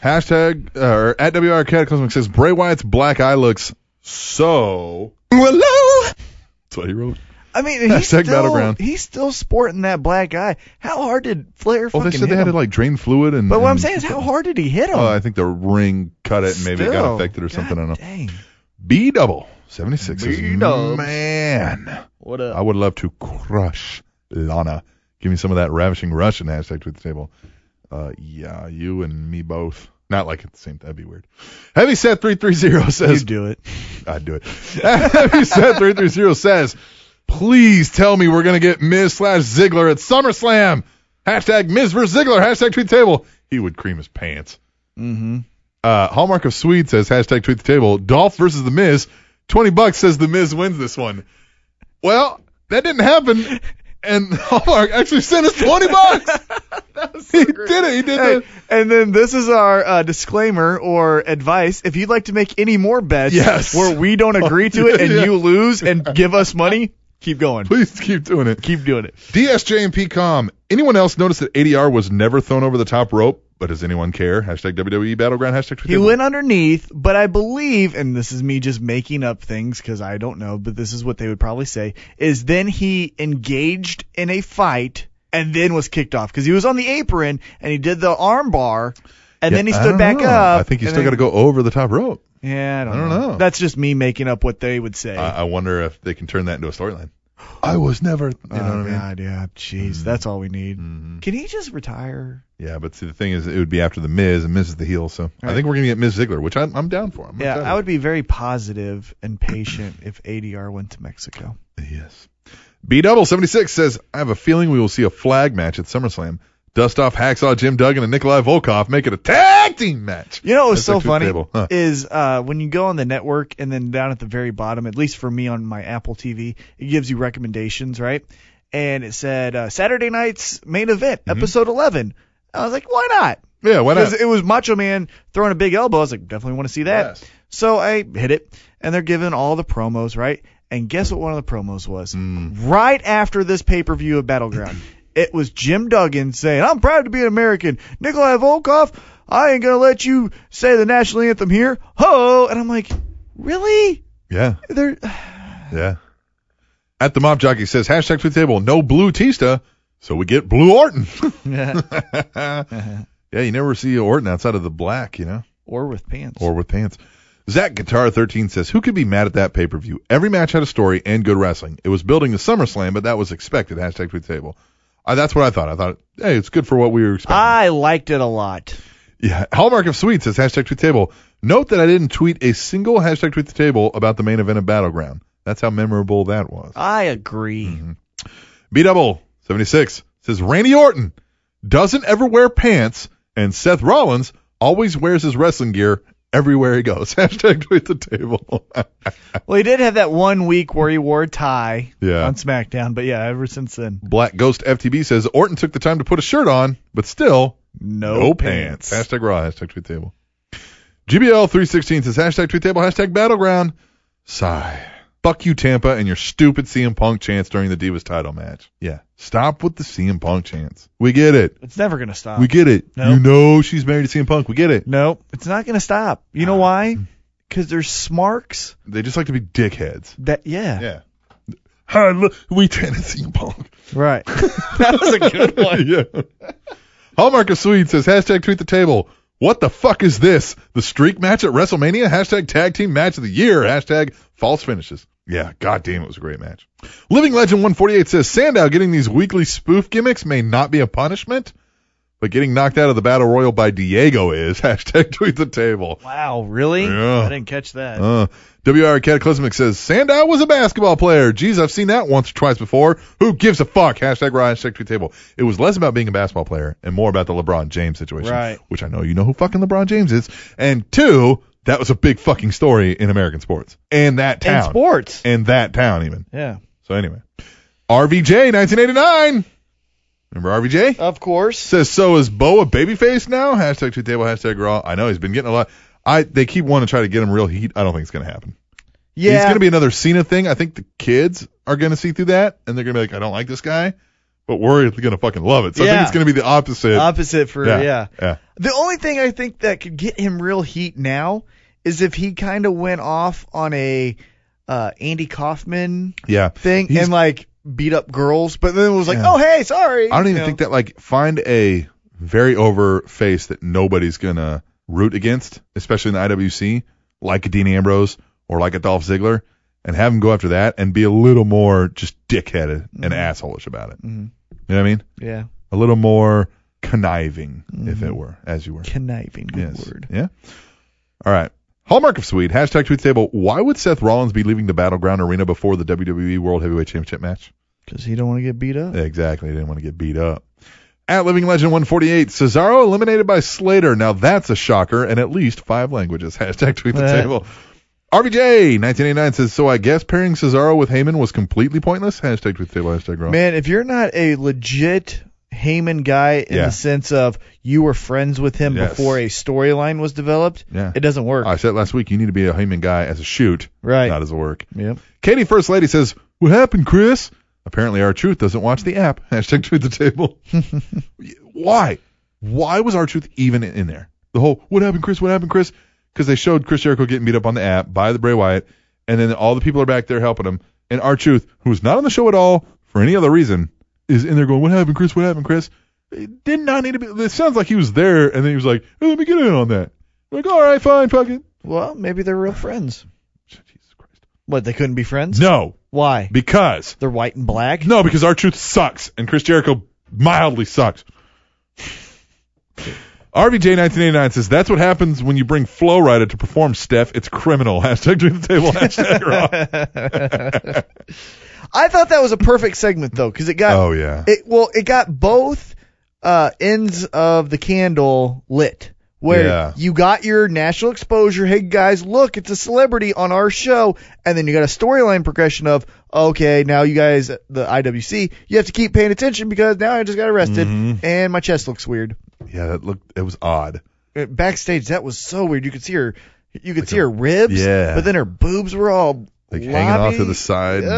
Speaker 2: Hashtag, uh, or at WR Cataclysmic says Bray Wyatt's black eye looks so. Hello! That's what he wrote.
Speaker 3: I mean, he's
Speaker 2: Hashtag
Speaker 3: still,
Speaker 2: oh! Battleground.
Speaker 3: he's still sporting that black eye. How hard did Flair
Speaker 2: Well,
Speaker 3: fucking
Speaker 2: Oh, they said they
Speaker 3: hit
Speaker 2: had
Speaker 3: him?
Speaker 2: to like drain fluid and.
Speaker 3: but what I'm
Speaker 2: and-
Speaker 3: saying is, how hard did he hit him?
Speaker 2: Oh, I think the ring cut it and maybe it got
Speaker 3: Still.
Speaker 2: affected or something. I don't know.
Speaker 3: Dang.
Speaker 2: B double seventy six says,
Speaker 3: B-dubs.
Speaker 2: man,
Speaker 3: What up?
Speaker 2: I would love to crush Lana. Give me some of that ravishing Russian hashtag tweet the table. Uh, yeah, you and me both. Not like at the same. That'd be weird. Heavy set three three zero
Speaker 3: You
Speaker 2: says
Speaker 3: do it.
Speaker 2: I'd do it. Heavy set three three zero says, please tell me we're gonna get Miz slash Ziggler at SummerSlam. Hashtag Miz versus Ziggler. Hashtag tweet the table. He would cream his pants.
Speaker 3: Mm-hmm.
Speaker 2: Uh, Hallmark of Swede says hashtag tweet the table. Dolph versus the Miz. Twenty bucks says the Miz wins this one. Well, that didn't happen, and Hallmark actually sent us twenty bucks. he did it. He did
Speaker 3: Hey,
Speaker 2: it.
Speaker 3: and then this is our uh, disclaimer or advice. If you'd like to make any more bets
Speaker 2: Yes.
Speaker 3: where we don't agree to it and
Speaker 2: Yeah.
Speaker 3: you lose and give us money, keep going.
Speaker 2: Please keep doing it.
Speaker 3: Keep doing it.
Speaker 2: DSJ and PCOM. Anyone else notice that ADR was never thrown over the top rope? But does anyone care? Hashtag WWE Battleground. Hashtag tweet the
Speaker 3: He
Speaker 2: table.
Speaker 3: went underneath, but I believe, and this is me just making up things because I don't know, but this is what they would probably say, is then he engaged in a fight and then was kicked off because he was on the apron and he did the arm bar and
Speaker 2: Yeah,
Speaker 3: then he
Speaker 2: I
Speaker 3: stood
Speaker 2: don't
Speaker 3: back
Speaker 2: know.
Speaker 3: up.
Speaker 2: I think you
Speaker 3: and
Speaker 2: still got
Speaker 3: then-
Speaker 2: to go over the top rope.
Speaker 3: Yeah, I don't,
Speaker 2: I don't
Speaker 3: know.
Speaker 2: know.
Speaker 3: That's just me making up what they would say.
Speaker 2: I, I wonder if they can turn that into a storyline. I was never. You
Speaker 3: oh,
Speaker 2: know what I mean? Mm-hmm.
Speaker 3: God, yeah. Jeez, that's all we need.
Speaker 2: Mhm.
Speaker 3: Can he just retire?
Speaker 2: Yeah, but see, the thing is, it would be after the Miz, and Miz is the heel, so I
Speaker 3: Right.
Speaker 2: think we're gonna get Miz Ziggler, which I'm I'm down for. I'm
Speaker 3: Yeah,
Speaker 2: excited.
Speaker 3: I would be very positive and patient if ADR went to Mexico.
Speaker 2: Yes. B double seventy six says, I have a feeling we will see a flag match at SummerSlam. Dust off Hacksaw Jim Duggan and Nikolai Volkov make it a tag team match.
Speaker 3: You know what was
Speaker 2: That's
Speaker 3: so
Speaker 2: actually
Speaker 3: funny
Speaker 2: table, huh?
Speaker 3: is uh, when you go on the network and then down at the very bottom, at least for me on my Apple TV, it gives you recommendations, right? And it said uh, Saturday night's main event, episode 11. I was like, why not?
Speaker 2: Mm-hmm. Yeah, why not?
Speaker 3: Because it was Macho Man throwing a big elbow. I was like, definitely want to see that.
Speaker 2: Yes.
Speaker 3: So I hit it, and they're giving all the promos, right? And guess what one of the promos was?
Speaker 2: Mm.
Speaker 3: Right after this pay per view of Battleground, it was Jim Duggan saying, I'm proud to be an American. Nikolai Volkov, I ain't going to let you say the national anthem here. Ho! And I'm like, really?
Speaker 2: Yeah,
Speaker 3: They're,
Speaker 2: yeah. At the Mob Jockey says, hashtag tweet the table, no blue Tista, so we get blue Orton. yeah, you never see Orton outside of the black, you know?
Speaker 3: or with pants.
Speaker 2: or with pants. Zach Guitar 13 says, Who could be mad at that pay per view? Every match had a story and good wrestling. It was building to SummerSlam, but that was expected. Hashtag tweet the table. Uh, that's what I thought. I thought, hey, it's good for what we were expecting.
Speaker 3: I liked it a lot.
Speaker 2: yeah. Hallmark of Sweet says, hashtag tweet the table. Note that I didn't tweet a single hashtag tweet the table about the main event of Battleground. That's how memorable that was.
Speaker 3: I agree.
Speaker 2: Mm. B double 76 says, Randy Orton doesn't ever wear pants, and Seth Rollins always wears his wrestling gear everywhere he goes. Hashtag tweet the table.
Speaker 3: Well, he did have that one week where he wore a tie
Speaker 2: Yeah.
Speaker 3: on SmackDown, but yeah, ever since then,
Speaker 2: Black Ghost FTB says Orton took the time to put a shirt on, but still
Speaker 3: no,
Speaker 2: no pants. Hashtag Raw. Hashtag Tweet Table. GBL316 says hashtag Tweet Table. Hashtag Battleground. Sigh. Fuck you, Tampa, and your stupid CM Punk chants during the Divas title match. Yeah. Stop with the CM Punk chants. We get it.
Speaker 3: It's never gonna stop.
Speaker 2: We get it.
Speaker 3: No.
Speaker 2: You know she's married to CM Punk. We get it.
Speaker 3: no, it's not gonna stop. You know why? Because there's smarks
Speaker 2: They just like to be dickheads.
Speaker 3: that yeah,
Speaker 2: Yeah. Hi, look, we chanted CM Punk.
Speaker 3: right. that was a good one.
Speaker 2: yeah. Hallmark of Sweet says hashtag tweet the table. What the fuck is this? The streak match at WrestleMania? Hashtag tag team match of the year. Hashtag false finishes. Yeah, goddamn, it was a great match. Living Legend 148 says Sandow getting these weekly spoof gimmicks may not be a punishment, but getting knocked out of the Battle Royal by Diego is. Hashtag tweet the table.
Speaker 3: Wow, really?
Speaker 2: Yeah.
Speaker 3: I didn't catch that.
Speaker 2: Uh, WR Cataclysmic says Sandow was a basketball player. Geez, I've seen that once or twice before. Who gives a fuck? Hashtag Ryan hashtag tweet table. It was less about being a basketball player and more about the LeBron James situation,
Speaker 3: Right.
Speaker 2: which I know you know who fucking LeBron James is. And two, that was a big fucking story in American sports and that town
Speaker 3: and sports.
Speaker 2: and that town even.
Speaker 3: Yeah.
Speaker 2: So anyway, RVJ 1989. Remember RVJ?
Speaker 3: Of course.
Speaker 2: says so is Bo a babyface now? Hashtag tweet table. Hashtag raw. I know he's been getting a lot. I they keep wanting to try to get him real heat. I don't think it's gonna happen.
Speaker 3: Yeah.
Speaker 2: It's gonna be another Cena thing. I think the kids are gonna see through that and they're gonna be like, I don't like this guy, but we're gonna fucking love it. So I think
Speaker 3: Yeah.
Speaker 2: it's gonna be the opposite.
Speaker 3: opposite for
Speaker 2: Yeah,
Speaker 3: yeah.
Speaker 2: yeah.
Speaker 3: The only thing I think that could get him real heat now is if he kind of went off on a uh, Andy Kaufman
Speaker 2: yeah.
Speaker 3: thing
Speaker 2: He's-
Speaker 3: and like beat up girls, but then it was like,
Speaker 2: Yeah.
Speaker 3: oh hey, sorry.
Speaker 2: I don't
Speaker 3: you
Speaker 2: even
Speaker 3: know?
Speaker 2: think that like find a very over face that nobody's gonna root against, especially in the IWC, like a Dean Ambrose or like a Dolph Ziggler, and have him go after that and be a little more just dickheaded
Speaker 3: Mm-hmm.
Speaker 2: and assholeish about it.
Speaker 3: Mhm.
Speaker 2: You know what I mean?
Speaker 3: Yeah,
Speaker 2: A little more conniving, if it were, as you were.
Speaker 3: Mm-hmm. conniving. Good
Speaker 2: Yes.
Speaker 3: word.
Speaker 2: Yeah. All right. Hallmark of Sweet, hashtag tweet table. Why would Seth Rollins be leaving the battleground arena before the WWE World Heavyweight Championship match?
Speaker 3: Because he don't want to get beat up.
Speaker 2: Exactly. He didn't want to get beat up. At Living Legend 148, Cesaro eliminated by Slater. Now that's a shocker in at least five languages. Hashtag tweet the
Speaker 3: Eh.
Speaker 2: table. RBJ 1989 says, so I guess pairing Cesaro with Heyman was completely pointless. Hashtag tweet the table. Hashtag wrong.
Speaker 3: Man, if you're not a legit Heyman guy in
Speaker 2: Yeah.
Speaker 3: the sense of you were friends with him
Speaker 2: Yes.
Speaker 3: before a storyline was developed,
Speaker 2: Yeah.
Speaker 3: it doesn't work.
Speaker 2: I said last week, you need to be a Heyman guy as a shoot,
Speaker 3: right.
Speaker 2: not as a work.
Speaker 3: yep.
Speaker 2: Katie First Lady says, What happened, Chris? Apparently, our truth doesn't watch the app. Hashtag tweet the table. Why? Why was our truth even in there? The whole, What happened, Chris? What happened, Chris? Because they showed Chris Jericho getting beat up on the app by the Bray Wyatt, and then all the people are back there helping him. And our truth, who's not on the show at all for any other reason, is in there going, What happened, Chris? What happened, Chris? It did not need to be. It sounds like he was there, and then he was like, hey, Let me get in on that. like, All right, fine, fuck it.
Speaker 3: Well, maybe they're real friends.
Speaker 2: Jesus Christ.
Speaker 3: What? They couldn't be friends?
Speaker 2: No,
Speaker 3: Why?
Speaker 2: because
Speaker 3: They're white and black.
Speaker 2: No, because our truth sucks, and Chris Jericho mildly sucks. RVJ1989 says that's what happens when you bring Flow Rider to perform. Steph, it's criminal. Hashtag drink the table. Hashtag raw.
Speaker 3: I thought that was a perfect segment though, because it got
Speaker 2: Oh yeah,
Speaker 3: it well, it got both uh, ends of the candle lit. Where
Speaker 2: Yeah.
Speaker 3: you got your national exposure, hey guys, look, it's a celebrity on our show, and then you got a storyline progression of, okay, now you guys, the IWC, you have to keep paying attention because now I just got arrested
Speaker 2: Mm-hmm.
Speaker 3: and my chest looks weird.
Speaker 2: yeah. That looked. It was odd.
Speaker 3: Uh, Backstage, that was so weird. You could see her, you could see her ribs,
Speaker 2: Yeah.
Speaker 3: but then her boobs were all
Speaker 2: Like hanging off to
Speaker 3: lobby. Uh,
Speaker 2: the side. and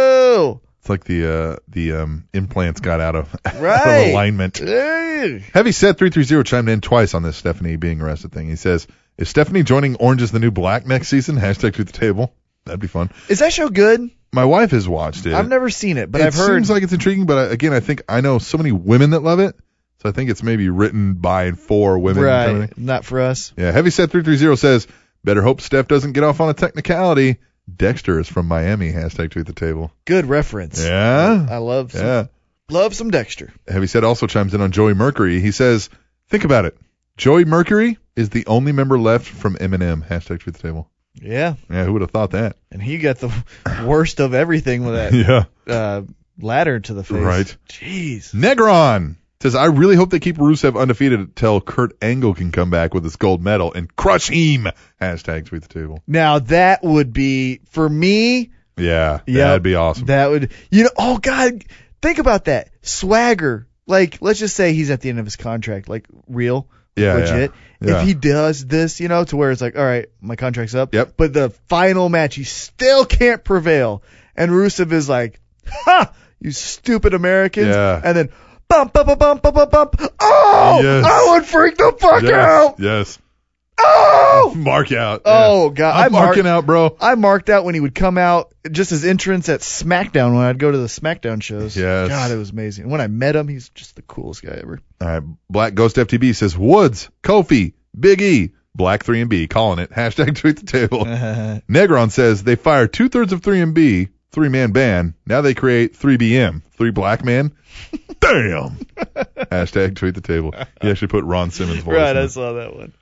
Speaker 3: Oh,
Speaker 2: It's like the uh, the um, implants got out of, out of
Speaker 3: Right.
Speaker 2: alignment.
Speaker 3: Ugh.
Speaker 2: Heavy set three three zero chimed in twice on this Stephanie being arrested thing. He says, "Is Stephanie joining Orange Is the New Black next season?" Hashtag to the table. That'd be fun.
Speaker 3: is that show good?
Speaker 2: My wife has watched it.
Speaker 3: I've never seen it, but
Speaker 2: it
Speaker 3: I've heard.
Speaker 2: seems like it's intriguing, but I, again, I think I know so many women that love it, so I think it's maybe written by and for women. kind of
Speaker 3: right,
Speaker 2: thing.
Speaker 3: not for us.
Speaker 2: Yeah. Heavyset three three zero says, "Better hope Steph doesn't get off on a technicality." Dexter is from Miami. Hashtag tweet the table.
Speaker 3: Good reference.
Speaker 2: Yeah.
Speaker 3: I love some,
Speaker 2: Yeah.
Speaker 3: love some Dexter.
Speaker 2: Heavyset also chimes in on Joey Mercury. He says, "Think about it. Joey Mercury is the only member left from Eminem." Hashtag tweet the table.
Speaker 3: Yeah,
Speaker 2: Yeah. Who would have thought that?
Speaker 3: and he got the worst of everything with that
Speaker 2: Yeah.
Speaker 3: uh, ladder to the face.
Speaker 2: Right.
Speaker 3: Jeez.
Speaker 2: Negron says, I really hope they keep Rusev undefeated until Kurt Angle can come back with his gold medal and crush him. Hashtag tweet the table.
Speaker 3: Now that would be for me.
Speaker 2: Yeah.
Speaker 3: Yeah,
Speaker 2: That'd be awesome.
Speaker 3: That would you know? Oh God, think about that swagger. Like let's just say he's at the end of his contract. Like real.
Speaker 2: Yeah,
Speaker 3: legit.
Speaker 2: yeah. Yeah.
Speaker 3: If he does this, you know, to where it's like, all right, my contract's up.
Speaker 2: Yep.
Speaker 3: But the final match, he still can't prevail, and Rusev is like, "Ha, you stupid Americans!"
Speaker 2: Yeah.
Speaker 3: And then bump, bump, bump, bump, bump, bump. Oh,
Speaker 2: Yes.
Speaker 3: I would freak the fuck
Speaker 2: Yes.
Speaker 3: out.
Speaker 2: Yes.
Speaker 3: Oh,
Speaker 2: Mark out.
Speaker 3: Oh, God.
Speaker 2: I'm
Speaker 3: I mark-
Speaker 2: marking out, bro.
Speaker 3: I marked out when he would come out, just his entrance at SmackDown when I'd go to the SmackDown shows.
Speaker 2: Yes.
Speaker 3: God, it was amazing. When I met him, he's just the coolest guy ever.
Speaker 2: All right. Black Ghost FTB says Woods, Kofi, Big E, Black 3 and B, calling it. Hashtag treat the table. Negron says they fire two thirds of 3 and B, three man ban. Now they create 3BM, three black man. Damn. Hashtag treat the table. He actually put Ron Simmons voice. in it.
Speaker 3: saw that one.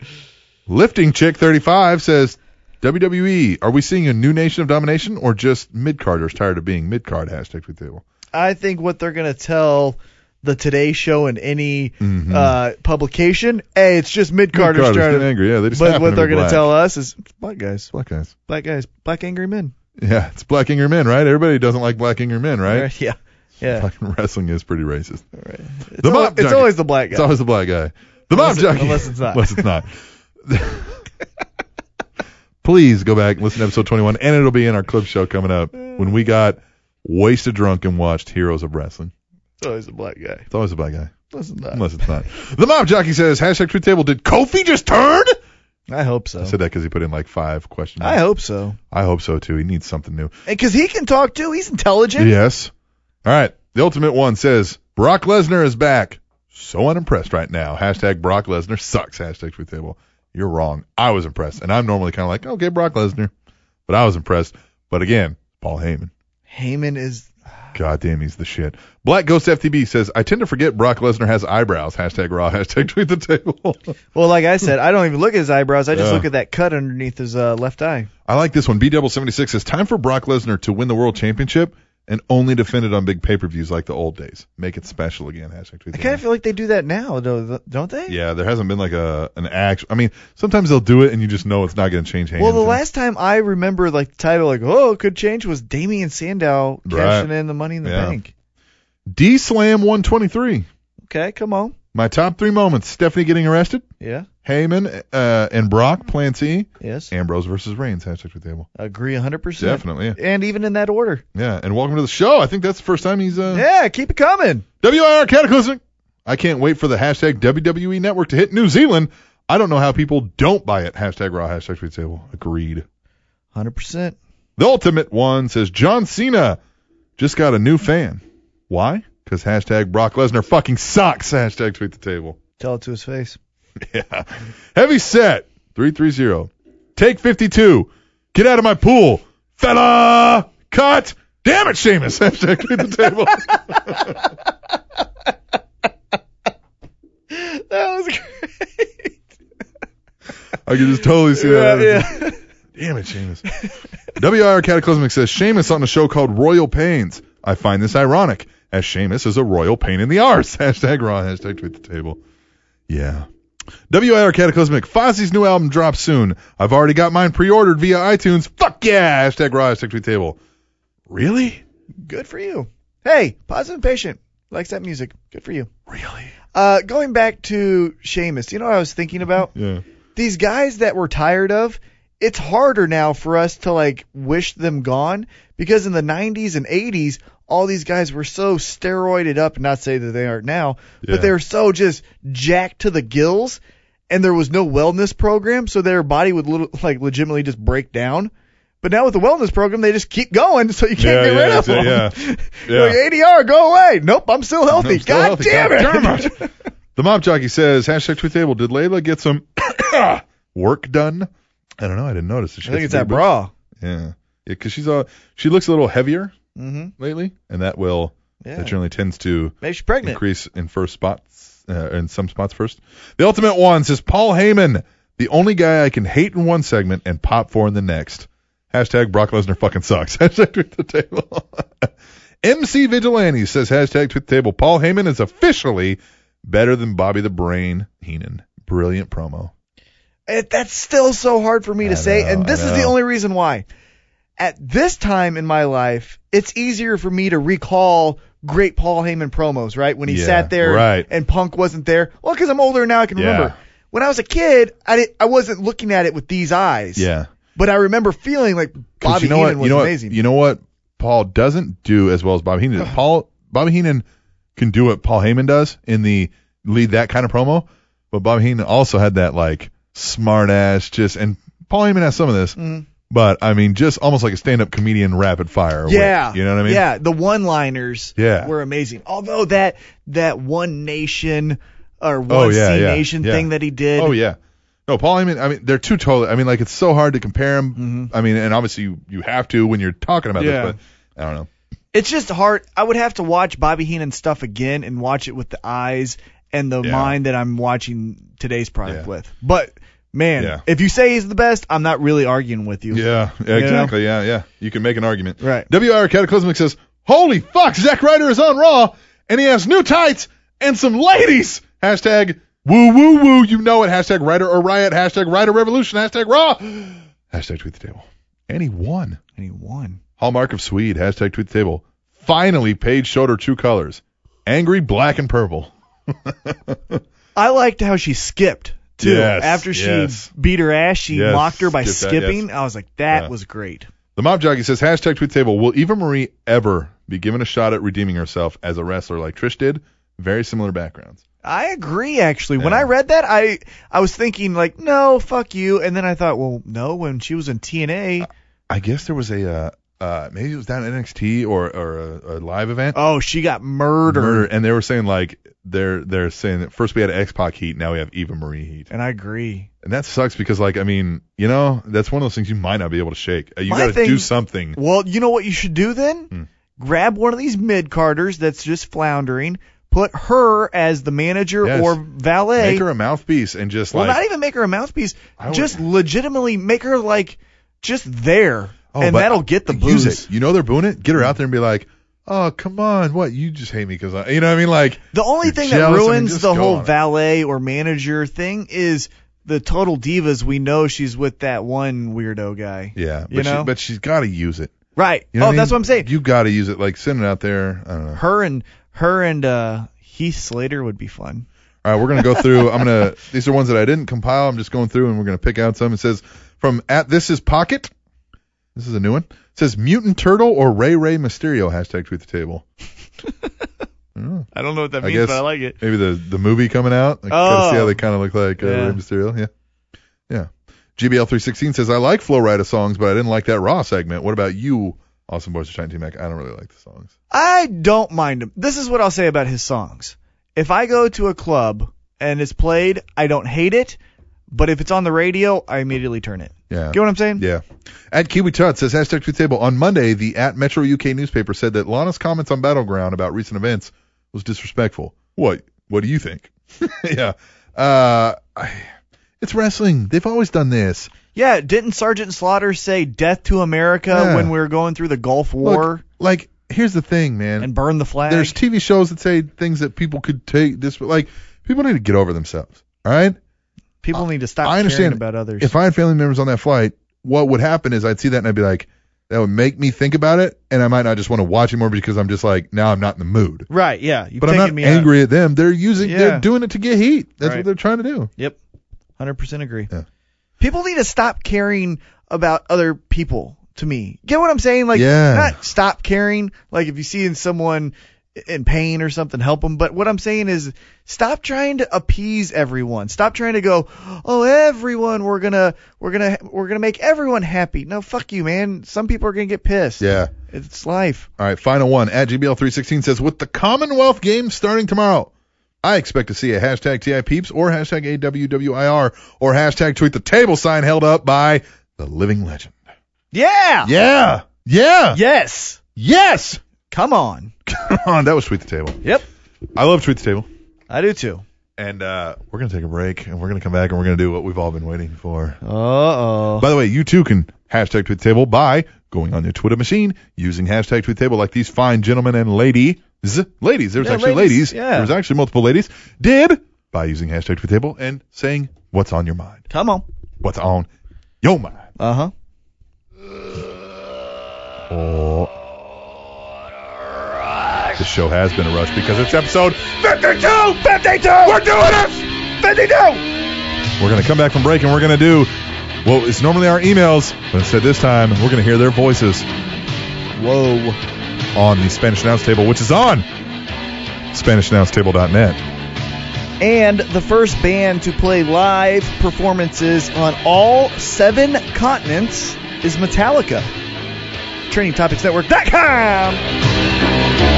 Speaker 2: Lifting Chick 35 says WWE, are we seeing a new nation of domination or just mid carders tired of being mid card? Hashtag tweet the table.
Speaker 3: I think what they're gonna tell the Today Show and any uh, publication, hey, it's just mid Carter
Speaker 2: Mid-carders
Speaker 3: started.
Speaker 2: Mm-hmm. getting angry. Yeah, they just
Speaker 3: but
Speaker 2: happen
Speaker 3: what
Speaker 2: to
Speaker 3: they're
Speaker 2: be
Speaker 3: gonna
Speaker 2: black.
Speaker 3: tell us is it's black guys,
Speaker 2: Black guys.
Speaker 3: black guys, black angry men.
Speaker 2: Yeah, it's black Inger men, right? Everybody doesn't like black Inger men, right?
Speaker 3: Yeah, yeah.
Speaker 2: Fucking wrestling is pretty racist.
Speaker 3: It's,
Speaker 2: The
Speaker 3: al-
Speaker 2: mob
Speaker 3: it's
Speaker 2: junkie.
Speaker 3: always the black
Speaker 2: It's
Speaker 3: guy.
Speaker 2: always the black guy. The mob
Speaker 3: Unless it-
Speaker 2: junkie.
Speaker 3: unless it's not.
Speaker 2: unless it's not. Please go back and listen to episode 21, and it'll be in our clip show coming up when we got wasted drunk and watched Heroes of Wrestling.
Speaker 3: It's always the black guy.
Speaker 2: It's always the black guy.
Speaker 3: Listen, to that.
Speaker 2: Unless it's not. The mob jockey says, hashtag truth table, did Kofi just turn?
Speaker 3: I hope so.
Speaker 2: I said that because he put in like five questions.
Speaker 3: I hope so.
Speaker 2: I hope so too. He needs something new.
Speaker 3: Because he can talk too. He's intelligent.
Speaker 2: Yes. All right. The ultimate one says, Brock Lesnar is back. So unimpressed right now. Hashtag Brock Lesnar sucks. Hashtag truth table. You're wrong. I was impressed. And I'm normally kind of like, okay, Brock Lesnar. But I was impressed. But again, Paul Heyman.
Speaker 3: Heyman is.
Speaker 2: God damn, he's the shit. Black Ghost FTB says, I tend to forget Brock Lesnar has eyebrows. Hashtag raw. Hashtag tweet the table.
Speaker 3: Well, like I said, I don't even look at his eyebrows. I just
Speaker 2: Yeah.
Speaker 3: look at that cut underneath his uh, left eye.
Speaker 2: I like this one. B double seventy six says time for Brock Lesnar to win the world championship and only defend it on big pay per views like the old days. Make it special again. Hashtag tweet
Speaker 3: I
Speaker 2: the
Speaker 3: kind of
Speaker 2: man.
Speaker 3: feel like they do that now, though, don't they?
Speaker 2: yeah, there hasn't been like a an actual. I mean, sometimes they'll do it and you just know it's not going to change hands.
Speaker 3: Well, the
Speaker 2: And-
Speaker 3: last time I remember, like the title, like oh, it could change, was Damian Sandow cashing
Speaker 2: Right.
Speaker 3: in the Money in the
Speaker 2: Yeah.
Speaker 3: Bank.
Speaker 2: D Slam one twenty three.
Speaker 3: Okay, come on.
Speaker 2: My top three moments: Stephanie getting arrested,
Speaker 3: Yeah.
Speaker 2: Heyman uh, and Brock, Plan T,
Speaker 3: Yes.
Speaker 2: Ambrose versus Reigns. Hashtag tweet the table.
Speaker 3: Agree 100. percent
Speaker 2: Definitely, yeah.
Speaker 3: And even in that order.
Speaker 2: yeah. And welcome to the show. I think that's the first time he's uh,
Speaker 3: Yeah, keep it coming.
Speaker 2: WIR Cataclysmic. I can't wait for the hashtag WWE Network to hit New Zealand. I don't know how people don't buy it. Hashtag Raw, hashtag Tweet Table. Agreed.
Speaker 3: 100. percent
Speaker 2: The Ultimate One says John Cena just got a new fan. Why? Because hashtag Brock Lesnar fucking sucks. Hashtag Tweet the Table.
Speaker 3: Tell it to his face.
Speaker 2: Yeah. Heavy set 330. Take 52. Get out of my pool. Fella. Cut. Damn it, Sheamus. Hashtag Tweet the Table.
Speaker 3: That was great.
Speaker 2: I can just totally see that. happening.
Speaker 3: yeah.
Speaker 2: Damn it, Seamus. WIR Cataclysmic says Seamus on a show called Royal Pains. I find this ironic, as Seamus is a royal pain in the arse. Hashtag raw, hashtag tweet the table. Yeah. WIR Cataclysmic, Fozzie's new album drops soon. I've already got mine pre ordered via iTunes. Fuck yeah! Hashtag raw, hashtag tweet the table. Really?
Speaker 3: Good for you. Hey, positive and patient. Likes that music. Good for you.
Speaker 2: Really?
Speaker 3: Uh, going back to Sheamus, you know what I was thinking about?
Speaker 2: Yeah.
Speaker 3: these guys that we're tired of, it's harder now for us to like wish them gone because in the 90s and 80s, all these guys were so steroided up, not say that they aren't now,
Speaker 2: Yeah.
Speaker 3: but they were so just jacked to the gills and there was no wellness program, so their body would little, like legitimately just break down. But now with the wellness program, they just keep going, so you can't
Speaker 2: Yeah,
Speaker 3: get
Speaker 2: yeah,
Speaker 3: rid of them.
Speaker 2: that's it, yeah.
Speaker 3: You're like, ADR, go away. Nope, I'm still healthy.
Speaker 2: I'm still
Speaker 3: God
Speaker 2: healthy.
Speaker 3: damn it.
Speaker 2: God damn it. the Mob Jockey says, hashtag tweet the table. Did Layla get some work done? I don't know. I didn't notice.
Speaker 3: I think it's that bra.
Speaker 2: Yeah. Yeah, because she's uh she looks a little heavier
Speaker 3: Mhm.
Speaker 2: lately, and that will
Speaker 3: Yeah.
Speaker 2: that generally tends to
Speaker 3: Makes you pregnant.
Speaker 2: increase in first spots uh, in some spots first. The ultimate one says Paul Heyman, the only guy I can hate in one segment and pop for in the next. Hashtag Brock Lesnar fucking sucks. Hashtag tweet the table. MC Vigilante says hashtag tweet the table. Paul Heyman is officially better than Bobby the Brain Heenan. Brilliant promo.
Speaker 3: It, that's still so hard for me to
Speaker 2: I
Speaker 3: say,
Speaker 2: know,
Speaker 3: and this
Speaker 2: I
Speaker 3: is the
Speaker 2: know.
Speaker 3: only reason why. At this time in my life, it's easier for me to recall great Paul Heyman promos, right? When he
Speaker 2: Yeah,
Speaker 3: sat there
Speaker 2: right.
Speaker 3: and Punk wasn't there. Well, because I'm older now, I can
Speaker 2: Yeah.
Speaker 3: remember. when I was a kid, I didn't, I wasn't looking at it with these eyes.
Speaker 2: Yeah.
Speaker 3: But I remember feeling like
Speaker 2: 'Cause
Speaker 3: Bobby
Speaker 2: you know
Speaker 3: Heenan
Speaker 2: what,
Speaker 3: was
Speaker 2: you know
Speaker 3: amazing.
Speaker 2: What, you know what Paul doesn't do as well as Bobby Heenan. did? Paul Bobby Heenan can do what Paul Heyman does in the lead that kind of promo, but Bobby Heenan also had that like smart ass just and Paul Heyman has some of this,
Speaker 3: Mm-hmm.
Speaker 2: but I mean just almost like a stand up comedian rapid fire.
Speaker 3: yeah.
Speaker 2: with- you know what I mean?
Speaker 3: Yeah. The one-liners
Speaker 2: Yeah.
Speaker 3: were amazing. Although that that one nation or one
Speaker 2: Oh, yeah,
Speaker 3: C
Speaker 2: yeah,
Speaker 3: nation
Speaker 2: yeah.
Speaker 3: thing that he did.
Speaker 2: Oh yeah. No, Paul Heyman. I mean, they're two totally. I mean, like it's so hard to compare them. I mean, and obviously you, you have to when you're talking about
Speaker 3: Mm-hmm. Yeah.
Speaker 2: this, but I don't know.
Speaker 3: It's just hard. I would have to watch Bobby Heenan stuff again and watch it with the eyes and the
Speaker 2: Yeah.
Speaker 3: mind that I'm watching today's product
Speaker 2: Yeah.
Speaker 3: with. But man,
Speaker 2: Yeah.
Speaker 3: if you say he's the best, I'm not really arguing with you.
Speaker 2: Yeah, yeah, exactly. Yeah, yeah. You can make an argument.
Speaker 3: Right.
Speaker 2: WR Cataclysmic says, Holy fuck, Zack Ryder is on Raw, and he has new tights and some ladies. Hashtag woo woo woo. You know it. Hashtag Ryder or Riot. Hashtag Ryder Revolution. Hashtag Raw. Hashtag Tweet the Table. And he won.
Speaker 3: And he won.
Speaker 2: Hallmark of Swede. Hashtag Tweet the Table. Finally, Paige showed her true colors. Angry, black, and purple.
Speaker 3: I liked how she skipped too.
Speaker 2: Yes,
Speaker 3: After she
Speaker 2: yes.
Speaker 3: beat her ass, she
Speaker 2: Yes,
Speaker 3: mocked her by
Speaker 2: skipped that,
Speaker 3: skipping. I was like, that
Speaker 2: Yeah.
Speaker 3: was great.
Speaker 2: The Mob Jockey says, hashtag tweet the table. Will Eva Marie ever be given a shot at redeeming herself as a wrestler like Trish did? Very similar backgrounds.
Speaker 3: I agree actually. When
Speaker 2: Yeah.
Speaker 3: I read that, I I was thinking like, no, fuck you. And then I thought, well, no, when she was in TNA,
Speaker 2: I guess there was a uh, uh, maybe it was down at NXT or or a, a live event.
Speaker 3: oh, she got murdered.
Speaker 2: and they were saying like they're they're saying that first we had X Pac heat, now we have Eva Marie heat,
Speaker 3: And I agree.
Speaker 2: and that sucks because like I mean you know that's one of those things you might not be able to shake. Uh, You
Speaker 3: My
Speaker 2: got to
Speaker 3: thing-
Speaker 2: do something.
Speaker 3: Well, you know what you should do then?
Speaker 2: Hmm.
Speaker 3: Grab one of these mid carders that's just floundering. Put her as the manager
Speaker 2: Yes.
Speaker 3: or valet.
Speaker 2: Make her a mouthpiece and just
Speaker 3: well,
Speaker 2: like
Speaker 3: not even make her a mouthpiece.
Speaker 2: I would-
Speaker 3: Just legitimately make her like just there,
Speaker 2: Oh,
Speaker 3: and
Speaker 2: but
Speaker 3: that'll get the
Speaker 2: use
Speaker 3: booze.
Speaker 2: it. You know they're booing it. Get her out there and be like, oh come on, what you just hate me because I, you know what I mean like.
Speaker 3: The only
Speaker 2: You're
Speaker 3: thing that
Speaker 2: jealous, I mean,
Speaker 3: ruins
Speaker 2: just
Speaker 3: the
Speaker 2: go
Speaker 3: whole
Speaker 2: on it.
Speaker 3: valet or manager thing is the total divas. We know she's with that one weirdo guy.
Speaker 2: Yeah, but
Speaker 3: You know?
Speaker 2: she, but she's got to use it.
Speaker 3: Right.
Speaker 2: You know
Speaker 3: oh,
Speaker 2: I
Speaker 3: that's
Speaker 2: mean?
Speaker 3: what I'm saying.
Speaker 2: You got to use it. Like send it out there. I don't know.
Speaker 3: her and her and uh, Heath Slater would be fun.
Speaker 2: All right, we're gonna go through. I'm gonna. These are ones that I didn't compile. I'm just going through and we're gonna pick out some. It says from at this is pocket. This is a new one. It says mutant turtle or Ray Ray Mysterio hashtag tweet the table.
Speaker 3: I don't know what that
Speaker 2: I guess maybe the the movie coming out. I
Speaker 3: Oh.
Speaker 2: gotta see how they kind of look like uh,
Speaker 3: Yeah.
Speaker 2: Ray Mysterio. Yeah, yeah. GBL three sixteen says I like Flow Rida songs, but I didn't like that Raw segment. What about you, Awesome Boys of Shine Team Mac? I don't really like the songs.
Speaker 3: I don't mind him. This is what I'll say about his songs. If I go to a club and it's played, I don't hate it, but if it's on the radio, I immediately turn it.
Speaker 2: Yeah.
Speaker 3: Get what I'm saying?
Speaker 2: Yeah. At Kiwi Tut says hashtag tweet table. On Monday, the at Metro UK newspaper said that Lana's comments on Battleground about recent events was disrespectful. What? What do you think? yeah. Uh, I- it's wrestling. They've always done this.
Speaker 3: Yeah, didn't Sergeant Slaughter say death to America
Speaker 2: Yeah.
Speaker 3: when we were going through the Gulf
Speaker 2: Look,
Speaker 3: War
Speaker 2: like, here's the thing, man.
Speaker 3: and burn the flag?
Speaker 2: There's TV shows that say things that people could take this, like, people need to get over themselves. All right.
Speaker 3: People need to stop
Speaker 2: I understand
Speaker 3: caring about others.
Speaker 2: If I had family members on that flight, what would happen is I'd see that and I'd be like, that would make me think about it, and I might not just want to watch it more because I'm just like, now I'm not in the mood.
Speaker 3: right, yeah. You've
Speaker 2: But I'm
Speaker 3: taken
Speaker 2: not
Speaker 3: me
Speaker 2: angry at them. They're using,
Speaker 3: Yeah.
Speaker 2: they're doing it to get heat. That's
Speaker 3: Right.
Speaker 2: what they're trying to do.
Speaker 3: Yep. 100% agree.
Speaker 2: Yeah.
Speaker 3: People need to stop caring about other people to me. Get what I'm saying? Like,
Speaker 2: Yeah.
Speaker 3: not stop caring. Like, if you see someone in pain or something, help them. But what I'm saying is stop trying to appease everyone. Stop trying to go, oh, everyone, we're going to, we're going to, we're going to make everyone happy. No, fuck you, man. Some people are going to get pissed.
Speaker 2: Yeah.
Speaker 3: It's life.
Speaker 2: All right, final one at GBL316 says, with the Commonwealth Games starting tomorrow, I expect to see a hashtag TI peeps or hashtag AWWIR or hashtag tweet the table sign held up by the living legend.
Speaker 3: Yeah.
Speaker 2: Yeah. Yeah.
Speaker 3: Yes.
Speaker 2: Yes.
Speaker 3: Come on.
Speaker 2: Come on, that was tweet the table.
Speaker 3: Yep.
Speaker 2: I love tweet the table.
Speaker 3: I do too.
Speaker 2: And uh, we're gonna take a break, and we're gonna come back, and we're gonna do what we've all been waiting for.
Speaker 3: Uh oh.
Speaker 2: By the way, you too can hashtag tweet the table by going on your Twitter machine using hashtag tweet the table, like these fine gentlemen and ladies, ladies. There was
Speaker 3: Yeah,
Speaker 2: actually
Speaker 3: ladies,
Speaker 2: ladies.
Speaker 3: yeah.
Speaker 2: There was actually multiple ladies. Did by using hashtag tweet the table and saying what's on your mind,
Speaker 3: Come on.
Speaker 2: what's on your mind.
Speaker 3: Uh huh.
Speaker 2: This show has been a rush because it's episode 52! 52! We're doing it! 52! We're going to come back from break and we're going to do well, it's normally our emails, but instead this time we're going to hear their voices. Whoa. On the Spanish Announce Table, which is on SpanishAnnounceTable.net.
Speaker 3: and the first band to play live performances on all seven continents is Metallica. TrainingTopicsNetwork.com.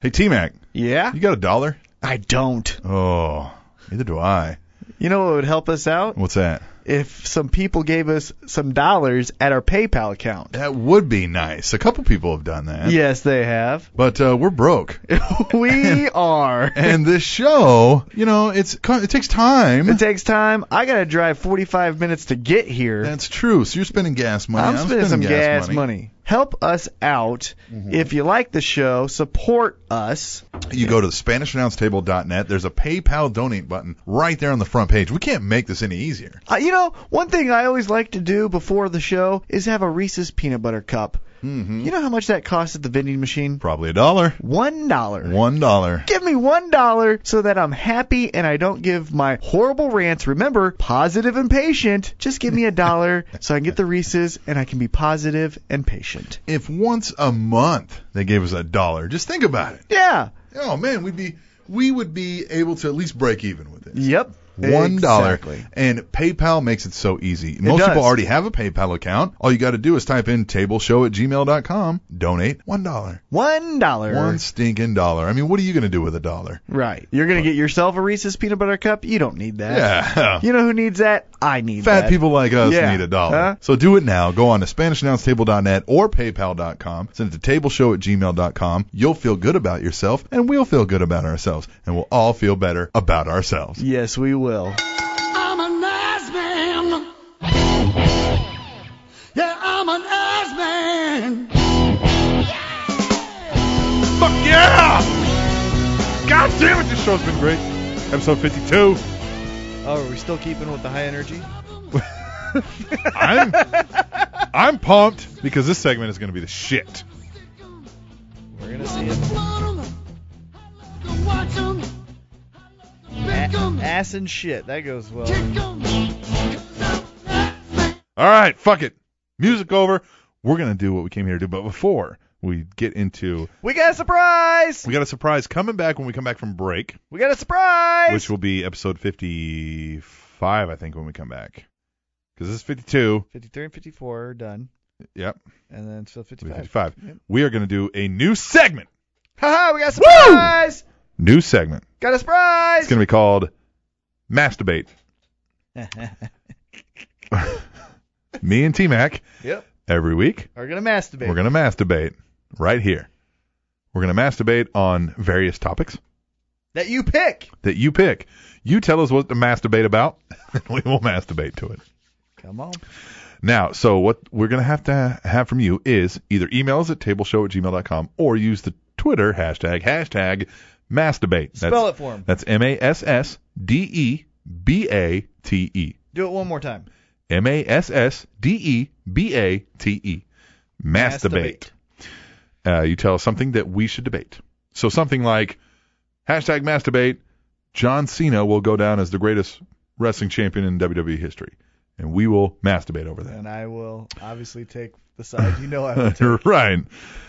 Speaker 2: Hey, T Mac,
Speaker 3: Yeah?
Speaker 2: you got a dollar?
Speaker 3: I don't.
Speaker 2: Oh, neither do I.
Speaker 3: You know what would help us out?
Speaker 2: What's that?
Speaker 3: If some people gave us some dollars at our PayPal account.
Speaker 2: That would be nice. A couple people have done that.
Speaker 3: Yes, they have.
Speaker 2: But uh, we're broke.
Speaker 3: we are.
Speaker 2: and this show, you know, it's it takes time.
Speaker 3: It takes time. I got to drive 45 minutes to get here.
Speaker 2: That's true. So you're spending gas money.
Speaker 3: I'm, spending, some gas, money. Help us out.
Speaker 2: Mm-hmm.
Speaker 3: If you like the show, support us.
Speaker 2: You go to SpanishAnnounceTable.net. There's a PayPal donate button right there on the front page. We can't make this any easier.
Speaker 3: Uh, you know, one thing I always like to do before the show is have a Reese's peanut butter cup. Mm-hmm. You know how much that costs at the vending machine?
Speaker 2: Probably a dollar.
Speaker 3: One dollar.
Speaker 2: One dollar.
Speaker 3: Give me one dollar so that I'm happy and I don't give my horrible rants. Remember, positive and patient. Just give me a dollar so I can get the Reese's and I can be positive and patient.
Speaker 2: If once a month they gave us a dollar, just think about it.
Speaker 3: Yeah.
Speaker 2: Oh man, we'd be we would be able to at least break even with it.
Speaker 3: Yep.
Speaker 2: One dollar.
Speaker 3: Exactly.
Speaker 2: And PayPal makes it so easy. Most
Speaker 3: does.
Speaker 2: people already have a PayPal account. All you got to do is type in tableshow at gmail.com, donate one dollar.
Speaker 3: One dollar.
Speaker 2: One stinking dollar. I mean, what are you going to do with a dollar?
Speaker 3: Right. You're gonna get yourself a Reese's peanut butter cup. You don't need that.
Speaker 2: Yeah.
Speaker 3: You know who needs that? I need
Speaker 2: Fat
Speaker 3: that.
Speaker 2: people like us
Speaker 3: Yeah.
Speaker 2: need a dollar.
Speaker 3: Huh?
Speaker 2: So do it now. Go on to SpanishAnnounceTable.net or PayPal.com. Send it to tableshow at gmail.com. You'll feel good about yourself, and we'll feel good about ourselves, and we'll all feel better about ourselves.
Speaker 3: Yes, we will.
Speaker 7: I'm an ass man. Yeah, I'm an ass man.
Speaker 2: Fuck yeah! God damn it, this show's been great. Episode 52.
Speaker 3: Oh, are we still keeping with the high energy?
Speaker 2: I'm, I'm pumped because this segment is going to be the shit.
Speaker 3: We're gonna see it. A-
Speaker 7: Kick
Speaker 3: ass and shit. That goes well.
Speaker 7: 'em, 'cause I'm an ass man.
Speaker 2: All right, fuck it. Music over. We're going to do what we came here to do. But before we get into
Speaker 3: We got a surprise.
Speaker 2: We got a surprise coming back when we come back from break,
Speaker 3: We got a surprise.
Speaker 2: which will be episode 55, I think, when we come back. Because this is 52.
Speaker 3: 53 and 54 are done,
Speaker 2: Yep,
Speaker 3: and then still
Speaker 2: it'll be
Speaker 3: 55.
Speaker 2: 55. We are going to do a new segment.
Speaker 3: Haha, we got a surprise.
Speaker 2: New segment.
Speaker 3: Got a surprise.
Speaker 2: It's going to be called Masturbate. Me and T Mac.
Speaker 3: Yep.
Speaker 2: Every week,
Speaker 3: We're gonna masturbate.
Speaker 2: we're going to masturbate right here. We're going to masturbate on various topics
Speaker 3: that you pick.
Speaker 2: that you pick. You tell us what to masturbate about, and we will masturbate to it.
Speaker 3: Come on.
Speaker 2: Now, so what we're going to have to have from you is either email us at tableshow at gmail.com or use the Twitter hashtag, hashtag masturbate. That's,
Speaker 3: Spell it for him.
Speaker 2: That's M A S S D E B A T E.
Speaker 3: Do it one more time.
Speaker 2: M A S S D E B A T E. Masturbate. Uh, you tell us something that we should debate. So something like hashtag masturbate. John Cena will go down as the greatest wrestling champion in WWE history, and we will masturbate over that.
Speaker 3: And I will obviously take the side you know I will take.
Speaker 2: right.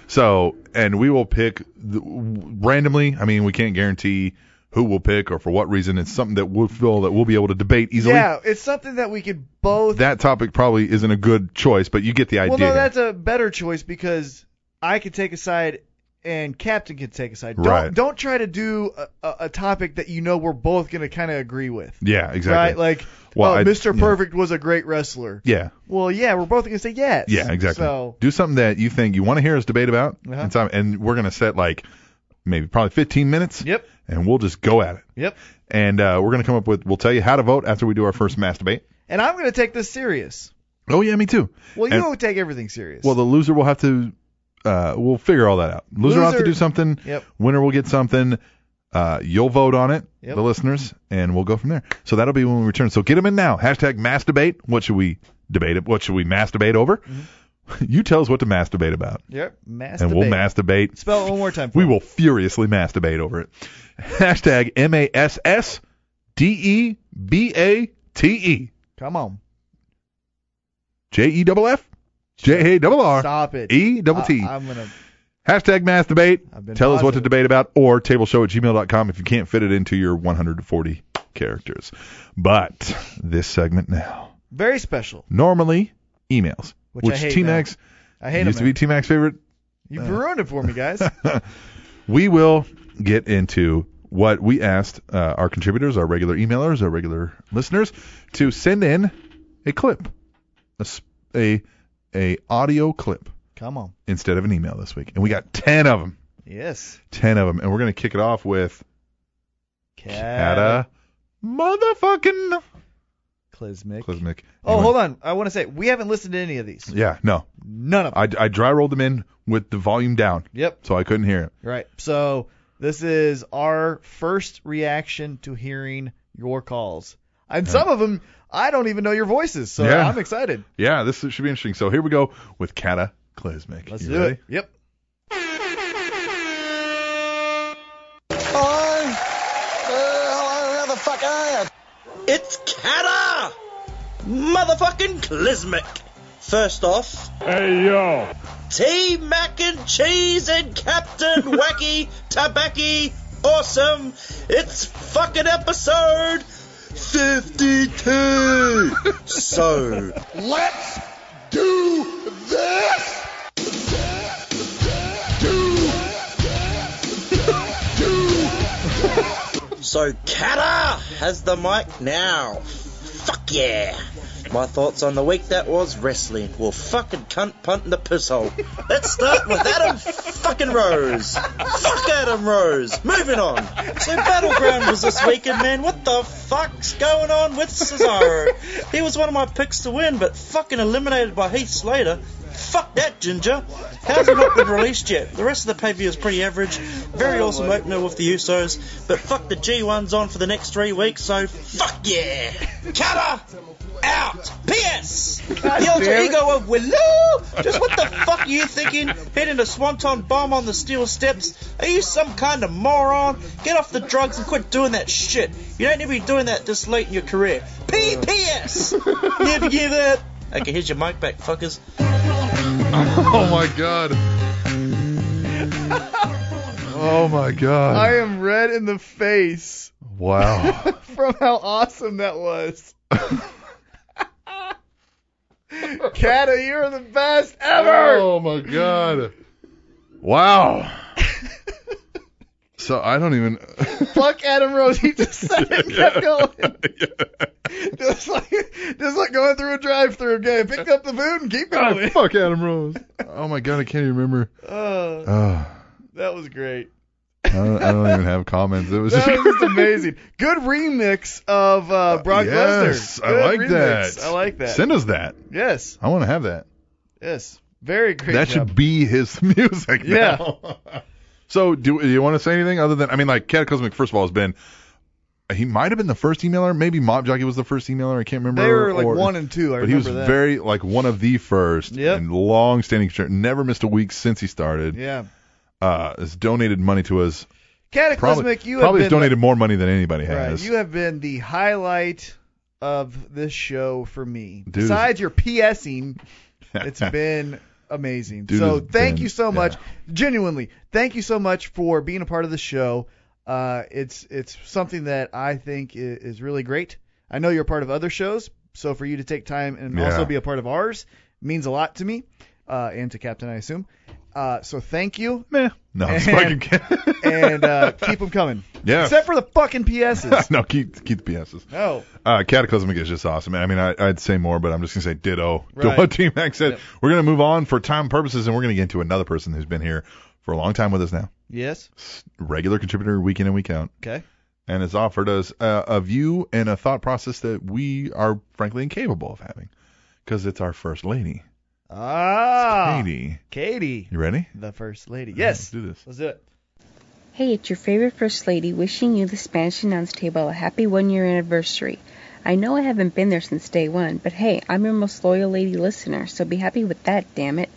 Speaker 2: So, and we will pick the, randomly. I mean, we can't guarantee who we'll pick or for what reason. It's something that we'll feel that we'll be able to debate easily.
Speaker 3: Yeah, it's something that we could both.
Speaker 2: That topic probably isn't a good choice, but you get the idea.
Speaker 3: well, no, that's a better choice because I could take a side and Captain could take a side. Don't
Speaker 2: Right.
Speaker 3: don't try to do a, a a topic that you know we're both gonna kind of agree with.
Speaker 2: yeah,
Speaker 3: Right?
Speaker 2: exactly.
Speaker 3: Like,
Speaker 2: Well,
Speaker 3: oh,
Speaker 2: I-
Speaker 3: Mr.
Speaker 2: yeah.
Speaker 3: Perfect was a great wrestler.
Speaker 2: yeah,
Speaker 3: Well, yeah, we're both gonna say yes.
Speaker 2: yeah, exactly.
Speaker 3: So
Speaker 2: Do something that you think you want to hear us debate about,
Speaker 3: Uh-huh.
Speaker 2: and, some- and we're gonna set like maybe probably 15 minutes.
Speaker 3: Yep.
Speaker 2: And we'll just go at it.
Speaker 3: Yep.
Speaker 2: And uh, we're gonna come up with. We'll tell you how to vote after we do our first masturbate.
Speaker 3: And I'm gonna take this serious.
Speaker 2: Oh yeah, me too.
Speaker 3: Well, you
Speaker 2: And-
Speaker 3: don't take everything serious.
Speaker 2: Well, the loser will have to. Uh, we'll figure all that out. Loser, will have to
Speaker 3: Loser-
Speaker 2: do something.
Speaker 3: Yep.
Speaker 2: Winner will get something. Uh, you'll vote on it,
Speaker 3: Yep.
Speaker 2: the listeners, and we'll go from there. So that'll be when we return. So get them in now. Hashtag masturbate. What should we debate? What should we masturbate over?
Speaker 3: Mm-hmm.
Speaker 2: You tell us what to masturbate about,
Speaker 3: yep. Masturbate.
Speaker 2: and we'll masturbate.
Speaker 3: Spell it one more time. For
Speaker 2: We
Speaker 3: me.
Speaker 2: will furiously masturbate over it. Hashtag M A S S D E B A T E
Speaker 3: Come on.
Speaker 2: J E double F J A double R
Speaker 3: Stop it.
Speaker 2: E double T.
Speaker 3: I, am gonna.
Speaker 2: Hashtag masturbate.
Speaker 3: I've been
Speaker 2: Tell us what to
Speaker 3: positive.
Speaker 2: debate about or tableshow at gmail.com if you can't fit it into your 140 characters. But this segment now.
Speaker 3: Very special.
Speaker 2: Normally, emails,
Speaker 3: Which
Speaker 2: which,
Speaker 3: I hate
Speaker 2: T Max
Speaker 3: I hate
Speaker 2: used to
Speaker 3: them.
Speaker 2: be T Max favorite.
Speaker 3: You've ruined it for me, guys.
Speaker 2: We will get into what we asked uh, our contributors, our regular emailers, our regular listeners to send in a clip, a, s- a, a audio clip
Speaker 3: Come on.
Speaker 2: instead of an email this week. And we got 10 of them.
Speaker 3: Yes.
Speaker 2: 10 of them. And we're going to kick it off with at
Speaker 3: Cat.
Speaker 2: a motherfucking
Speaker 3: Clismic.
Speaker 2: Clismic.
Speaker 3: Oh, hold on. I want to say we haven't listened to any of these.
Speaker 2: Yeah, no.
Speaker 3: None of them.
Speaker 2: I, I dry rolled them in with the volume down,
Speaker 3: Yep.
Speaker 2: so I couldn't hear it.
Speaker 3: Right. So this is our first reaction to hearing your calls, and some of them I don't even know your voices, so
Speaker 2: Yeah.
Speaker 3: I'm excited.
Speaker 2: Yeah, this should be interesting. So here we go with Cataclysmic.
Speaker 3: Let's
Speaker 2: You
Speaker 3: do
Speaker 2: ready?
Speaker 3: it. Yep.
Speaker 9: Uh, It's Kata! Motherfucking Clismic! First off,
Speaker 8: Hey, yo.
Speaker 9: tea, mac and cheese and Captain Wacky, Tabacky, awesome! It's fucking episode 52! so,
Speaker 1: Let's do this.
Speaker 9: So Kata has the mic now. Fuck yeah. My thoughts on the week that was wrestling. Well, fucking cunt, punt, and the pisshole. Let's start with Adam fucking Rose. Fuck Adam Rose. Moving on. So Battleground was this weekend, man. What the fuck's going on with Cesaro? He was one of my picks to win, but fucking eliminated by Heath Slater. Fuck that, Ginger. How's it not been released yet? The rest of the pay-per-view is pretty average. Very awesome opener with the Usos, but fuck the G1's on for the next three weeks, so fuck yeah. Cutter out. P.S. The alter ego of Willow. Just what the fuck are you thinking? Hitting a swanton bomb on the steel steps? Are you some kind of moron? Get off the drugs and quit doing that shit. You don't need to be doing that this late in your career. P.P.S. Never give that. Okay, here's your mic back, fuckers.
Speaker 2: Oh my god. oh my
Speaker 3: I
Speaker 2: god.
Speaker 3: am red in the face
Speaker 2: Wow.
Speaker 3: from how awesome that was. Kata, you're the best ever.
Speaker 2: oh my god. Wow. So I don't even.
Speaker 3: Fuck Adam Rose. He just said it. Kept going. Just like, just like going through a drive-through again. Pick up the food and keep going.
Speaker 2: Oh, Fuck Adam Rose. Oh my god, I can't even remember.
Speaker 3: Oh,
Speaker 2: Uh,
Speaker 3: that was great.
Speaker 2: I, don't, I don't even have comments. It was
Speaker 3: That
Speaker 2: just.
Speaker 3: was just amazing. Good remix of uh, Brock
Speaker 2: yes,
Speaker 3: Lesnar.
Speaker 2: I
Speaker 3: Good
Speaker 2: like
Speaker 3: remix.
Speaker 2: that.
Speaker 3: I like that.
Speaker 2: Send us that.
Speaker 3: yes,
Speaker 2: I want to have that.
Speaker 3: yes. Very great.
Speaker 2: that
Speaker 3: job.
Speaker 2: should be his music. now. so do, do you want to say anything other than I mean, like Cataclysmic? First of all, has been he might have been the first emailer. Maybe Mob Jockey was the first emailer. I can't remember.
Speaker 3: They were like
Speaker 2: or-
Speaker 3: one and two. I
Speaker 2: but he was
Speaker 3: remember that.
Speaker 2: very like one of the first
Speaker 3: Yep.
Speaker 2: and long-standing. contributor. Never missed a week since he started.
Speaker 3: yeah.
Speaker 2: Uh, has donated money to us. Probably,
Speaker 3: Cataclysmic, you
Speaker 2: probably
Speaker 3: have
Speaker 2: has
Speaker 3: been
Speaker 2: donated more money than anybody
Speaker 3: the, right,
Speaker 2: has.
Speaker 3: you have been the highlight of this show for me.
Speaker 2: Dude.
Speaker 3: Besides your PSing, it's been amazing.
Speaker 2: Dude
Speaker 3: so
Speaker 2: has
Speaker 3: thank
Speaker 2: been-
Speaker 3: you so much. Genuinely, thank you so much for being a part of the show. Uh, it's it's something that I think i- is, really great. I know you're a part of other shows, so for you to take time and
Speaker 2: Yeah.
Speaker 3: also be a part of ours means a lot to me uh, and to Captain, I assume. Uh, so thank you,
Speaker 2: no, it's
Speaker 3: And-
Speaker 2: fucking.
Speaker 3: and uh, keep them coming.
Speaker 2: yeah.
Speaker 3: Except for the fucking PSs.
Speaker 2: no, keep keep the PSs.
Speaker 3: no.
Speaker 2: Uh, Cataclysmic is just awesome. man. I mean, I, I'd say more, but I'm just gonna say ditto to
Speaker 3: Right.
Speaker 2: what Team Max said. We're gonna move on for time purposes, and we're gonna get into another person who's been here for a long time with us now,
Speaker 3: Yes.
Speaker 2: regular contributor week in and week out,
Speaker 3: Okay.
Speaker 2: and has offered us uh, a view and a thought process that we are frankly incapable of having. Because it's our first lady,
Speaker 3: Ah,
Speaker 2: Katie.
Speaker 3: Katie,
Speaker 2: You ready?
Speaker 3: the first lady. Yes,
Speaker 2: Let's do this.
Speaker 3: let's do it.
Speaker 10: Hey, it's your favorite First Lady wishing you, the Spanish Announce Table, a happy one year anniversary. I know I haven't been there since day one, but hey, I'm your most loyal lady listener, so be happy with that, damn it.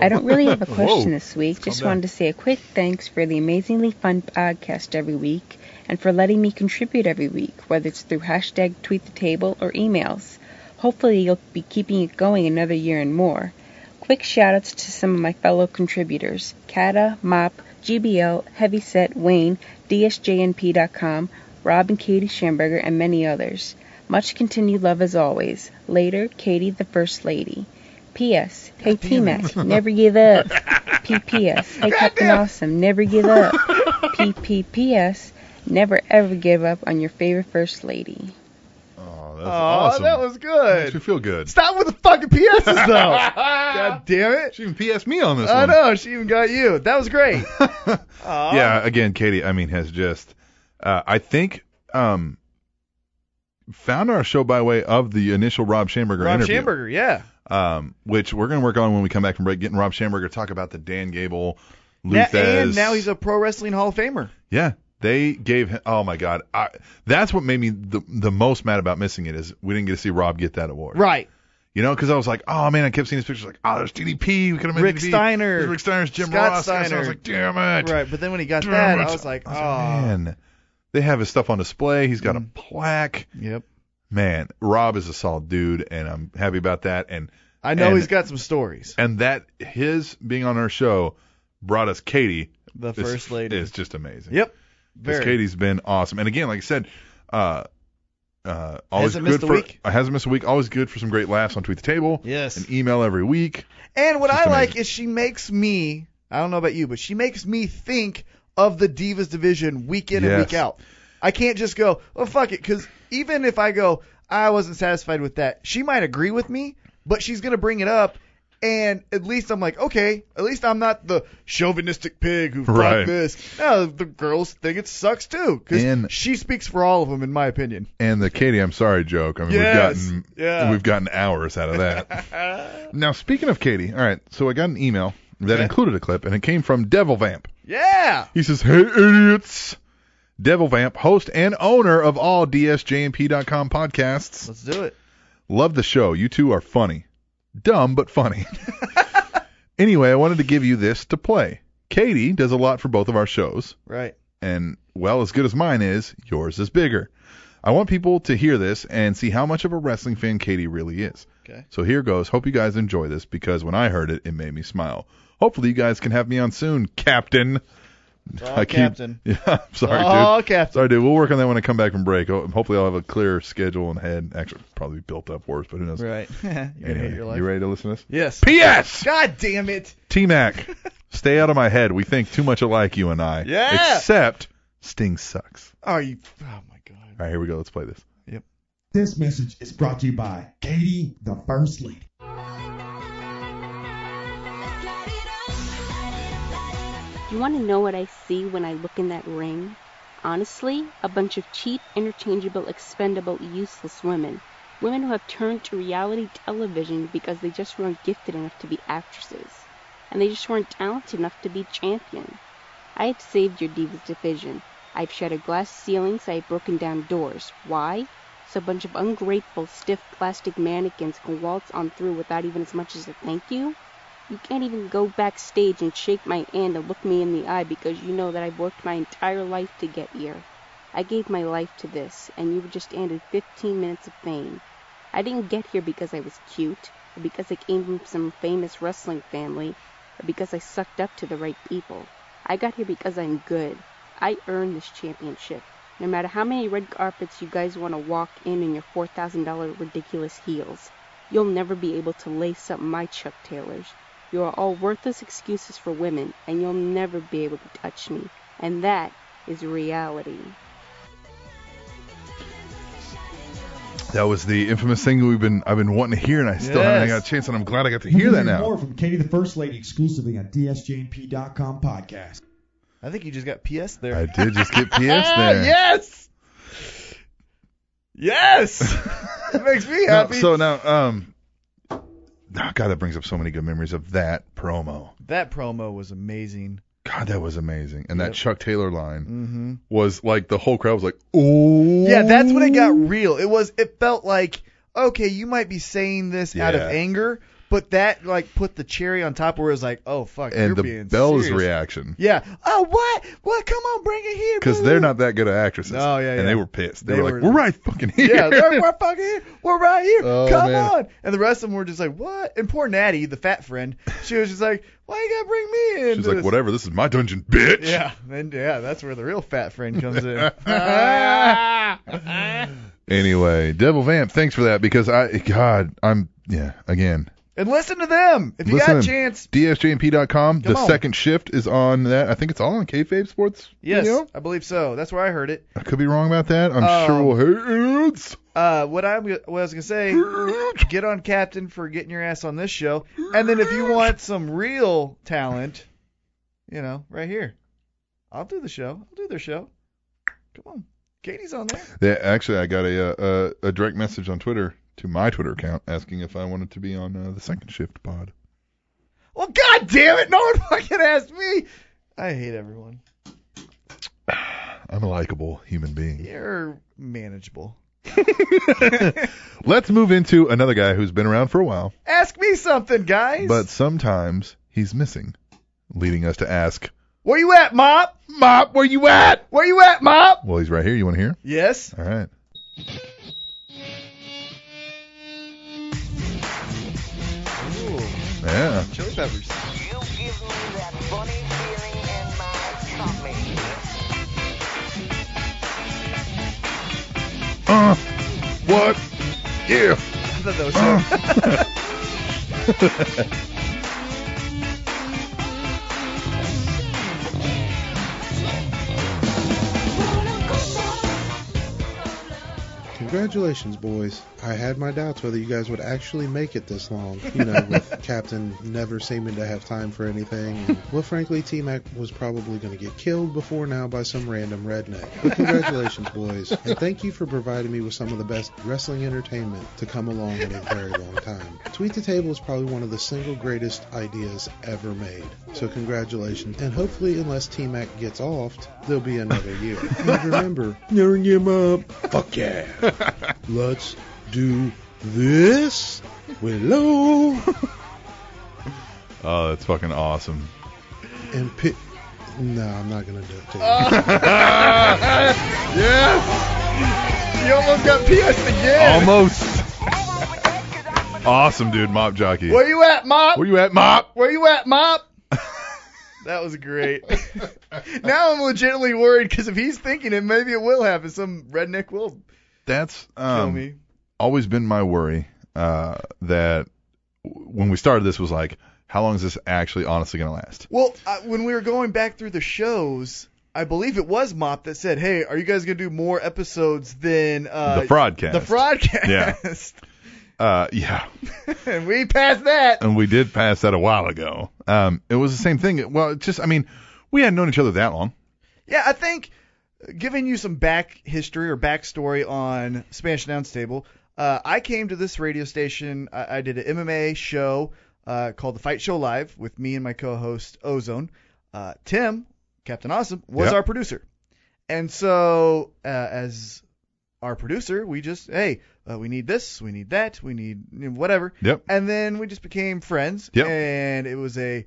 Speaker 10: I don't really have a question this week, just wanted to say a quick thanks for the amazingly fun podcast every week and for letting me contribute every week, whether it's through hashtag tweet the table or emails. Hopefully, you'll be keeping it going another year and more. Quick shoutouts to some of my fellow contributors Kata, Mop, GBL, Heavyset, Wayne, DSJNP.com, Rob and Katie Schamberger, and many others. Much continued love as always. Later, Katie the First Lady. P.S. Hey T Mac, never give up. P.P.S. Hey Captain Awesome, never give up. P.P.P.S. Never ever give up on your favorite First Lady.
Speaker 2: Oh, that's
Speaker 3: Oh,
Speaker 2: awesome.
Speaker 3: that was
Speaker 2: Makes me
Speaker 3: good.
Speaker 2: feel good.
Speaker 3: Stop with the fucking PSs though. God damn it.
Speaker 2: She even PS me on this
Speaker 3: I
Speaker 2: one.
Speaker 3: know she even got you. That was great. Aw.
Speaker 2: yeah, again, Katie, I mean, has just, uh, I think, um, found our show by way of the initial Rob Schamberger
Speaker 3: Rob
Speaker 2: interview,
Speaker 3: Schamberger. Yeah.
Speaker 2: um, which we're going to work on when we come back from break, getting Rob Schamberger to talk about the Dan Gable,
Speaker 3: Now-
Speaker 2: Luthes.
Speaker 3: and now he's a pro wrestling Hall of Famer.
Speaker 2: yeah, they gave him, oh my God. I, that's what made me the, the most mad about missing it is we didn't get to see Rob get that award.
Speaker 3: Right.
Speaker 2: You know, because I was like, oh man, I kept seeing his pictures like, oh, there's DDP. We could have made
Speaker 3: Rick
Speaker 2: DDP.
Speaker 3: Steiner.
Speaker 2: There's Rick Steiner's Jim
Speaker 3: Scott
Speaker 2: Ross. And I
Speaker 3: Steiner.
Speaker 2: was like, damn it.
Speaker 3: Right. But then when he got
Speaker 2: Damn
Speaker 3: that,
Speaker 2: it.
Speaker 3: I was like, oh.
Speaker 2: man, they have his stuff on display. He's got a plaque.
Speaker 3: Yep.
Speaker 2: Man, Rob is a solid dude, and I'm happy about that. And
Speaker 3: I know
Speaker 2: And-
Speaker 3: he's got some stories.
Speaker 2: and that his being on our show brought us Katie.
Speaker 3: The
Speaker 2: is-
Speaker 3: first lady.
Speaker 2: is just amazing.
Speaker 3: Yep.
Speaker 2: 'Cause
Speaker 3: Very.
Speaker 2: Katie's been awesome. And again, like I said, uh, uh, always
Speaker 3: Hasn't
Speaker 2: good
Speaker 3: missed a
Speaker 2: for
Speaker 3: week.
Speaker 2: uh, hasn't missed a week. Always good for some great laughs on Tweet the Table.
Speaker 3: Yes.
Speaker 2: An email every week.
Speaker 3: And what I
Speaker 2: Just
Speaker 3: like
Speaker 2: amazing.
Speaker 3: is she makes me, I don't know about you, but she makes me think of the Divas division week in and
Speaker 2: Yes.
Speaker 3: week out. I can't just go, oh, fuck it. Because even if I go, I wasn't satisfied with that, she might agree with me, but she's going to bring it up. And at least I'm like, okay, at least I'm not the chauvinistic pig who fucked
Speaker 2: Right.
Speaker 3: this. No, the girls think it sucks too. Because
Speaker 2: And-
Speaker 3: she speaks for all of them, in my opinion.
Speaker 2: And the Katie, I'm sorry joke. I mean,
Speaker 3: Yes.
Speaker 2: we've gotten
Speaker 3: Yeah.
Speaker 2: we've gotten hours out of that. now, speaking of Katie, all right. So I got an email that included a clip, and it came from Devil Vamp.
Speaker 3: Yeah.
Speaker 2: He says, "Hey idiots, Devil Vamp, host and owner of all DSJMP.com podcasts.
Speaker 3: Let's do it.
Speaker 2: Love the show. You two are funny, dumb but funny. anyway, I wanted to give you this to play. Katie does a lot for both of our shows
Speaker 3: Right.
Speaker 2: and well, as good as mine is, yours is bigger. I want people to hear this and see how much of a wrestling fan Katie really is.
Speaker 3: Okay.
Speaker 2: So here goes. Hope you guys enjoy this because when I heard it, it made me smile. Hopefully, you guys can have me on soon, Captain. I keep-
Speaker 3: Captain.
Speaker 2: Yeah, I'm sorry,
Speaker 3: oh,
Speaker 2: dude.
Speaker 3: Captain.
Speaker 2: Sorry, dude. We'll work on that when I come back from break. Oh, Hopefully, I'll have a clearer schedule and head. Actually, probably built up worse, but who knows?
Speaker 3: Right. You're going to
Speaker 2: Anyway,
Speaker 3: hate your life.
Speaker 2: you ready to listen to this?
Speaker 3: Yes.
Speaker 2: P.S.
Speaker 3: God damn it.
Speaker 2: T Mac, stay out of my head. We think too much alike, you and I.
Speaker 3: Yeah.
Speaker 2: Except Sting sucks.
Speaker 3: Oh, you. Oh my God.
Speaker 2: All right, here we go. Let's play this.
Speaker 11: This message is brought to you by Katie, the First Lady.
Speaker 10: You want to know what I see when I look in that ring? Honestly, a bunch of cheap, interchangeable, expendable, useless women. Women who have turned to reality television because they just weren't gifted enough to be actresses. And they just weren't talented enough to be champion. I have saved your Divas division. I've shattered glass ceilings, I have broken down doors. Why? So a bunch of ungrateful, stiff plastic mannequins can waltz on through without even as much as a thank you? You can't even go backstage and shake my hand and look me in the eye because you know that I've worked my entire life to get here. I gave my life to this, and you were just handed 15 minutes of fame. I didn't get here because I was cute, or because I came from some famous wrestling family, or because I sucked up to the right people. I got here because I'm good. I earned this championship. No matter how many red carpets you guys want to walk in in your $4,000 ridiculous heels, you'll never be able to lace up my Chuck Taylors. You are all worthless excuses for women, and you'll never be able to touch me. And that is reality.
Speaker 2: That was the infamous thing we've been I've been wanting to hear, and I still haven't
Speaker 3: Yes.
Speaker 2: got a chance, and I'm glad I got to
Speaker 11: You
Speaker 2: hear
Speaker 11: can
Speaker 2: that now.
Speaker 11: More from Katie, the First Lady, exclusively on DSJNP.com podcast.
Speaker 3: I think you just got PS there.
Speaker 2: I did just get PS there.
Speaker 3: yes. Yes. it makes me
Speaker 2: Now-
Speaker 3: happy.
Speaker 2: so now, um, oh, God, that brings up so many good memories of that promo.
Speaker 3: That promo was amazing.
Speaker 2: God, that was amazing. And that
Speaker 3: Yep.
Speaker 2: Chuck Taylor line
Speaker 3: Mm-hmm.
Speaker 2: was like the whole crowd was like, "Ooh."
Speaker 3: Yeah, that's when it got real. It was. It felt like okay, you might be saying this out of
Speaker 2: Yeah.
Speaker 3: anger, but that like put the cherry on top where it was like, oh fuck, you're
Speaker 2: and the
Speaker 3: being
Speaker 2: Bell's
Speaker 3: serious.
Speaker 2: reaction
Speaker 3: Yeah. Oh what? What? Come on, bring it here.
Speaker 2: because
Speaker 3: boo.
Speaker 2: they're not that good of actresses.
Speaker 3: No, yeah,
Speaker 2: And
Speaker 3: yeah.
Speaker 2: they were pissed. They,
Speaker 3: They
Speaker 2: were like,
Speaker 3: were-
Speaker 2: "We're right fucking here."
Speaker 3: Yeah, they're, we're fucking here. We're right here.
Speaker 2: Oh,
Speaker 3: Come
Speaker 2: man.
Speaker 3: on. And the rest of them were just like, what? And poor Natty, the fat friend, she was just like, why you gotta bring me in?
Speaker 2: She's
Speaker 3: to
Speaker 2: like,
Speaker 3: this?
Speaker 2: "Whatever, this is my dungeon, bitch."
Speaker 3: Yeah, and yeah, that's where the real fat friend comes in.
Speaker 2: Anyway, Devil Vamp, thanks for that because I, God, I'm, yeah, again,
Speaker 3: and listen to them if you got a
Speaker 2: Listen.
Speaker 3: chance.
Speaker 2: DSJNP.com. The
Speaker 3: Come on.
Speaker 2: second shift is on that. I think it's all on Kayfabe Sports.
Speaker 3: Yes,
Speaker 2: Radio.
Speaker 3: I believe so. That's where I heard it.
Speaker 2: I could be wrong about that. I'm sure
Speaker 3: Um,
Speaker 2: we'll hear it.
Speaker 3: Uh, what I'm what I was gonna say, get on Captain for getting your ass on this show, and then if you want some real talent, you know, right here, I'll do the show. I'll do their show. Come on, Katie's on there.
Speaker 2: Yeah, actually, I got a, uh, a a direct message on Twitter to my Twitter account asking if I wanted to be on uh, the second shift pod.
Speaker 3: Well, god damn it, no one fucking asked me. I hate everyone.
Speaker 2: I'm a likable human being.
Speaker 3: You're manageable.
Speaker 2: Let's move into another guy who's been around for a while,
Speaker 3: Ask me something, guys.
Speaker 2: but sometimes he's missing, leading us to ask,
Speaker 3: where you at, Mop?
Speaker 2: Mop, where you at?
Speaker 3: Where you at, Mop?
Speaker 2: Well, he's right here. You want to hear?
Speaker 3: Yes.
Speaker 2: All right.
Speaker 3: Ooh,
Speaker 2: Yeah.
Speaker 3: chili peppers.
Speaker 7: You give me that funny feeling in my tummy.
Speaker 2: Uh, what? Yeah.
Speaker 3: I thought that was
Speaker 2: Uh.
Speaker 12: Congratulations, boys. I had my doubts whether you guys would actually make it this long, you know, with Captain never seeming to have time for anything. And, well, frankly, T Mac was probably going to get killed before now by some random redneck. But congratulations, boys. And thank you for providing me with some of the best wrestling entertainment to come along in a very long time. Tweet the Table is probably one of the single greatest ideas ever made. So, congratulations. And hopefully, unless T Mac gets offed, there'll be another year. And remember, never give up. Fuck yeah. Let's do this. Willow
Speaker 2: Oh, that's fucking awesome.
Speaker 12: and pit. No, I'm not gonna do it. To you.
Speaker 2: yes.
Speaker 3: You almost got pierced again.
Speaker 2: Almost. awesome, dude. Mop jockey.
Speaker 3: Where you at, Mop?
Speaker 2: Where you at, Mop?
Speaker 3: Where you at, Mop? that was great. now I'm legitimately worried because if he's thinking it, maybe it will happen. Some redneck will kill
Speaker 2: That's um,
Speaker 3: me.
Speaker 2: always been my worry uh, that w- when we started this was like, how long is this actually honestly going to last?
Speaker 3: Well, uh, when we were going back through the shows, I believe it was Mop that said, "Hey, are you guys gonna do more episodes than uh,
Speaker 2: the fraudcast.
Speaker 3: The fraudcast.
Speaker 2: Uh, yeah.
Speaker 3: and we passed that.
Speaker 2: and we did pass that a while ago. Um, it was the same thing. Well, it just I mean, we hadn't known each other that long.
Speaker 3: Yeah, I think uh, giving you some back history or backstory on Spanish Announce Table, uh, I came to this radio station. I, I did an MMA show uh, called The Fight Show Live with me and my co host Ozone. Uh, Tim, Captain Awesome, was
Speaker 2: Yep.
Speaker 3: our producer. And so, uh, as our producer, we just, hey, uh, we need this, we need that, we need you know, whatever.
Speaker 2: Yep.
Speaker 3: And then we just became friends.
Speaker 2: Yep.
Speaker 3: And it was a,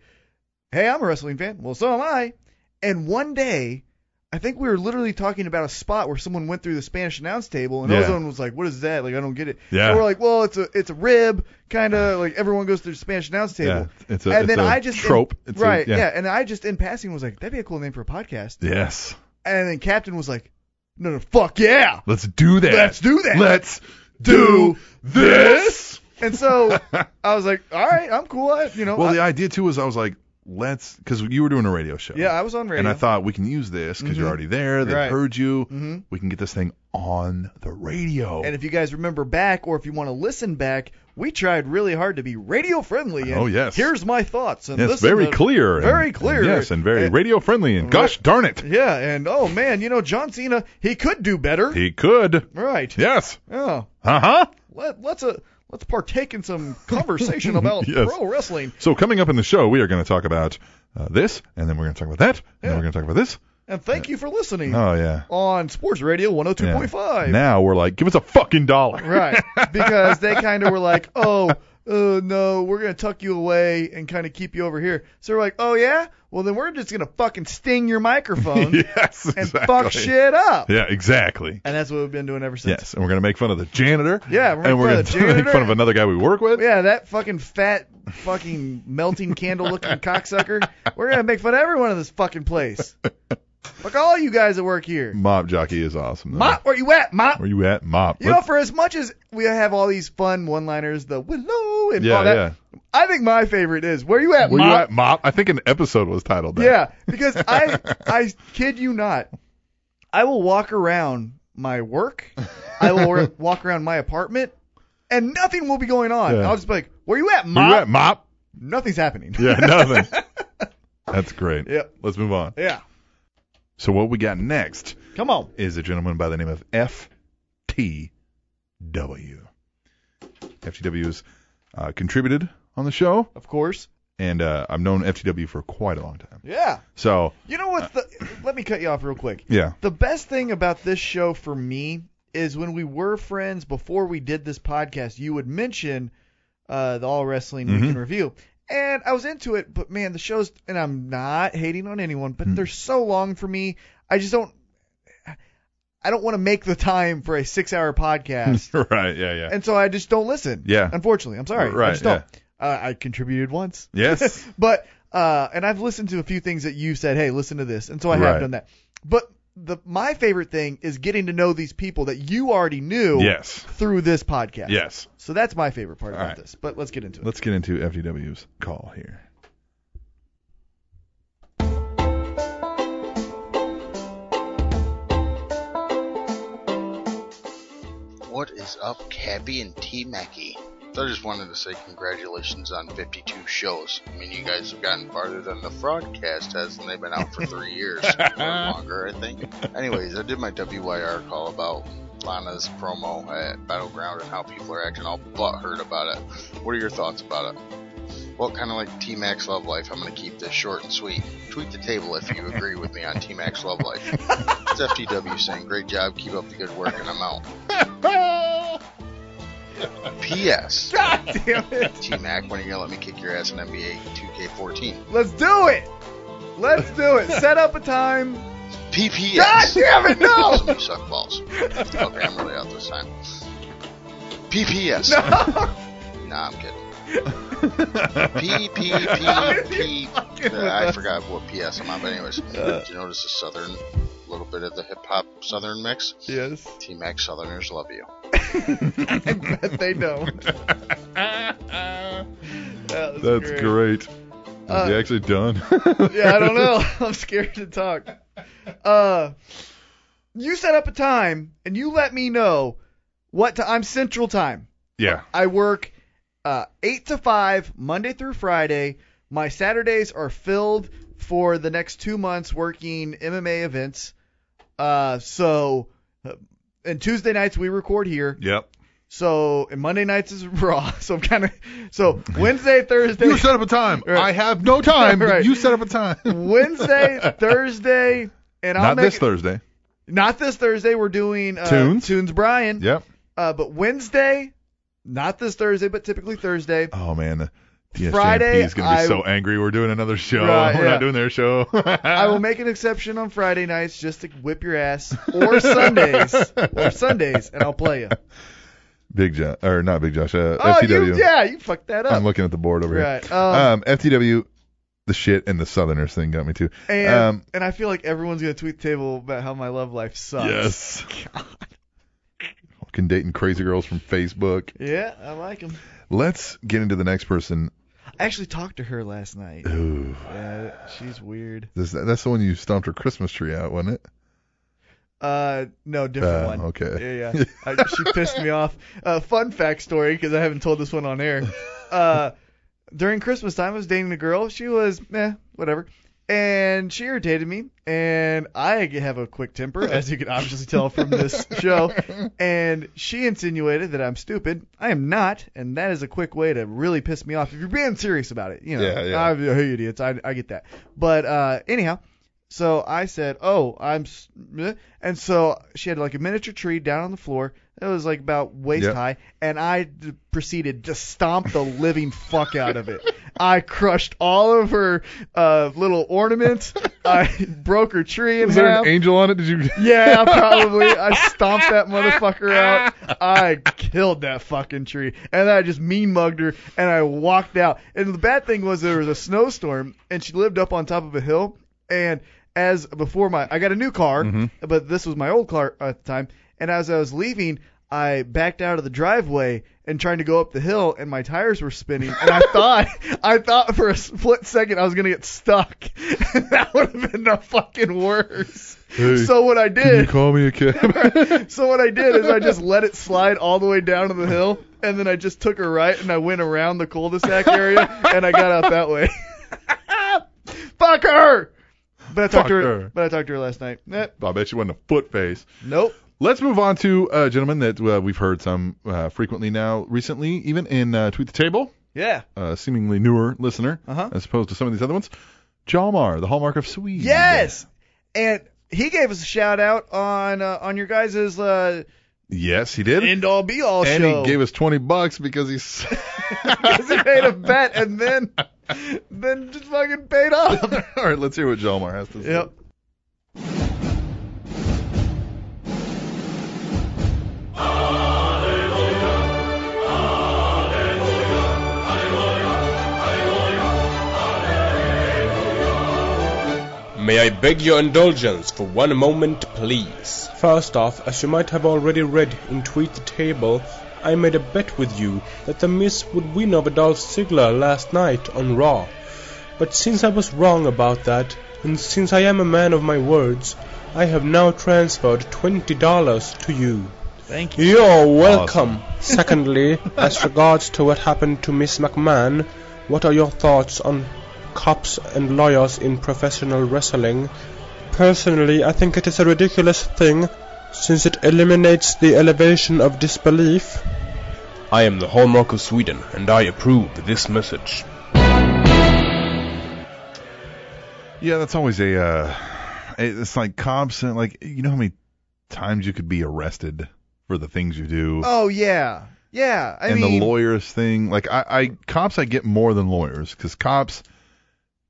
Speaker 3: hey, I'm a wrestling fan. Well, so am I. And one day, I think we were literally talking about a spot where someone went through the Spanish announce table, and
Speaker 2: Yeah.
Speaker 3: Ozone was like, "What is that? Like, I don't get it."
Speaker 2: Yeah.
Speaker 3: So we're like, "Well, it's a it's a rib, kind of like everyone goes through the Spanish announce
Speaker 2: Yeah.
Speaker 3: table."
Speaker 2: It's a,
Speaker 3: and
Speaker 2: it's
Speaker 3: then
Speaker 2: a
Speaker 3: I just
Speaker 2: trope.
Speaker 3: In,
Speaker 2: It's a-
Speaker 3: right,
Speaker 2: yeah.
Speaker 3: And I just in passing was like, "That'd be a cool name for a podcast."
Speaker 2: Yes.
Speaker 3: And then Captain was like, "No, no, fuck yeah!"
Speaker 2: Let's do that.
Speaker 3: Let's do that.
Speaker 2: Let's do this.
Speaker 3: And so I was like, "All right, I'm cool." I, you know,
Speaker 2: Well,
Speaker 3: I-
Speaker 2: the idea too was I was like, let's, because you were doing a radio show.
Speaker 3: yeah, I was on radio.
Speaker 2: And I thought we can use this because you're
Speaker 3: Mhm.
Speaker 2: already there. They
Speaker 3: Right.
Speaker 2: heard you.
Speaker 3: hmm
Speaker 2: We can get this thing on the radio.
Speaker 3: And if you guys remember back, or if you want to listen back, we tried really hard to be radio friendly. and
Speaker 2: Oh, yes.
Speaker 3: Here's my thoughts. And
Speaker 2: yes,
Speaker 3: listen
Speaker 2: very
Speaker 3: to-
Speaker 2: clear. and-
Speaker 3: Very
Speaker 2: and
Speaker 3: clear.
Speaker 2: yes, and very
Speaker 3: And-
Speaker 2: radio friendly. And gosh darn it,
Speaker 3: Yeah, and oh man, you know John Cena, he could do better.
Speaker 2: he could.
Speaker 3: right.
Speaker 2: Yes.
Speaker 3: Oh,
Speaker 2: Uh huh.
Speaker 3: let, let's uh, let's partake in some conversation about
Speaker 2: Yes.
Speaker 3: pro wrestling.
Speaker 2: So coming up in the show, we are going to talk about uh, this, and then we're going to talk about that, and then
Speaker 3: Yeah.
Speaker 2: we're going to talk about this.
Speaker 3: And thank you for listening
Speaker 2: Oh yeah.
Speaker 3: on Sports Radio
Speaker 2: Yeah.
Speaker 3: 102.5.
Speaker 2: Now we're like, give us a fucking dollar.
Speaker 3: Right. Because they kind of were like, oh, uh, no, we're going to tuck you away and kind of keep you over here. So we're like, oh, yeah? Well, then we're just going to fucking sting your microphone
Speaker 2: yes.
Speaker 3: and
Speaker 2: Exactly.
Speaker 3: fuck shit up.
Speaker 2: Yeah, exactly.
Speaker 3: And that's what we've been doing ever since.
Speaker 2: Yes, and we're gonna make fun of the janitor.
Speaker 3: Yeah, we're
Speaker 2: and
Speaker 3: gonna
Speaker 2: we're
Speaker 3: make
Speaker 2: gonna
Speaker 3: fun of the
Speaker 2: make
Speaker 3: janitor.
Speaker 2: fun of another guy we work with.
Speaker 3: Yeah, that fucking fat, fucking melting candle looking cocksucker. We're going to make fun of everyone in this fucking place. Fuck all you guys that work here.
Speaker 2: Mop jockey is awesome. though.
Speaker 3: Mop, where you at, Mop?
Speaker 2: Where you at, Mop?
Speaker 3: You know, for as much as we have all these fun one liners, the willow and
Speaker 2: yeah,
Speaker 3: all that,
Speaker 2: yeah.
Speaker 3: I think my favorite is where you at,
Speaker 2: Where
Speaker 3: Mop?
Speaker 2: you at, Mop? I think an episode was titled that.
Speaker 3: Yeah, because I I kid you not, I will walk around my work, I will wor- walk around my apartment, and nothing will be going on.
Speaker 2: Yeah.
Speaker 3: I'll just be like, "Where you at,
Speaker 2: Where
Speaker 3: mom?
Speaker 2: you at, Mop?
Speaker 3: Nothing's happening."
Speaker 2: Yeah, nothing. That's great.
Speaker 3: Yep.
Speaker 2: Let's move on.
Speaker 3: Yeah.
Speaker 2: So what we got next
Speaker 3: Come on.
Speaker 2: is a gentleman by the name of FTW. FTW has uh, contributed on the show,
Speaker 3: Of course.
Speaker 2: and uh, I've known FTW for quite a long time.
Speaker 3: Yeah.
Speaker 2: So
Speaker 3: You know what's the? Let me cut you off real quick.
Speaker 2: yeah,
Speaker 3: The best thing about this show for me is when we were friends before we did this podcast, you would mention uh, the All Wrestling
Speaker 2: Mhm.
Speaker 3: Weekend Review. And I was into it, but man, the shows, and I'm not hating on anyone,
Speaker 2: Mm-hmm.
Speaker 3: but they're so long for me. I just don't, I don't want to make the time for a six hour podcast.
Speaker 2: right, yeah, yeah.
Speaker 3: and so I just don't listen.
Speaker 2: Yeah.
Speaker 3: Unfortunately, I'm sorry.
Speaker 2: Right,
Speaker 3: I just don't. Uh, I contributed once.
Speaker 2: yes.
Speaker 3: But uh, and I've listened to a few things that you said. Hey, listen to this, and so I
Speaker 2: Right.
Speaker 3: have done that. But the my favorite thing is getting to know these people that you already knew
Speaker 2: Yes.
Speaker 3: through this podcast.
Speaker 2: Yes.
Speaker 3: So that's my favorite part about
Speaker 2: right.
Speaker 3: this. But let's get into it.
Speaker 2: Let's get into FTW's call here.
Speaker 5: What is up, Cabby and T Mackey? I just wanted to say congratulations on 52 shows. I mean, you guys have gotten farther than the broadcast has, and they've been out for three years or longer, I think. Anyways, I did my WYR call about Lana's promo at Battleground and how people are acting all butthurt about it. What are your thoughts about it? Well, kind of like T Max Love Life, I'm going to keep this short and sweet. Tweet the table if you agree with me on T Max Love Life. It's FTW saying, great job, keep up the good work, and I'm out. P.S.
Speaker 3: God damn it!
Speaker 5: T Mac, when are you gonna let me kick your ass in NBA 2K14?
Speaker 3: Let's do it. Let's do it. Set up a time.
Speaker 5: PPS.
Speaker 3: God damn it! No.
Speaker 5: Some of you suck balls. Okay, I'm really out this time. PPS. Nah, I'm kidding. P P P P. I forgot what PS I'm on, but anyways, did you notice the southern, little bit of the hip hop southern mix?
Speaker 3: Yes.
Speaker 5: T Mac Southerners love you.
Speaker 3: I bet they don't. That was
Speaker 2: That's
Speaker 3: great.
Speaker 2: great. Is
Speaker 3: Uh,
Speaker 2: he actually done?
Speaker 3: yeah, I don't know. I'm scared to talk. Uh, you set up a time and you let me know what time. I'm Central Time.
Speaker 2: yeah.
Speaker 3: I work uh, eight to five Monday through Friday. My Saturdays are filled for the next two months working MMA events. Uh, so, uh, and Tuesday nights we record here.
Speaker 2: Yep.
Speaker 3: So, and Monday nights is Raw. So I'm kind of so Wednesday, Thursday.
Speaker 2: You set up a time.
Speaker 3: Right.
Speaker 2: I have no time. but
Speaker 3: Right.
Speaker 2: You set up a time.
Speaker 3: Wednesday, Thursday, and I'll
Speaker 2: Not
Speaker 3: make
Speaker 2: this Thursday.
Speaker 3: not this Thursday. We're doing uh,
Speaker 2: Tunes?
Speaker 3: Tunes Brian.
Speaker 2: Yep.
Speaker 3: Uh, but Wednesday, not this Thursday, but typically Thursday.
Speaker 2: Oh man, the DSJMP
Speaker 3: Friday,
Speaker 2: is gonna be
Speaker 3: I-
Speaker 2: so angry. We're doing another show.
Speaker 3: Right,
Speaker 2: We're
Speaker 3: yeah.
Speaker 2: not doing their show.
Speaker 3: I will make an exception on Friday nights just to whip your ass, or Sundays, or Sundays, and I'll play you.
Speaker 2: Big Josh, or not Big Josh. Uh,
Speaker 3: Oh,
Speaker 2: FTW.
Speaker 3: you, yeah, you fucked that up.
Speaker 2: I'm looking at the board over
Speaker 3: right.
Speaker 2: here.
Speaker 3: Um,
Speaker 2: Um, FTW, the shit and the Southerners thing got me too.
Speaker 3: and
Speaker 2: um,
Speaker 3: and I feel like everyone's gonna tweet the table about how my love life sucks.
Speaker 2: Yes. Fucking dating crazy girls from Facebook.
Speaker 3: Yeah, I like him.
Speaker 2: Let's get into the next person.
Speaker 3: I actually talked to her last night.
Speaker 2: Ooh,
Speaker 3: Yeah, she's weird.
Speaker 2: this, that's the one you stomped her Christmas tree out, wasn't it?
Speaker 3: Uh, no, different
Speaker 2: Uh,
Speaker 3: one.
Speaker 2: okay.
Speaker 3: Yeah, yeah. I, she pissed me off. Uh, fun fact story because I haven't told this one on air. Uh, during Christmas time, I was dating a girl. She was meh, whatever. and she irritated me, and I have a quick temper, as you can obviously tell from this show. And she insinuated that I'm stupid. I am not, and that is a quick way to really piss me off if you're being serious about it. You know,
Speaker 2: Yeah, yeah.
Speaker 3: I, hey idiots, I, I get that. But uh, anyhow, so I said, "Oh, I'm," s- meh." and so she had like a miniature tree down on the floor. It was like about waist
Speaker 2: Yep.
Speaker 3: high, and I d- proceeded to stomp the living fuck out of it. I crushed all of her uh, little ornaments. I broke her tree in
Speaker 2: Was there
Speaker 3: half.
Speaker 2: an angel on it? Did you?
Speaker 3: yeah, probably. I stomped that motherfucker out. I killed that fucking tree, and then I just mean mugged her, and I walked out. And the bad thing was there was a snowstorm, and she lived up on top of a hill. And as before my, I got a new car, but this was my old car at the time. And as I was leaving, I backed out of the driveway and trying to go up the hill, and my tires were spinning. And I thought, I thought for a split second I was gonna get stuck. that would have been the fucking worst.
Speaker 2: Hey,
Speaker 3: So what I
Speaker 2: can you
Speaker 3: did,
Speaker 2: call me a cab?
Speaker 3: so what I did is I just let it slide all the way down to the hill, and then I just took her right and I went around the cul-de-sac area and I got out that way. Fuck her. But I talked
Speaker 2: Fuck
Speaker 3: to her,
Speaker 2: her.
Speaker 3: But I talked to her last night. Eh,
Speaker 2: I bet she wasn't a foot face.
Speaker 3: nope.
Speaker 2: Let's move on to uh, gentlemen that uh, we've heard some uh, frequently now, recently, even in uh, Tweet the Table,
Speaker 3: Yeah.
Speaker 2: uh, seemingly newer listener
Speaker 3: Uh-huh.
Speaker 2: as opposed to some of these other ones. Jalmar, the hallmark of Sweden.
Speaker 3: Yes. And he gave us a shout out on uh, on your guys' uh,
Speaker 2: Yes, he did.
Speaker 3: end all be all
Speaker 2: and
Speaker 3: show.
Speaker 2: he gave us 20 bucks because he's.
Speaker 3: 'Cause he made a bet and then then just fucking paid off.
Speaker 2: All right, let's hear what Jalmar has to say.
Speaker 3: Yep.
Speaker 13: May I beg your indulgence for one moment, please? First off, as you might have already read in Tweet the Table, I made a bet with you that The Miz would win over Dolph Ziggler last night on Raw. But since I was wrong about that, and since I am a man of my words, I have now transferred $20 to you.
Speaker 3: Thank you.
Speaker 13: You're welcome. Secondly, as regards to what happened to Miss McMahon, what are your thoughts on cops and lawyers in professional wrestling? Personally, I think it is a ridiculous thing since it eliminates the elevation of disbelief. I am the hallmark of Sweden, and I approve this message.
Speaker 2: Yeah, that's always a. Uh, it's like cops and like you know how many times you could be arrested for the things you do.
Speaker 3: Oh yeah. Yeah. I
Speaker 2: and
Speaker 3: mean
Speaker 2: the lawyers thing, like I, I cops, I get more than lawyers because cops,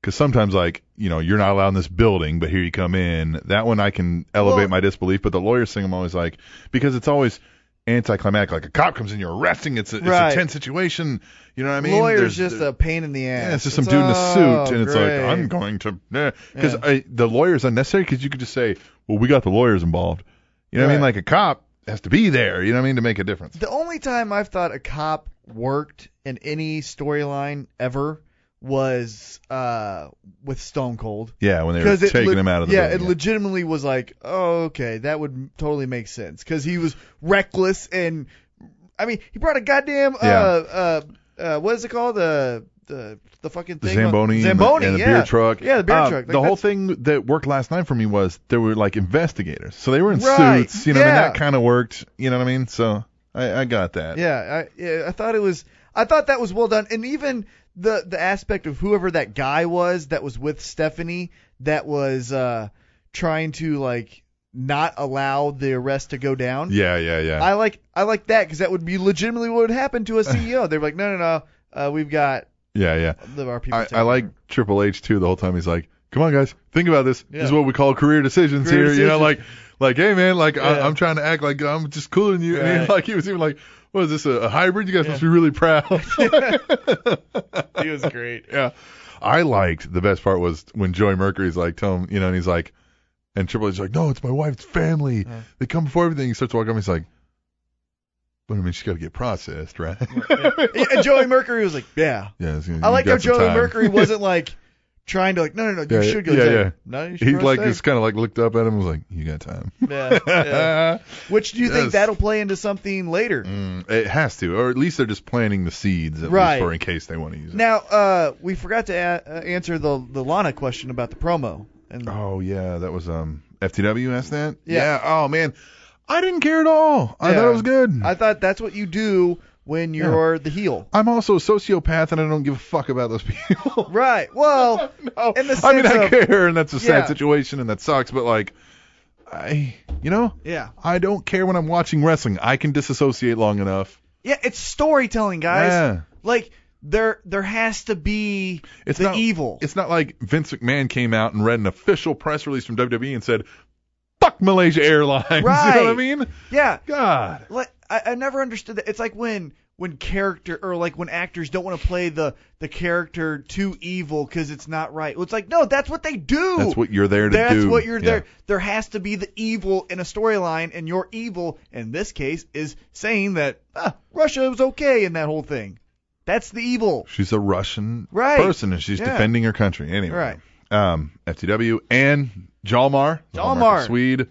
Speaker 2: because sometimes like you know you're not allowed in this building, but here you come in. That one I can elevate
Speaker 3: Well-
Speaker 2: my disbelief, but the lawyers thing I'm always like because it's always anticlimactic. Like a cop comes in, you're arresting. It's a,
Speaker 3: Right.
Speaker 2: it's a tense situation. You know what I mean?
Speaker 3: lawyer's
Speaker 2: There's-
Speaker 3: just
Speaker 2: there-
Speaker 3: a pain in the ass. Oh,
Speaker 2: yeah, it's just some dude in a suit, and it's
Speaker 3: great.
Speaker 2: like I'm going to because the lawyer's unnecessary because you could just say, well, we got the lawyers involved. You know what I mean?
Speaker 3: Right.
Speaker 2: Like a cop has to be there. You know what I mean to make a difference.
Speaker 3: The only time I've thought a cop worked in any storyline ever was uh with Stone Cold
Speaker 2: Yeah, when they were
Speaker 3: it
Speaker 2: taking
Speaker 3: le-
Speaker 2: him out of the
Speaker 3: yeah
Speaker 2: building,
Speaker 3: it legitimately was like oh okay that would totally make sense because he was reckless and I mean he brought a goddamn uh, uh uh what is it called the the the fucking
Speaker 2: the
Speaker 3: thing on-
Speaker 2: Zamboni,
Speaker 3: Zamboni
Speaker 2: and the, and the
Speaker 3: yeah.
Speaker 2: beer truck.
Speaker 3: yeah the beer
Speaker 2: Uh,
Speaker 3: truck
Speaker 2: the
Speaker 3: Like,
Speaker 2: whole
Speaker 3: that's-
Speaker 2: thing that worked last night for me was there were like investigators, so they were in
Speaker 3: Right,
Speaker 2: suits. You know, what I mean?
Speaker 3: yeah.
Speaker 2: that kind of worked. You know what I mean? So I, I got that.
Speaker 3: Yeah, I yeah, I thought it was I thought that was well done, and even the the aspect of whoever that guy was that was with Stephanie that was uh trying to like not allow the arrest to go down.
Speaker 2: yeah, yeah, yeah.
Speaker 3: I like I like that because that would be legitimately what would happen to a E CEO. They're like, no, no, no, uh, we've got
Speaker 2: yeah, yeah.
Speaker 3: the, our people.
Speaker 2: I,
Speaker 3: taking
Speaker 2: I like
Speaker 3: over."
Speaker 2: Triple H too. The whole time he's like, "Come on, guys, think about this. This is
Speaker 3: Yeah.
Speaker 2: what we call career decisions
Speaker 3: Career
Speaker 2: here." You know, like,
Speaker 3: decisions.
Speaker 2: like, hey man, like I,
Speaker 3: Yeah.
Speaker 2: I'm trying to act like I'm just cooler than you. And
Speaker 3: Right.
Speaker 2: he, like he was even like, "What is this a, a hybrid? You guys must be really proud."
Speaker 3: he was great.
Speaker 2: Yeah. I liked the best part was when Joey Mercury's like, tell him, you know, and he's like, and Triple H's like, no, it's my wife's family. They come before everything. He starts walking up. He's like, but I mean, she's got to get processed, right?
Speaker 3: and Joey Mercury was like, yeah.
Speaker 2: yeah. it's gonna-
Speaker 3: I
Speaker 2: you
Speaker 3: like
Speaker 2: got
Speaker 3: how
Speaker 2: some
Speaker 3: Joey
Speaker 2: time.
Speaker 3: Mercury wasn't like, trying to like, no, no, no,
Speaker 2: Yeah,
Speaker 3: you should go.
Speaker 2: yeah,
Speaker 3: take-
Speaker 2: yeah.
Speaker 3: No, you should
Speaker 2: He
Speaker 3: go
Speaker 2: like
Speaker 3: take."
Speaker 2: just kind of like looked up at him and was like, "You got time."
Speaker 3: Yeah, yeah. Which do you
Speaker 2: Yes.
Speaker 3: think that'll play into something later?
Speaker 2: Mm, it has to, or at least they're just planting the seeds at
Speaker 3: Right.
Speaker 2: least for in case they want to use it.
Speaker 3: Now, uh, we forgot to a- uh, answer the the Lana question about the promo. And
Speaker 2: Oh yeah, that was um FTW asked that.
Speaker 3: Yeah.
Speaker 2: Oh man, I didn't care at all. I thought
Speaker 3: Yeah.
Speaker 2: it was good.
Speaker 3: I thought that's what you do when
Speaker 2: Yeah.
Speaker 3: you're the heel.
Speaker 2: I'm also a sociopath and I don't give a fuck about those people.
Speaker 3: Right. Well, in the sense
Speaker 2: I mean, I
Speaker 3: of,
Speaker 2: care, and that's a sad
Speaker 3: Yeah.
Speaker 2: situation, and that sucks. But like, I, you know,
Speaker 3: Yeah.
Speaker 2: I don't care when I'm watching wrestling. I can disassociate long enough.
Speaker 3: Yeah, it's storytelling, guys.
Speaker 2: Yeah.
Speaker 3: Like there there has to be
Speaker 2: It's
Speaker 3: the
Speaker 2: not
Speaker 3: evil.
Speaker 2: It's not like Vince McMahon came out and read an official press release from WWE and said, "Fuck Malaysia Airlines." You know what I
Speaker 3: Right.
Speaker 2: mean?
Speaker 3: Yeah.
Speaker 2: God.
Speaker 3: Like I, I never understood that. It's like when when character or like when actors don't want to play the the character too evil because it's not right. Well, it's like no, that's what they do.
Speaker 2: That's what you're there to
Speaker 3: That's
Speaker 2: do.
Speaker 3: what you're
Speaker 2: Yeah.
Speaker 3: there. There has to be the evil in a storyline, and your evil in this case is saying that ah, Russia was okay in that whole thing. That's the evil.
Speaker 2: She's a Russian
Speaker 3: Right.
Speaker 2: person, and she's
Speaker 3: Yeah.
Speaker 2: defending her country anyway.
Speaker 3: Right.
Speaker 2: Um, FTW and Jalmar, the hallmark
Speaker 3: Jalmar.
Speaker 2: of Swede,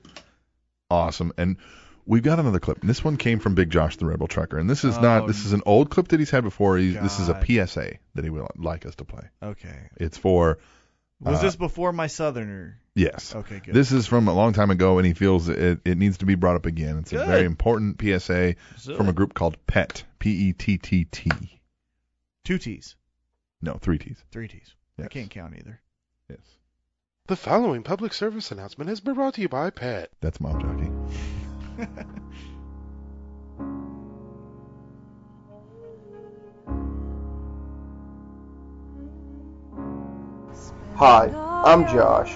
Speaker 2: awesome. And we've got another clip. And this one came from Big Josh the Rebel Trucker, and this is not.
Speaker 3: Oh,
Speaker 2: This is an old clip that he's had before. He's, this is a
Speaker 3: God.
Speaker 2: PSA that he would like us to play.
Speaker 3: Okay.
Speaker 2: It's for
Speaker 3: Was
Speaker 2: Uh,
Speaker 3: this before my Southerner?
Speaker 2: yes.
Speaker 3: Okay, good.
Speaker 2: This is from a long time ago, and he feels it, it needs to be brought up again. It's a
Speaker 3: Good.
Speaker 2: very important PSA from a group called E PET, P-E-T-T-T.
Speaker 3: Two T's,
Speaker 2: No, three T's.
Speaker 3: three T's. I
Speaker 2: Yes.
Speaker 3: can't count either.
Speaker 2: Yes.
Speaker 12: The following public service announcement has been brought to you by Pat.
Speaker 2: That's Mom Jockey.
Speaker 14: Hi, I'm Josh.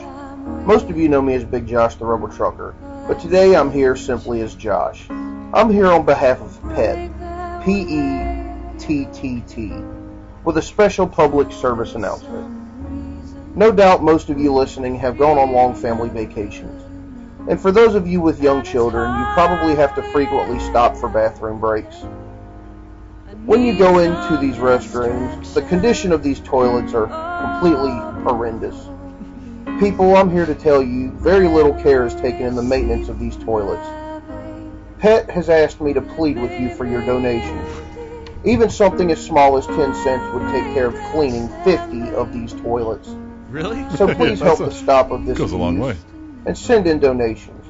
Speaker 14: Most of you know me as Big Josh the Rubber Trucker, but today I'm here simply as Josh. I'm here on behalf of PET, P E T T T, with a special public service announcement. No doubt most of you listening have gone on long family vacations. And for those of you with young children, you probably have to frequently stop for bathroom breaks. When you go into these restrooms, the condition of these toilets are completely horrendous. People, I'm here to tell you, very little care is taken in the maintenance of these toilets. PET has asked me to plead with you for your donation. Even something as small as 10 cents would take care of cleaning 50 of these toilets.
Speaker 3: Really?
Speaker 14: So please help the stop of this
Speaker 2: Goes a long
Speaker 14: abuse
Speaker 2: way.
Speaker 14: and send in donations.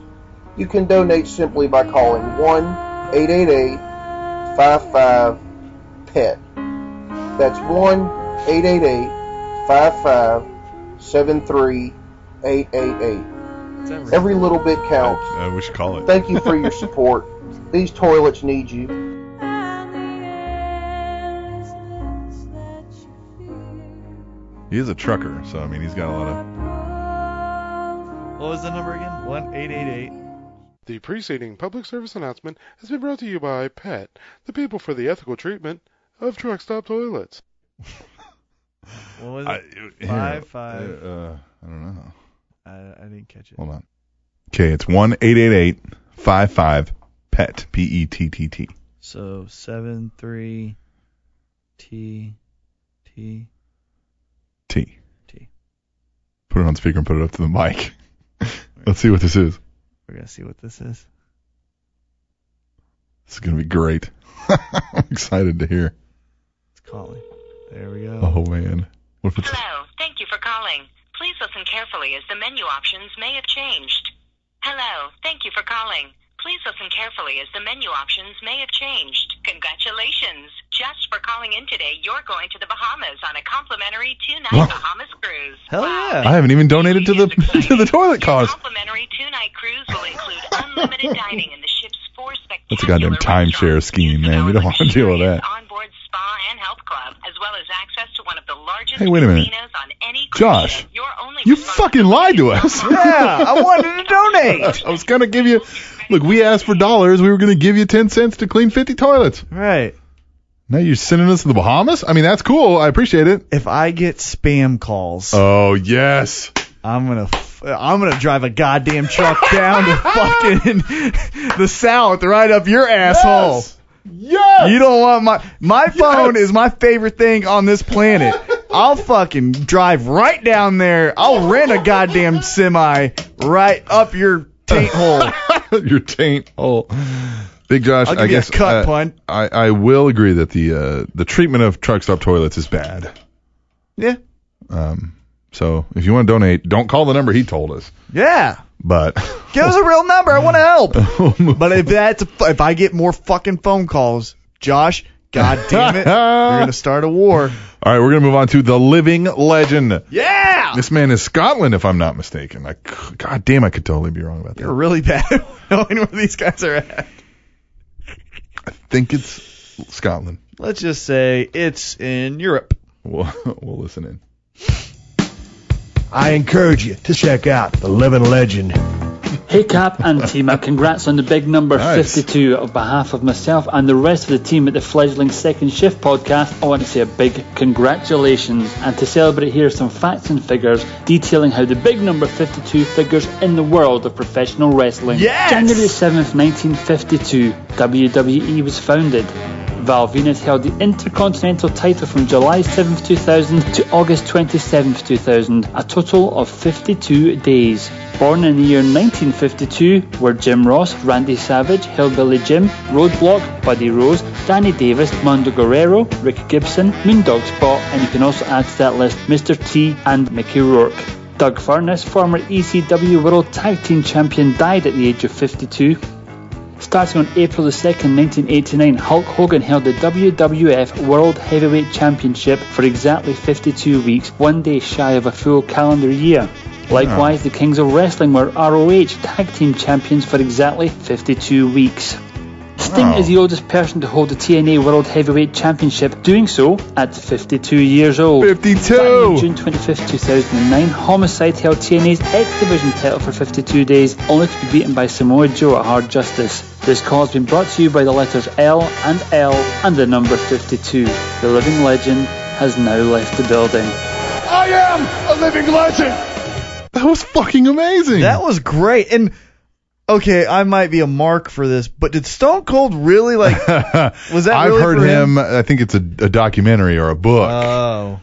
Speaker 14: You can donate simply by calling 1 888 55 PET. E That's 1 888 55 73888. Every little bit counts.
Speaker 2: Uh, we should call it.
Speaker 14: Thank you for your support. These toilets need you.
Speaker 2: He is a trucker, so I mean he's got a lot of.
Speaker 3: What was the number again? One eight eight eight.
Speaker 12: The preceding public service announcement has been brought to you by PET, the people for the ethical treatment of truck stop toilets.
Speaker 3: What was it?
Speaker 2: I, here,
Speaker 3: five five.
Speaker 2: Uh, uh, I don't know.
Speaker 3: I, I didn't catch it.
Speaker 2: Hold on. Okay, it's one eight eight eight five five pet p e t t t.
Speaker 3: So seven three T T
Speaker 2: T.
Speaker 3: T.
Speaker 2: Put it on speaker and put it up to the mic. Let's see what this is.
Speaker 3: We're gonna see what this is.
Speaker 2: This is gonna be great. I'm excited to hear.
Speaker 3: It's calling. There we go.
Speaker 2: Oh man. What if it's
Speaker 15: Hello, thank you for calling. Please listen carefully as the menu options may have changed. Hello, thank you for calling. Please listen carefully as the menu options may have changed. Congratulations! Just for calling in today, you're going to the Bahamas on a complimentary
Speaker 2: Wow.
Speaker 15: two-night Bahamas cruise.
Speaker 3: Hell yeah.
Speaker 2: I haven't even donated to the to the toilet cause.
Speaker 15: Complimentary two-night cruise will include unlimited dining in the ship's four
Speaker 2: That's a goddamn timeshare scheme, man. You don't want to deal with that.
Speaker 15: onboard spa and health club, as well as access to one of the largest
Speaker 2: Hey, wait a minute.
Speaker 15: casinos on any cruise
Speaker 2: Josh,
Speaker 15: ship. Your only
Speaker 2: you fucking lied to us.
Speaker 3: Yeah, I wanted to donate.
Speaker 2: I was gonna give you. Look, we asked for dollars. We were gonna give you ten cents to clean fifty toilets.
Speaker 3: Right.
Speaker 2: Now you're sending us to the Bahamas. I mean, that's cool. I appreciate it.
Speaker 3: If I get spam calls,
Speaker 2: Oh yes.
Speaker 3: I'm gonna f- I'm gonna drive a goddamn truck down to fucking the south, right up your asshole.
Speaker 2: Yes.
Speaker 3: You don't want my my phone is my favorite thing on this planet. I'll fucking drive right down there. I'll rent a goddamn semi right up your taint hole.
Speaker 2: Your taint hole. Big Josh,
Speaker 3: I'll give
Speaker 2: I
Speaker 3: you a
Speaker 2: guess
Speaker 3: cut
Speaker 2: uh,
Speaker 3: pun.
Speaker 2: I, I will agree that the uh, the treatment of truck stop toilets is bad.
Speaker 3: Yeah.
Speaker 2: Um, so if you want to donate, don't call the number he told us.
Speaker 3: Yeah.
Speaker 2: But
Speaker 3: Give us a real number. I want to help. but if that's if I get more fucking phone calls, Josh, god damn it, you're gonna start a war.
Speaker 2: all right, we're gonna move on to the living legend.
Speaker 3: Yeah.
Speaker 2: This man is Scotland, if I'm not mistaken. I, c- God damn, I could totally be wrong about that.
Speaker 3: You're really bad knowing where these guys are at.
Speaker 2: think it's Scotland.
Speaker 16: Let's just say it's in Europe.
Speaker 2: We'll, we'll listen in.
Speaker 17: I encourage you to check out the Living Legend. Hey Cap and team, uh, congrats on the big number 52 on behalf of myself and the rest of the team at the fledgling Second Shift podcast. I want to say a big congratulations and to celebrate here are some facts and figures detailing how the big number 52 figures in the world of professional wrestling.
Speaker 18: Yes!
Speaker 17: January 7th, 1952, WWE E was founded. Val Venus held the Intercontinental title from July 7th, 2000 to August 27th, 2000, a total of 52 days. Born in the year 1952 were Jim Ross, Randy Savage, Hillbilly Jim, Roadblock, Buddy Rose, Danny Davis, Mondo Guerrero, Rick Gibson, Moondog Spot, and you can also add to that list Mr. T and Mickey Rourke. Doug Furness, former ECW World Tag Team Champion, died at the age of 52. Starting on April the 2nd, 1989, Hulk Hogan held the WWF World Heavyweight Championship for exactly 52 weeks, one day shy of a full calendar year. Likewise, the Kings of Wrestling were ROH Tag Team Champions for exactly 52 weeks. Sting is the oldest person to hold the TNA World Heavyweight Championship, doing so at 52 years old. 52! On June 25th, 2009, Homicide held TNA's X Division title for 52 days, only to be beaten by Samoa Joe at Hard Justice. This call has been brought to you by the letters L and L and the number 52. The living legend has now left the building.
Speaker 19: I am a living legend.
Speaker 2: That was fucking amazing.
Speaker 3: That was great. And okay, I might be a mark for this, but did Stone Cold really like? was that?
Speaker 2: I've
Speaker 3: really
Speaker 2: heard
Speaker 3: for
Speaker 2: him, I think it's a, a documentary or a book. Oh.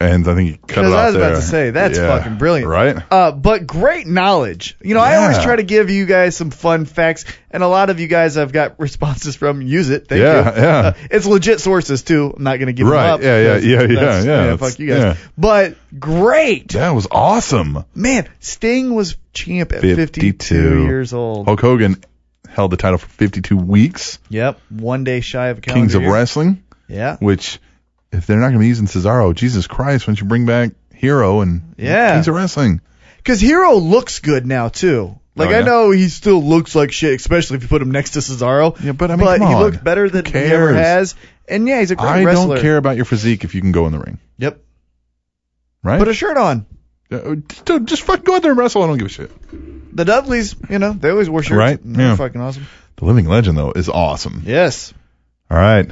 Speaker 2: And I think he cut it
Speaker 3: Because
Speaker 2: off
Speaker 3: I was
Speaker 2: there.
Speaker 3: about to say that's
Speaker 2: Yeah.
Speaker 3: fucking brilliant,
Speaker 2: Right?
Speaker 3: Uh, but great knowledge. You know, I always
Speaker 2: Yeah.
Speaker 3: try to give you guys some fun facts, and a lot of you guys I've got responses from. Use it, thank
Speaker 2: Yeah,
Speaker 3: you.
Speaker 2: yeah.
Speaker 3: Uh, it's legit sources too. I'm not gonna give
Speaker 2: Right,
Speaker 3: them up.
Speaker 2: yeah, yeah,
Speaker 3: because
Speaker 2: yeah, yeah,
Speaker 3: that's-
Speaker 2: yeah, that's-
Speaker 3: Fuck you guys.
Speaker 2: yeah.
Speaker 3: But great,
Speaker 2: That was awesome.
Speaker 3: man. Sting was champ at 52,
Speaker 2: 52
Speaker 3: years old.
Speaker 2: Hulk Hogan held the title for 52 weeks.
Speaker 3: Yep, one day shy of a calendar
Speaker 2: Kings of
Speaker 3: year.
Speaker 2: Wrestling,
Speaker 3: Yeah,
Speaker 2: which if they're not going to be using Cesaro, Jesus Christ, why don't you bring back Hero and
Speaker 3: Yeah.
Speaker 2: Kings of Wrestling?
Speaker 3: because Hero looks good now too. Like
Speaker 2: Oh, yeah?
Speaker 3: I know he still looks like shit, especially if you put him next to Cesaro. Yeah,
Speaker 2: but I mean,
Speaker 3: but
Speaker 2: come
Speaker 3: he
Speaker 2: on.
Speaker 3: looks better than he ever
Speaker 2: cares?
Speaker 3: has. And yeah, he's a great
Speaker 2: I
Speaker 3: wrestler.
Speaker 2: don't care about your physique if you can go in the ring.
Speaker 3: Yep.
Speaker 2: Right?
Speaker 3: Put a shirt on.
Speaker 2: Uh, Dude, just fucking go out there and wrestle. I don't give a shit.
Speaker 3: The Dudleys, you know, they always wore shirts.
Speaker 2: Right?
Speaker 3: They're
Speaker 2: Yeah.
Speaker 3: fucking awesome.
Speaker 2: The Living Legend, though, is awesome.
Speaker 3: Yes.
Speaker 2: All right.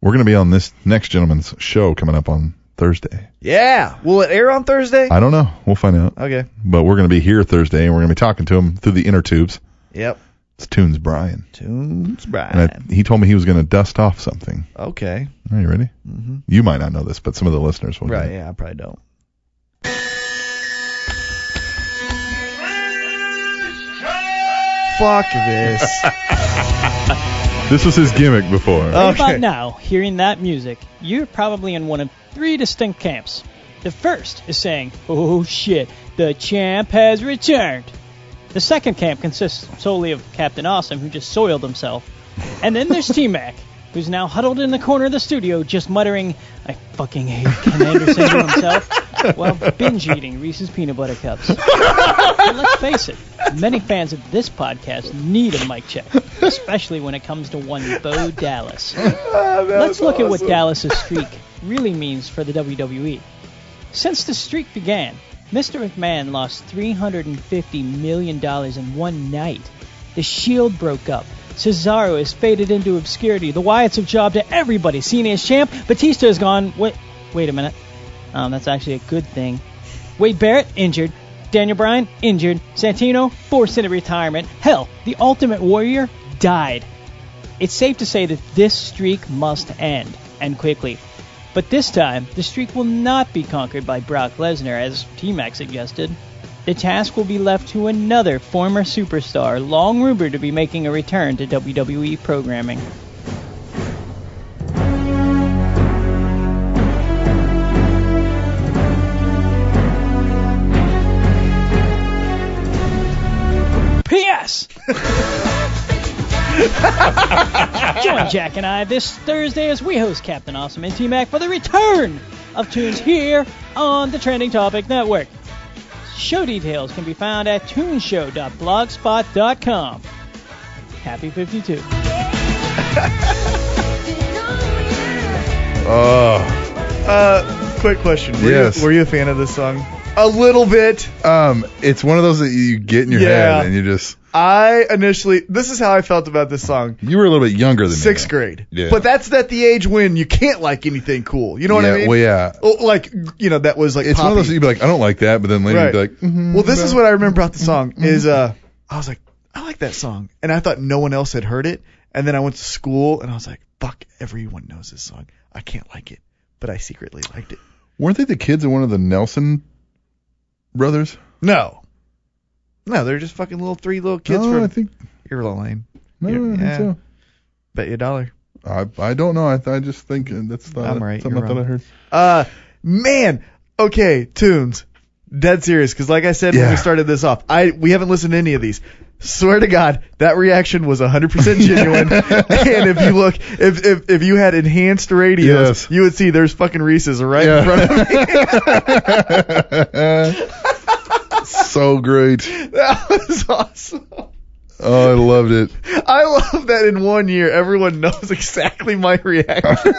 Speaker 2: We're going to be on this next gentleman's show coming up on Thursday.
Speaker 3: Yeah. Will it air on Thursday?
Speaker 2: I don't know. We'll find out.
Speaker 3: Okay.
Speaker 2: But we're going to be here Thursday, and we're going to be talking to him through the inner tubes.
Speaker 3: Yep.
Speaker 2: It's Tunes Brian.
Speaker 3: Tunes Brian.
Speaker 2: And I, he told me he was going to dust off something.
Speaker 3: Okay.
Speaker 2: Are you ready?
Speaker 3: Mhm.
Speaker 2: You might not know this, but some of the listeners will.
Speaker 3: Right. Yeah, I probably don't. Fuck this.
Speaker 2: This was his gimmick before.
Speaker 3: Oh,
Speaker 20: Right about now, hearing that music, you're probably in one of three distinct camps. The first is saying, oh shit, the champ has returned. The second camp consists solely of Captain Awesome, who just soiled himself. And then there's T Mac, who's now huddled in the corner of the studio, just muttering, I fucking hate Ken Anderson to himself, while binge eating Reese's peanut butter cups. And let's face it, many fans of this podcast need a mic check, especially when it comes to one Bo Dallas. Let's look at what Dallas's streak really means for the WWE. Since the streak began, Mr. McMahon lost $350 million in one night. The Shield broke up. Cesaro is faded into obscurity. The Wyatts have jobbed to everybody. Cena is champ. Batista is gone. Wait, wait a minute. Um, that's actually a good thing. Wade Barrett injured. Daniel Bryan injured. Santino forced into retirement. Hell, the Ultimate Warrior died. It's safe to say that this streak must end, and quickly. But this time, the streak will not be conquered by Brock Lesnar, as T Mac suggested. The task will be left to another former superstar, long rumored to be making a return to WWE programming. P.S. Join Jack and I this Thursday as we host Captain Awesome and T Mac for the return of tunes here on the Trending Topic Network. Show details can be found at tuneshow.blogspot.com. Happy 52.
Speaker 3: Uh, quick question. Were
Speaker 2: Yes.
Speaker 3: You, were you a fan of this song? A little bit.
Speaker 2: Um, it's one of those that you get in your
Speaker 3: Yeah.
Speaker 2: head and you just.
Speaker 3: I initially, this is how I felt about this song.
Speaker 2: You were a little bit younger than me,
Speaker 3: Sixth
Speaker 2: though.
Speaker 3: grade.
Speaker 2: Yeah.
Speaker 3: But that's at the age when you can't like anything cool. You know what
Speaker 2: yeah,
Speaker 3: I mean?
Speaker 2: Well, yeah.
Speaker 3: Oh, Like, you know, that was like
Speaker 2: It's one of
Speaker 3: poppy.
Speaker 2: those that you'd be like, I don't like that, but then later
Speaker 3: Right.
Speaker 2: you'd be like, mhm,
Speaker 3: Well, this is
Speaker 2: but-
Speaker 3: what I remember about the
Speaker 2: Mm-hmm.
Speaker 3: song is uh I was like, I like that song. And I thought no one else had heard it. And then I went to school and I was like, fuck, everyone knows this song. I can't like it. But I secretly liked it.
Speaker 2: Weren't they the kids of one of the Nelson brothers?
Speaker 3: No. No, they're just fucking little three little kids
Speaker 2: No,
Speaker 3: from
Speaker 2: I think.
Speaker 3: Earl Lane.
Speaker 2: No, I don't
Speaker 3: Yeah.
Speaker 2: think
Speaker 3: Bet you a dollar.
Speaker 2: so. I I don't know. I th- I just think uh, that's the,
Speaker 3: I'm right,
Speaker 2: something
Speaker 3: you're
Speaker 2: I thought I
Speaker 3: wrong.
Speaker 2: heard.
Speaker 3: Uh man. Okay, tunes. Dead serious, because like I said when
Speaker 2: Yeah.
Speaker 3: we started this off, I we haven't listened to any of these. Swear to God, that reaction was 100% genuine. and if you look, if if, if you had enhanced radios,
Speaker 2: Yes.
Speaker 3: you would see there's fucking Reese's right in front of me.
Speaker 2: so great.
Speaker 3: That was awesome.
Speaker 2: Oh, I loved it.
Speaker 3: I love that in one year everyone knows exactly my reaction.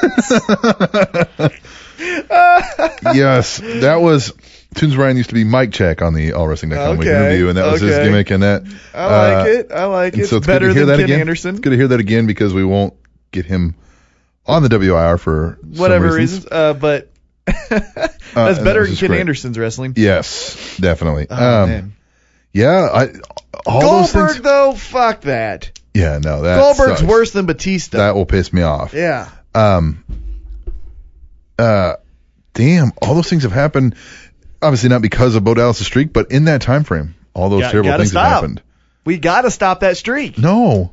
Speaker 2: yes, that was. Tunes Ryan used to be mic check on the All Wrestling okay, Week
Speaker 3: Okay,
Speaker 2: interview, and that was his
Speaker 3: okay.
Speaker 2: gimmick. And that
Speaker 3: I like
Speaker 2: uh,
Speaker 3: it. I like
Speaker 2: and
Speaker 3: it.
Speaker 2: so it's
Speaker 3: Better
Speaker 2: good to hear
Speaker 3: than
Speaker 2: that
Speaker 3: Ken
Speaker 2: again.
Speaker 3: Anderson.
Speaker 2: It's good to hear that again because we won't get him on the WIR for some
Speaker 3: Whatever
Speaker 2: reasons.
Speaker 3: reasons, uh, but
Speaker 2: Uh,
Speaker 3: that's
Speaker 2: and
Speaker 3: better
Speaker 2: that
Speaker 3: than
Speaker 2: was just
Speaker 3: Ken
Speaker 2: great.
Speaker 3: Anderson's wrestling.
Speaker 2: Yes, definitely.
Speaker 3: Oh,
Speaker 2: um,
Speaker 3: man.
Speaker 2: Yeah, I all those
Speaker 3: Goldberg
Speaker 2: things.
Speaker 3: though, fuck that.
Speaker 2: Yeah, no, that
Speaker 3: Goldberg's
Speaker 2: sucks.
Speaker 3: worse than Batista.
Speaker 2: That will piss me off.
Speaker 3: yeah.
Speaker 2: Um. Uh, damn, all those things have happened. Obviously not because of Bo Dallas' streak, but in that time frame, all those
Speaker 3: Got-
Speaker 2: terrible
Speaker 3: gotta
Speaker 2: things
Speaker 3: stop.
Speaker 2: have happened.
Speaker 3: We gotta stop that streak.
Speaker 2: No,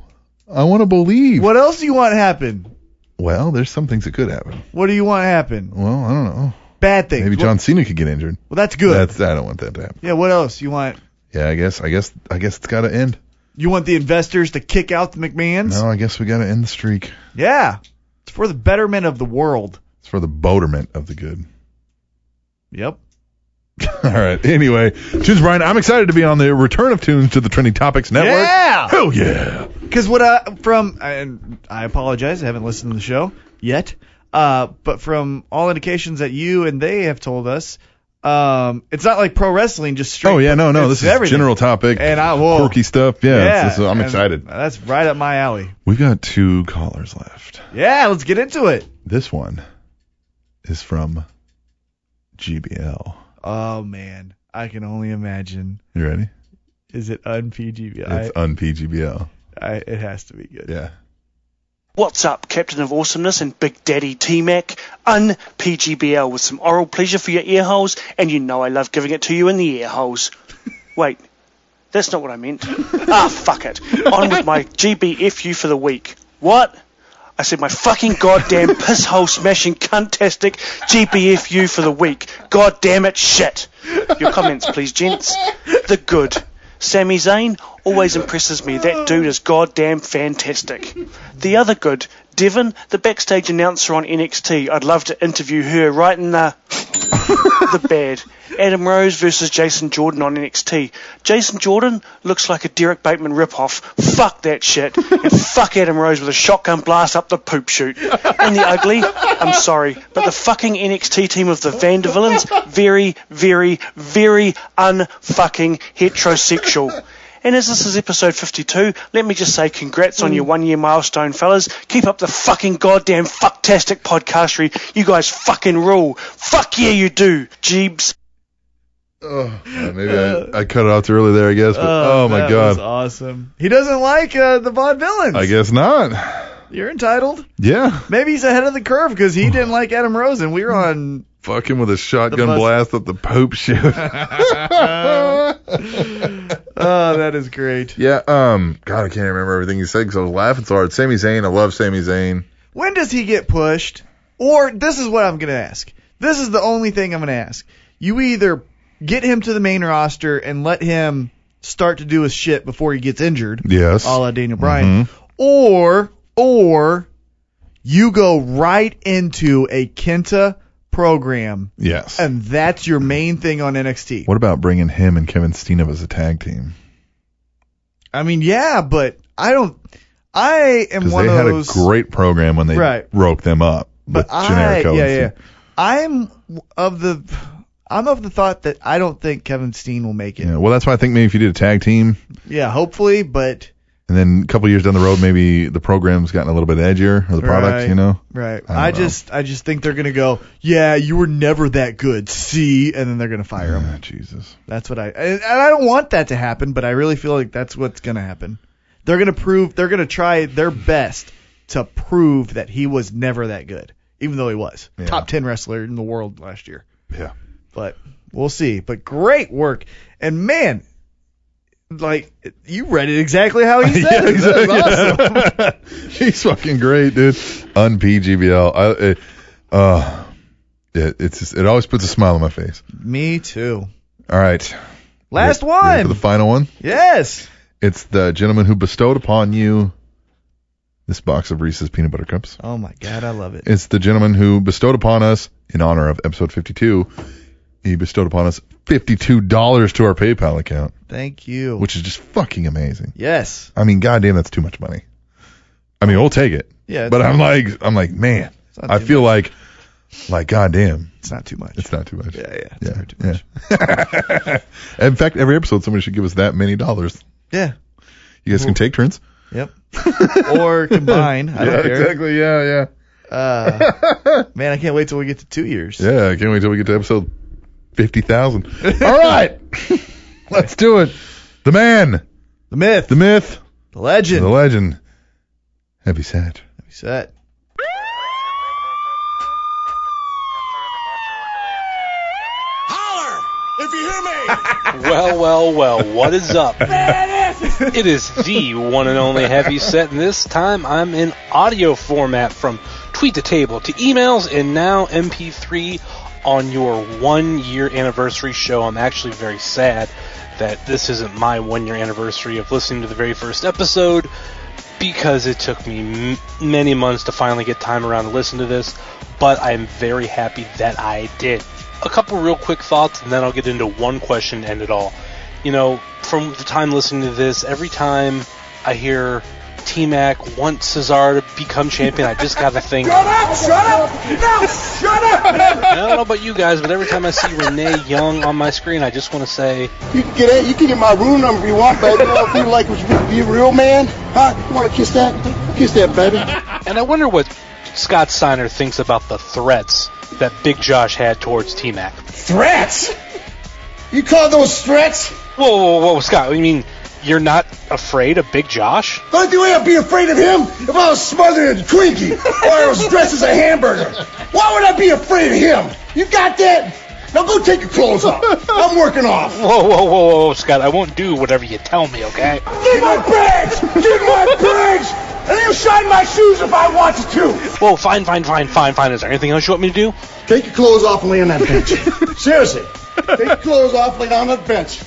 Speaker 2: I want to believe.
Speaker 3: What else do you want happen?
Speaker 2: Well, there's some things that could happen.
Speaker 3: What do you want happen?
Speaker 2: Well, I don't know.
Speaker 3: Bad things.
Speaker 2: Maybe
Speaker 3: Well-
Speaker 2: John Cena could get injured.
Speaker 3: Well, that's good.
Speaker 2: That's I don't want that to happen.
Speaker 3: yeah. What else you want?
Speaker 2: Yeah, I guess I guess I guess it's got to end.
Speaker 3: You want the investors to kick out the McMahons?
Speaker 2: No, I guess we got to end the streak.
Speaker 3: Yeah. It's for the betterment of the world.
Speaker 2: It's for the boaterment of the good.
Speaker 3: Yep.
Speaker 2: All right. Anyway, Tunes Brian, I'm excited to be on the return of Tunes to the Trending Topics Network.
Speaker 3: Yeah.
Speaker 2: Hell yeah.
Speaker 3: Because what I from and I apologize, I haven't listened to the show yet. Uh, but from all indications that you and they have told us, um, it's not like pro wrestling just straight.
Speaker 2: Oh yeah, no, no,
Speaker 3: it's
Speaker 2: this is
Speaker 3: everything.
Speaker 2: general topic,
Speaker 3: And I whoa,
Speaker 2: quirky stuff. Yeah, it's- it's- I'm
Speaker 3: and
Speaker 2: excited.
Speaker 3: That's right up my alley.
Speaker 2: We've got two callers left.
Speaker 3: Yeah, let's get into it.
Speaker 2: This one is from GBL.
Speaker 3: Oh man, I can only imagine.
Speaker 2: You ready?
Speaker 3: Is it unPGB?
Speaker 2: It's unPGBL.
Speaker 3: I, I, it has to be good.
Speaker 2: Yeah.
Speaker 21: What's up, Captain of Awesomeness and Big Daddy T Mac? Un PGBL with some oral pleasure for your ear holes, and you know I love giving it to you in the ear holes. Wait, that's not what I meant. ah, fuck it. On with my GBFU for the week. What? I said my fucking goddamn piss hole smashing cuntastic GBFU for the week. God damn it, shit. Your comments, please, gents. The good. Sami Zayn always impresses me. That dude is goddamn fantastic. The other good, Devon, the backstage announcer on NXT. I'd love to interview her right in the the bad. Adam Rose versus Jason Jordan on NXT. Jason Jordan looks like a Derek Bateman ripoff. Fuck that shit. And fuck Adam Rose with a shotgun blast up the poop chute. And the ugly, I'm sorry, but the fucking NXT team of the Vandervillains, very, very, very unfucking heterosexual. And as this is episode 52, let me just say congrats on your one year milestone, fellas. Keep up the fucking goddamn fucktastic podcastery. You guys fucking rule. Fuck yeah, you do. Jeebs.
Speaker 2: Oh, yeah, maybe I, I cut it off too early there, I guess. But, oh,
Speaker 3: Uh,
Speaker 2: my
Speaker 3: that
Speaker 2: God.
Speaker 3: uh, was awesome. He doesn't like uh, the Vaude villains.
Speaker 2: I guess not.
Speaker 3: You're entitled.
Speaker 2: Yeah.
Speaker 3: Maybe he's ahead of the curve because he didn't like Adam Rose, and we were on
Speaker 2: Fucking with a shotgun
Speaker 3: bus-
Speaker 2: blast at the Pope shift.
Speaker 3: oh, that is great.
Speaker 2: yeah. Um. God, I can't remember everything he said because I was laughing so hard. Sami Zayn. I love Sami Zayn.
Speaker 3: When does he get pushed? Or this is what I'm going to ask. This is the only thing I'm going to ask. You either get him to the main roster and let him start to do his shit before he gets injured,
Speaker 2: Yes.
Speaker 3: a la Daniel Bryan,
Speaker 2: Mm-hmm.
Speaker 3: or or you go right into a Kenta program
Speaker 2: Yes.
Speaker 3: and that's your main thing on NXT.
Speaker 2: What about bringing him and Kevin Steen as a tag team?
Speaker 3: I mean, yeah, but I don't. I am
Speaker 2: Because
Speaker 3: one
Speaker 2: they
Speaker 3: of
Speaker 2: had a
Speaker 3: those.
Speaker 2: great program when they
Speaker 3: Right.
Speaker 2: roped them up.
Speaker 3: But
Speaker 2: with Generico
Speaker 3: I,
Speaker 2: and
Speaker 3: yeah,
Speaker 2: Steen.
Speaker 3: yeah. I'm of the, I'm of the thought that I don't think Kevin Steen will make it.
Speaker 2: Yeah, well, that's why I think maybe if you did a tag team,
Speaker 3: Yeah, hopefully, but
Speaker 2: and then a couple years down the road, maybe the program's gotten a little bit edgier, or the product,
Speaker 3: Right.
Speaker 2: you know.
Speaker 3: right.
Speaker 2: I don't
Speaker 3: I,
Speaker 2: know.
Speaker 3: just, I just think they're gonna go. Yeah, you were never that good. See, and then they're gonna fire him.
Speaker 2: Ah, Jesus.
Speaker 3: That's what I, and, and I don't want that to happen, but I really feel like that's what's gonna happen. They're gonna prove, they're gonna try their best to prove that he was never that good, even though he was
Speaker 2: Yeah.
Speaker 3: top ten wrestler in the world last year.
Speaker 2: Yeah.
Speaker 3: but we'll see. But great work, and man, like you read it exactly how he Oh, said it. That was awesome.
Speaker 2: He's fucking great, dude. Un PGBL. I, it, uh, it, it's just, it always puts a smile on my face.
Speaker 3: Me too.
Speaker 2: All right.
Speaker 3: Last
Speaker 2: Ready- ready for
Speaker 3: one.
Speaker 2: the final one.
Speaker 3: Yes.
Speaker 2: It's the gentleman who bestowed upon you this box of Reese's peanut butter cups.
Speaker 3: Oh my god, I love it.
Speaker 2: It's the gentleman who bestowed upon us in honor of episode 52. He bestowed upon us $52 to our PayPal account,
Speaker 3: Thank you.
Speaker 2: which is just fucking amazing.
Speaker 3: yes.
Speaker 2: I mean, goddamn, that's too much money. I mean, we'll take it.
Speaker 3: Yeah.
Speaker 2: But I'm like, I'm like, man,
Speaker 3: it's not
Speaker 2: I
Speaker 3: too
Speaker 2: feel like, like, goddamn,
Speaker 3: It's not too much.
Speaker 2: it's not too much.
Speaker 3: yeah, yeah. It's
Speaker 2: Yeah.
Speaker 3: not too much.
Speaker 2: yeah. In fact, every episode, somebody should give us that many dollars.
Speaker 3: Yeah.
Speaker 2: You guys can take turns.
Speaker 3: Or combine. I
Speaker 2: yeah,
Speaker 3: don't care.
Speaker 2: exactly. Yeah, yeah.
Speaker 3: Uh, man, I can't wait till we get to two years.
Speaker 2: Yeah, I can't wait till we get to episode 50,000. All right. Let's do it. The man,
Speaker 3: The myth,
Speaker 2: the myth,
Speaker 3: the legend.
Speaker 2: the legend. Heavy set.
Speaker 3: We set.
Speaker 22: Well, well, well, what is up? it is the one and only heavy set, and this time I'm in audio format from tweet to table to emails and now MP3 on your one year anniversary show. I'm actually very sad that this isn't my one year anniversary of listening to the very first episode because it took me m- many months to finally get time around to listen to this, but I'm very happy that I did. A couple real quick thoughts, and then I'll get into one question to end it all. You know, from the time listening to this, every time I hear T Mac wants Cesaro to become champion, I just got a thing. I don't know about you guys, but every time I see Renee Young on my screen, I just want to say,
Speaker 1: You can get it. You can get my room number if you want, baby. You know, if you like, would you be a real man? Huh? You want to kiss that? Kiss that, baby.
Speaker 22: And I wonder what Scott Steiner thinks about the threats that Big Josh had towards T Mac.
Speaker 1: Threats? You call those threats?
Speaker 22: Whoa, whoa, whoa, Scott, you mean you're not afraid of Big Josh?
Speaker 1: Don't you ever be afraid of him? If I was smothered in a Twinkie or I was dressed as a hamburger, why would I be afraid of him? You got that? Now go take your clothes off. I'm working off.
Speaker 22: Whoa, whoa, whoa, whoa, whoa, Scott, I won't do whatever you tell me, okay?
Speaker 1: Get my bags! Get my bags! And you shine my shoes if I wanted to.
Speaker 22: Whoa, fine, fine, fine, fine, fine. Is there anything else you want me to do?
Speaker 1: Take your clothes off and lay on that bench. Seriously. Take your clothes off, lay down on that bench.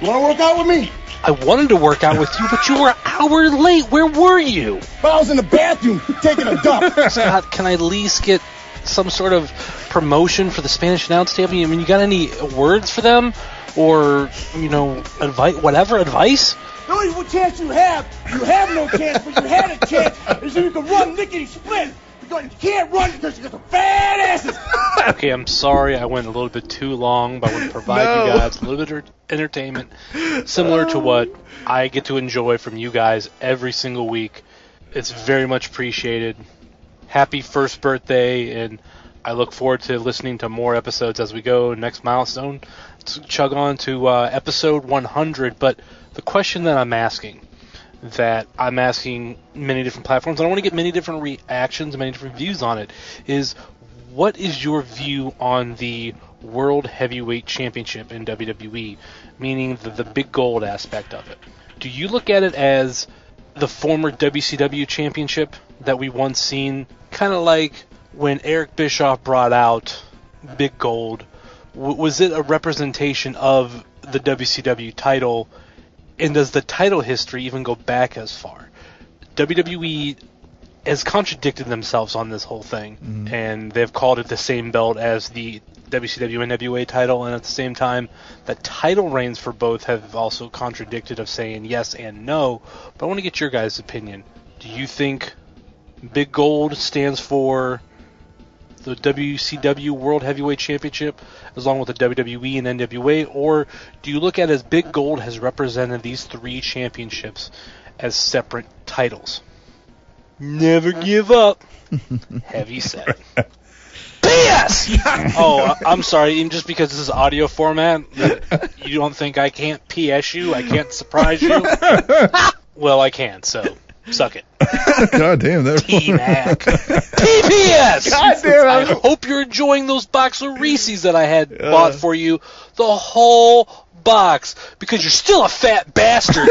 Speaker 1: You want to work out with me?
Speaker 22: I wanted to work out with you, but you were an hour late. Where were you?
Speaker 1: But I was in the bathroom taking a dump.
Speaker 22: Scott, can I at least get some sort of promotion for the Spanish announce table? I mean, you got any words for them? Or, you know, invite whatever advice?
Speaker 1: The only one chance you have, you have no chance, but you had a chance, is if you can run nickety split. Because you can't run because you got some fat asses.
Speaker 22: Okay, I'm sorry I went a little bit too long, but I want to provide you guys a little bit of entertainment similar to what I get to enjoy from you guys every single week. It's very much appreciated. Happy first birthday, and I look forward to listening to more episodes as we go. Next milestone, to chug on to uh, episode 100. But the question that I'm asking that I'm asking many different platforms, and I want to get many different reactions, many different views on it, is what is your view on the World Heavyweight Championship in WWE, meaning the, the big gold aspect of it? Do you look at it as the former WCW championship that we once seen, kind of like when Eric Bischoff brought out Big Gold? W- was it a representation of the WCW title? And does the title history even go back as far? E WWE has contradicted themselves on this whole thing, and they've called it the same belt as the WCW and NWA title, and at the same time, the title reigns for both have also contradicted of saying yes and no. But I want to get your guys' opinion. Do you think Big Gold stands for the WCW World Heavyweight Championship, as long with the WWE and NWA, or do you look at it as Big Gold has represented these three championships as separate titles? Never give up. Heavy set. P.S. oh, I- I'm sorry. Even just because this is audio format, you don't think I can't P.S. you? I can't surprise you? well, I can. So suck it.
Speaker 2: God damn that.
Speaker 22: T-Mac. P.P.S.
Speaker 2: God damn,
Speaker 22: I
Speaker 2: I was-
Speaker 22: hope you're enjoying those box of Reese's that I had bought for you. The whole box because you're still a fat bastard.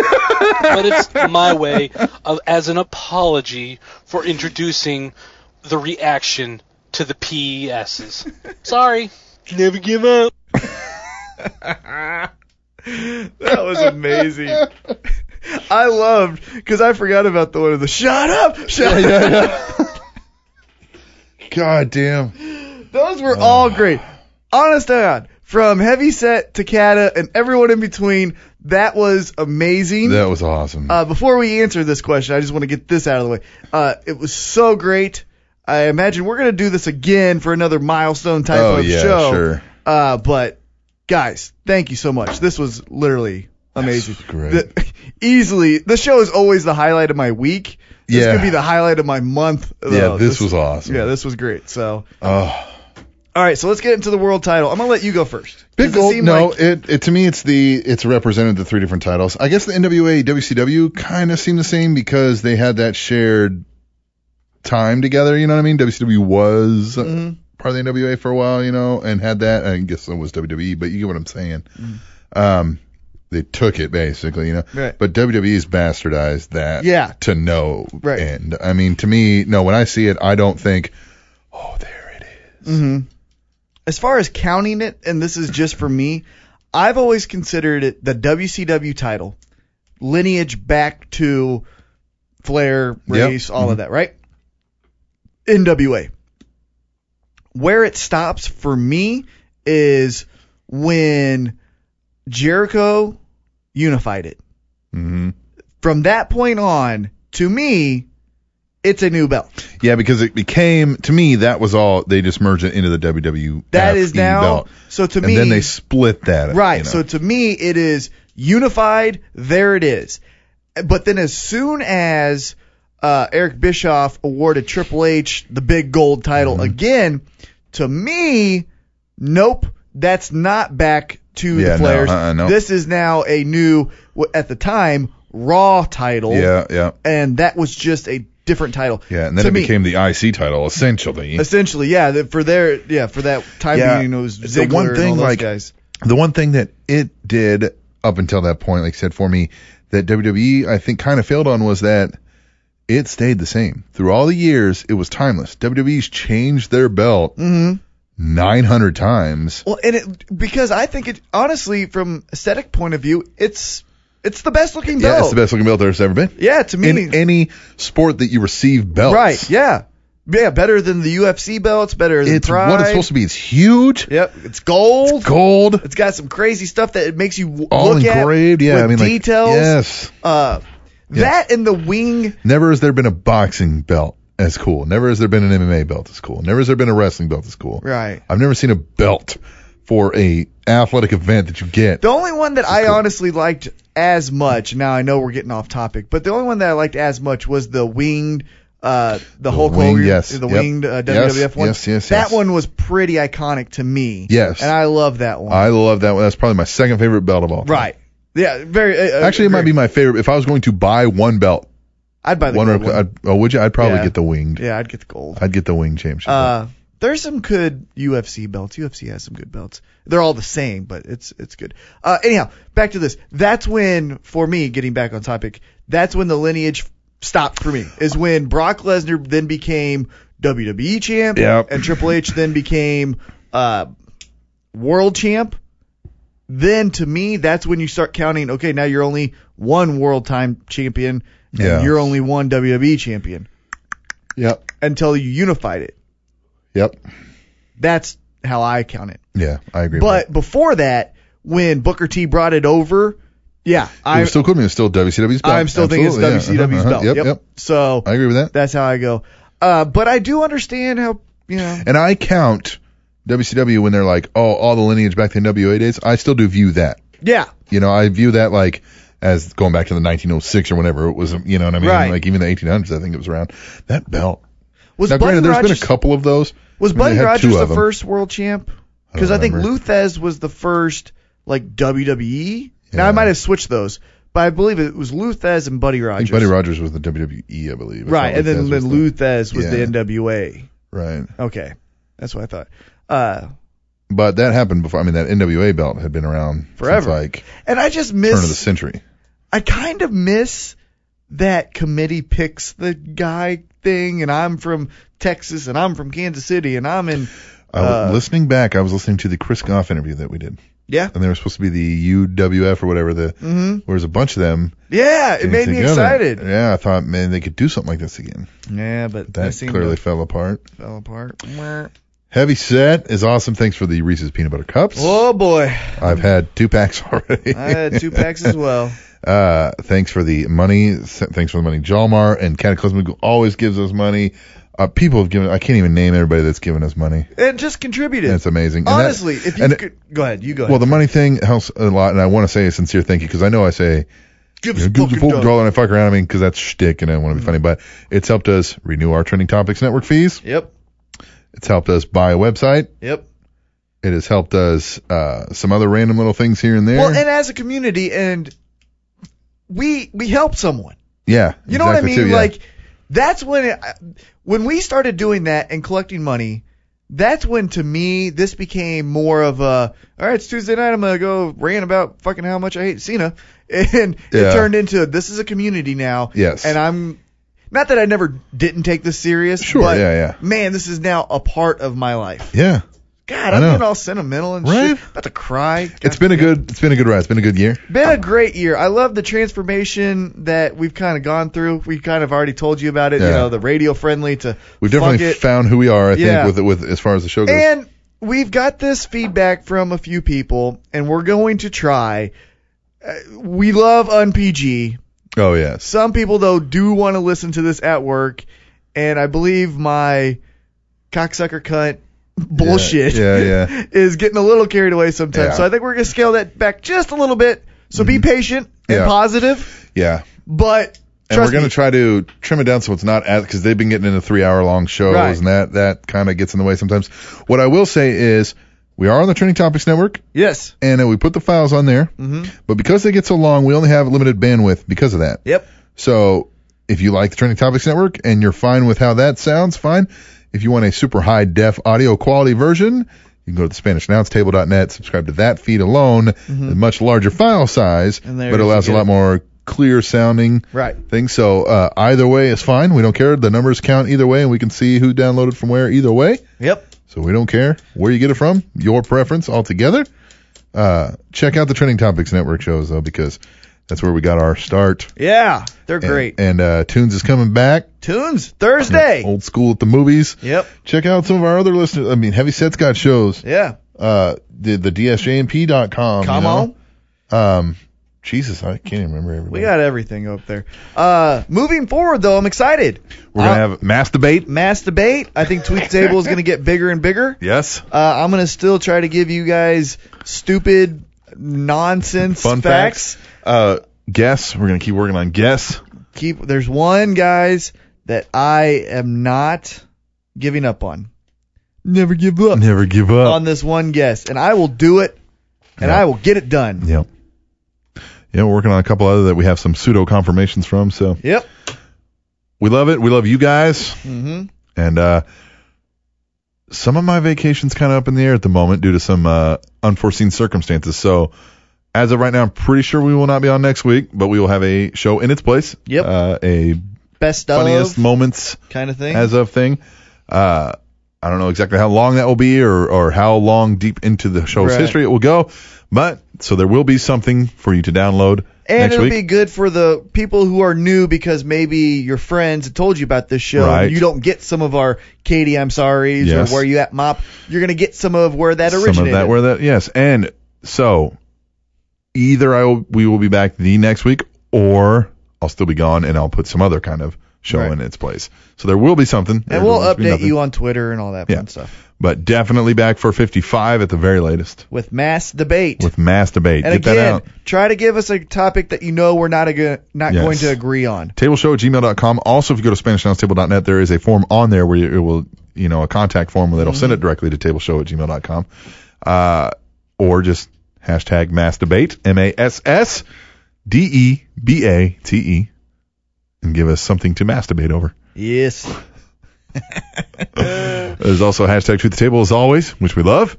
Speaker 22: but it's my way of as an apology for introducing the reaction to the PESs. Sorry. Never give up.
Speaker 1: That was amazing. I loved because I forgot about the one of the shut up, shut up.
Speaker 2: God damn.
Speaker 1: Those were all
Speaker 3: Uh.
Speaker 1: great.
Speaker 3: Honest to God, from heavy set to Kata and everyone in between, that was amazing.
Speaker 2: That was awesome.
Speaker 3: Uh, before we answer this question, I just want to get this out of the way. Uh, it was so great. I imagine we're gonna do this again for another milestone type
Speaker 2: Oh,
Speaker 3: of
Speaker 2: yeah,
Speaker 3: show.
Speaker 2: sure.
Speaker 3: Uh, but guys, thank you so much. This was literally amazing.
Speaker 2: great.
Speaker 3: The- easily, the show is always the highlight of my week. This
Speaker 2: Yeah.
Speaker 3: could be the highlight of my month.
Speaker 2: Yeah,
Speaker 3: though.
Speaker 2: this was awesome.
Speaker 3: Yeah, Oh, this was great. So,
Speaker 2: Oh.
Speaker 3: all right, so let's get into the world title. I'm gonna let you go first.
Speaker 2: Big
Speaker 3: Does it
Speaker 2: gold.
Speaker 3: seem
Speaker 2: No,
Speaker 3: like-
Speaker 2: it, it to me it's the it's represented the three different titles. I guess the NWA WCW kind of seem the same because they had that shared time together. You know what I mean? WCW was uh,
Speaker 3: Mm-hmm.
Speaker 2: part of the NWA for a while, you know, and had that. I guess so was WWE, but you get what I'm saying. Um, they took it basically, you know.
Speaker 3: Mm-hmm. Right.
Speaker 2: But WWE's bastardized that.
Speaker 3: Yeah.
Speaker 2: To no
Speaker 3: Right.
Speaker 2: end. I mean, to me, no. When I see it, I don't think
Speaker 3: hmm As far as counting it, and this is just for me, I've always considered it the WCW title, lineage back to Flair, Race, all
Speaker 2: Mm-hmm.
Speaker 3: of that, right? NWA. Where it stops for me is when Jericho unified it.
Speaker 2: Mm-hmm.
Speaker 3: From that point on, to me, it's a new belt.
Speaker 2: Yeah, because it became to me that was all they just merged it into the WWE.
Speaker 3: That is now-
Speaker 2: belt.
Speaker 3: so to
Speaker 2: and
Speaker 3: me-
Speaker 2: then they split that.
Speaker 3: Right.
Speaker 2: you know.
Speaker 3: So to me, it is unified. There it is. But then as soon as uh, Eric Bischoff awarded Triple H the big gold title
Speaker 2: Mm-hmm.
Speaker 3: again, to me, nope, that's not back to
Speaker 2: Yeah,
Speaker 3: the
Speaker 2: no,
Speaker 3: players.
Speaker 2: uh-uh, no.
Speaker 3: This is now a new, w- at the time, Raw title.
Speaker 2: yeah, yeah,
Speaker 3: And that was just a different title.
Speaker 2: yeah, and then
Speaker 3: to
Speaker 2: it
Speaker 3: me,
Speaker 2: became the IC title essentially.
Speaker 3: Essentially, yeah, the- for their yeah for that time
Speaker 2: Yeah.
Speaker 3: being, it was
Speaker 2: The
Speaker 3: Ziggler
Speaker 2: one
Speaker 3: and
Speaker 2: thing,
Speaker 3: all those
Speaker 2: like,
Speaker 3: guys.
Speaker 2: The one thing that it did up until that point, like I said for me, that WWE I think kind of failed on was that it stayed the same through all the years. It was timeless. WWE's changed their belt
Speaker 3: Mm-hmm.
Speaker 2: 900 times.
Speaker 3: Well, and it because I think it honestly, from aesthetic point of view, it's it's the best looking belt.
Speaker 2: Yeah, it's the best looking belt there's ever been.
Speaker 3: Oh. Yeah, to me,
Speaker 2: In any sport that you receive belts.
Speaker 3: right? Yeah, yeah, better than the UFC belts, better than
Speaker 2: It's
Speaker 3: Pride.
Speaker 2: what it's supposed to be. It's huge.
Speaker 3: Yep, it's gold.
Speaker 2: gold.
Speaker 3: It's got some crazy stuff that it makes you w-
Speaker 2: all
Speaker 3: look
Speaker 2: engraved.
Speaker 3: at
Speaker 2: Yeah,
Speaker 3: with
Speaker 2: I mean, like,
Speaker 3: details.
Speaker 2: yes.
Speaker 3: Uh, that and the wing.
Speaker 2: Never has there been a boxing belt as cool. Never has there been an MMA belt as cool. Never has there been a wrestling belt as cool.
Speaker 3: Right.
Speaker 2: I've never seen a belt for a athletic event that you get.
Speaker 3: The only one that I honestly liked as much. Now I know we're getting off topic, but the only one that I liked as much was the winged, uh, the, Hulk
Speaker 2: winged,
Speaker 3: Hogan,
Speaker 2: yes,
Speaker 3: the
Speaker 2: yep.
Speaker 3: winged uh,
Speaker 2: Yes,
Speaker 3: WWF one.
Speaker 2: yes, yes,
Speaker 3: That
Speaker 2: yes.
Speaker 3: one was pretty iconic to me.
Speaker 2: Yes. Uh,
Speaker 3: and I love that one.
Speaker 2: I love that one. That's probably my second favorite belt of all. time.
Speaker 3: right. Yeah, very. Uh,
Speaker 2: Actually, it might be my favorite. If I was going to buy one belt,
Speaker 3: I'd buy the
Speaker 2: one.
Speaker 3: gold
Speaker 2: rep- I'd, oh, would you? I'd probably
Speaker 3: Yeah.
Speaker 2: get the winged.
Speaker 3: Yeah, I'd get the gold.
Speaker 2: I'd get the winged championship.
Speaker 3: Uh, there's some good UFC belts. UFC has some good belts. They're all the same, but it's it's good. Uh, anyhow, back to this. That's when, for me, getting back on topic, that's when the lineage stopped for me. Is when Brock Lesnar then became WWE champ,
Speaker 2: Yep.
Speaker 3: and Triple H then became uh, world champ. Then to me, that's when you start counting. Okay, now you're only one world time champion, and
Speaker 2: Yeah.
Speaker 3: Uh, you're only one WWE champion
Speaker 2: yep.
Speaker 3: until you unified it.
Speaker 2: Yep.
Speaker 3: That's how I count it.
Speaker 2: Yeah, I agree. with
Speaker 3: But before that, when Booker T brought it over, yeah,
Speaker 2: that. it
Speaker 3: I,
Speaker 2: was still cool. It was still WCW's belt.
Speaker 3: I'm still thinking it's
Speaker 2: Absolutely, yeah.
Speaker 3: WCW's
Speaker 2: Uh-huh,
Speaker 3: belt.
Speaker 2: Yep,
Speaker 3: Yep.
Speaker 2: yep.
Speaker 3: So
Speaker 2: I agree with that.
Speaker 3: that's how I go. Uh, but I do understand how you know.
Speaker 2: And I count WCW when they're like, oh, all the lineage back to NWA days. I still do view that.
Speaker 3: Yeah,
Speaker 2: You know, I view that like as going back to the 1906 or whenever it was. You know what I mean?
Speaker 3: Right.
Speaker 2: Like even the 1800s, I think it was around. That belt.
Speaker 3: Was
Speaker 2: now,
Speaker 3: Buddy
Speaker 2: granted, there's
Speaker 3: Rogers-
Speaker 2: been a couple of those.
Speaker 3: was
Speaker 2: I mean, they
Speaker 3: Buddy
Speaker 2: had two
Speaker 3: Rogers the
Speaker 2: of 'em.
Speaker 3: first world champ? Because I, think
Speaker 2: remember.
Speaker 3: Luthez was the first like WWE. Now I might have switched those, but I believe it was Luthez and Buddy
Speaker 2: I think
Speaker 3: Rogers.
Speaker 2: Buddy Rogers was the WWE, I believe. I
Speaker 3: right,
Speaker 2: thought
Speaker 3: and then,
Speaker 2: Luthez was
Speaker 3: then Luthez was
Speaker 2: Yeah.
Speaker 3: the NWA.
Speaker 2: Right.
Speaker 3: Okay, that's what I thought. Uh,
Speaker 2: But that happened before. I mean, that NWA belt had been around
Speaker 3: Forever.
Speaker 2: Since like
Speaker 3: and I just
Speaker 2: turn of the
Speaker 3: miss
Speaker 2: century.
Speaker 3: I kind of miss that committee picks the guy thing, and I'm from Texas, and I'm from Kansas City, and I'm in.
Speaker 2: I was
Speaker 3: Uh,
Speaker 2: listening back, I was listening to the Chris Goff interview that we did.
Speaker 3: Yeah.
Speaker 2: And they were supposed to be the UWF or whatever. The
Speaker 3: Mhm.
Speaker 2: there was a bunch of them.
Speaker 3: Yeah, it
Speaker 2: getting
Speaker 3: made me
Speaker 2: together.
Speaker 3: excited.
Speaker 2: Yeah, I thought, man, they could do something like this again.
Speaker 3: Yeah, but
Speaker 2: That clearly fell apart.
Speaker 3: fell apart.
Speaker 2: Heavy set is awesome. Thanks for the Reese's peanut butter cups.
Speaker 3: Oh boy,
Speaker 2: I've had two packs already.
Speaker 3: I had two packs as well.
Speaker 2: Uh, thanks for the money. S- Thanks for the money, Jalmar and Cataclysmic always gives us money. Uh, people have given. I can't even name everybody that's given us money.
Speaker 3: And just contributed.
Speaker 2: That's amazing. And that-
Speaker 3: Honestly, if you
Speaker 2: and it-
Speaker 3: could, go ahead, you go.
Speaker 2: Well,
Speaker 3: ahead.
Speaker 2: the money thing helps a lot, and I want to say a sincere thank you because I know I say
Speaker 3: Give
Speaker 2: you know,
Speaker 3: us
Speaker 2: give us a
Speaker 3: fucking Mm-hmm.
Speaker 2: fucking
Speaker 3: dough.
Speaker 2: dollar and I fuck around. I mean, because that's shtick, and I want to be funny, but it's helped us renew our trending topics network fees.
Speaker 3: Yep.
Speaker 2: It's helped us buy a website.
Speaker 3: Yep.
Speaker 2: It has helped us uh, some other random little things here and there.
Speaker 3: Well, and as a community, and we we help someone.
Speaker 2: yeah,
Speaker 3: You know
Speaker 2: exactly,
Speaker 3: what I mean?
Speaker 2: too, yeah.
Speaker 3: Like that's when it, when we started doing that and collecting money. That's when to me this became more of a all right, it's Tuesday night. I'm gonna go rant about fucking how much I hate Cena, and it
Speaker 2: Yeah.
Speaker 3: turned into this is a community now.
Speaker 2: Yes.
Speaker 3: and I'm not that I never didn't take this serious.
Speaker 2: Sure,
Speaker 3: but
Speaker 2: yeah, yeah.
Speaker 3: Man, this is now a part of my life.
Speaker 2: yeah,
Speaker 3: God,
Speaker 2: I
Speaker 3: I'm
Speaker 2: know.
Speaker 3: getting all sentimental and
Speaker 2: Right?
Speaker 3: shit. About to cry.
Speaker 2: it's been a good, it's been a good ride. It's been a good year.
Speaker 3: Been a great year. I love the transformation that we've kind of gone through. We kind of already told you about it. You
Speaker 2: Yeah.
Speaker 3: know, the radio friendly to
Speaker 2: We've
Speaker 3: fuck
Speaker 2: definitely
Speaker 3: it.
Speaker 2: found who we are. I
Speaker 3: Yeah.
Speaker 2: think with with as far as the show goes.
Speaker 3: and we've got this feedback from a few people, and we're going to try. Uh, we love unpg.
Speaker 2: oh yes,
Speaker 3: Some people though do want to listen to this at work, and I believe my cocksucker cunt bullshit
Speaker 2: Yeah, yeah.
Speaker 3: is getting a little carried away sometimes.
Speaker 2: Yeah. Mm-hmm.
Speaker 3: So I think we're gonna scale that back just a little bit. So be patient and
Speaker 2: Yeah.
Speaker 3: positive,
Speaker 2: yeah.
Speaker 3: but
Speaker 2: And
Speaker 3: trust
Speaker 2: we're going
Speaker 3: me,
Speaker 2: to try to trim it down so it's not as because they've been getting into three hour long shows
Speaker 3: Right.
Speaker 2: and that that kind of gets in the way sometimes. What I will say is we are on the Trending Topics Network
Speaker 3: yes.
Speaker 2: and uh, we put the files on there,
Speaker 3: Mm-hmm.
Speaker 2: but because they get so long, we only have limited bandwidth because of that.
Speaker 3: Yep.
Speaker 2: So if you like the Trending Topics Network and you're fine with how that sounds, fine. If you want a super high def audio quality version, you can go to the SpanishAnnounceTable.net, subscribe to that feed alone, a much larger file size,
Speaker 3: Mm-hmm. And there
Speaker 2: but
Speaker 3: you
Speaker 2: allows a
Speaker 3: get
Speaker 2: lot
Speaker 3: it.
Speaker 2: more clear sounding
Speaker 3: Right.
Speaker 2: thing. So uh, either way is fine. We don't care. The numbers count either way, and we can see who downloaded from where either way.
Speaker 3: Yep.
Speaker 2: So we don't care where you get it from, your preference altogether. Uh, check out the Trending Topics Network shows though, because that's where we got our start.
Speaker 3: Yeah, they're
Speaker 2: And-
Speaker 3: great.
Speaker 2: And, uh, Tunes is coming back.
Speaker 3: Tunes Thursday.
Speaker 2: Old school at the movies.
Speaker 3: Yep.
Speaker 2: Check out some of our other listeners. I mean, Heavy Set's got shows.
Speaker 3: Yeah.
Speaker 2: Uh, the the DSJMP.com.
Speaker 3: Come
Speaker 2: you know?
Speaker 3: on.
Speaker 2: Um, Jesus, I can't even remember
Speaker 3: We
Speaker 2: everybody.
Speaker 3: got everything up there. Uh, moving forward though, I'm excited.
Speaker 2: We're gonna
Speaker 3: Uh,
Speaker 2: have masturbate.
Speaker 3: mass debate. I think Tweet the Table is going to get bigger and bigger.
Speaker 2: Yes.
Speaker 3: Uh, I'm going to still try to give you guys stupid nonsense
Speaker 2: Fun
Speaker 3: facts.
Speaker 2: facts. Uh, guess. We're gonna keep working on guess.
Speaker 3: Keep there's one guys that I am not giving up on. Never give up
Speaker 2: Never give up.
Speaker 3: on this one guess, and I will do it, and
Speaker 2: Yeah.
Speaker 3: I will get it done.
Speaker 2: Yep. Yeah, we're working on a couple other that we have some pseudo confirmations from. So
Speaker 6: Yep.
Speaker 2: we love it. We love you guys.
Speaker 6: Mm-hmm.
Speaker 2: And uh, some of my vacation's kind of up in the air at the moment due to some uh, unforeseen circumstances. So as of right now, I'm pretty sure we will not be on next week, but we will have a show in its place.
Speaker 3: Yep.
Speaker 2: Uh, a
Speaker 3: Best
Speaker 2: funniest
Speaker 3: of
Speaker 2: moments
Speaker 3: kind of thing.
Speaker 2: as of thing. Uh, I don't know exactly how long that will be or, or how long deep into the show's
Speaker 3: Right.
Speaker 2: history it will go, but so there will be something for you to download
Speaker 3: and
Speaker 2: next
Speaker 3: it'll
Speaker 2: week.
Speaker 3: be good for the people who are new because maybe your friends had told you about this show.
Speaker 2: Right.
Speaker 3: You don't get some of our Katie, I'm sorry's
Speaker 2: Yes.
Speaker 3: or where you at mop. You're gonna get some of where that originated.
Speaker 2: Some of that, where that, yes. And so either I will, we will be back the next week, or I'll still be gone and I'll put some other kind of show
Speaker 3: Right.
Speaker 2: in its place. So there will be something. There
Speaker 3: and we'll
Speaker 2: won't be
Speaker 3: update
Speaker 2: nothing.
Speaker 3: you on Twitter and all that
Speaker 2: Yeah.
Speaker 3: fun stuff
Speaker 2: But definitely back for 55 at the very latest
Speaker 3: with mass debate.
Speaker 2: with mass debate.
Speaker 3: and
Speaker 2: Get that
Speaker 3: again,
Speaker 2: out.
Speaker 3: try to give us a topic that you know we're not a go- not
Speaker 2: Yes.
Speaker 3: going to agree on.
Speaker 2: tableshow at gmail.com. Also, if you go to SpanishAnnounceTable.net, there is a form on there where you, it will, you know, a contact form that'll send it directly to tableshow at gmail.com. Uh, or just hashtag mass debate, M A S S D E B A T E, and give us something to masturbate over.
Speaker 3: Yes.
Speaker 2: There's also hashtag tweet the table as always, which we love.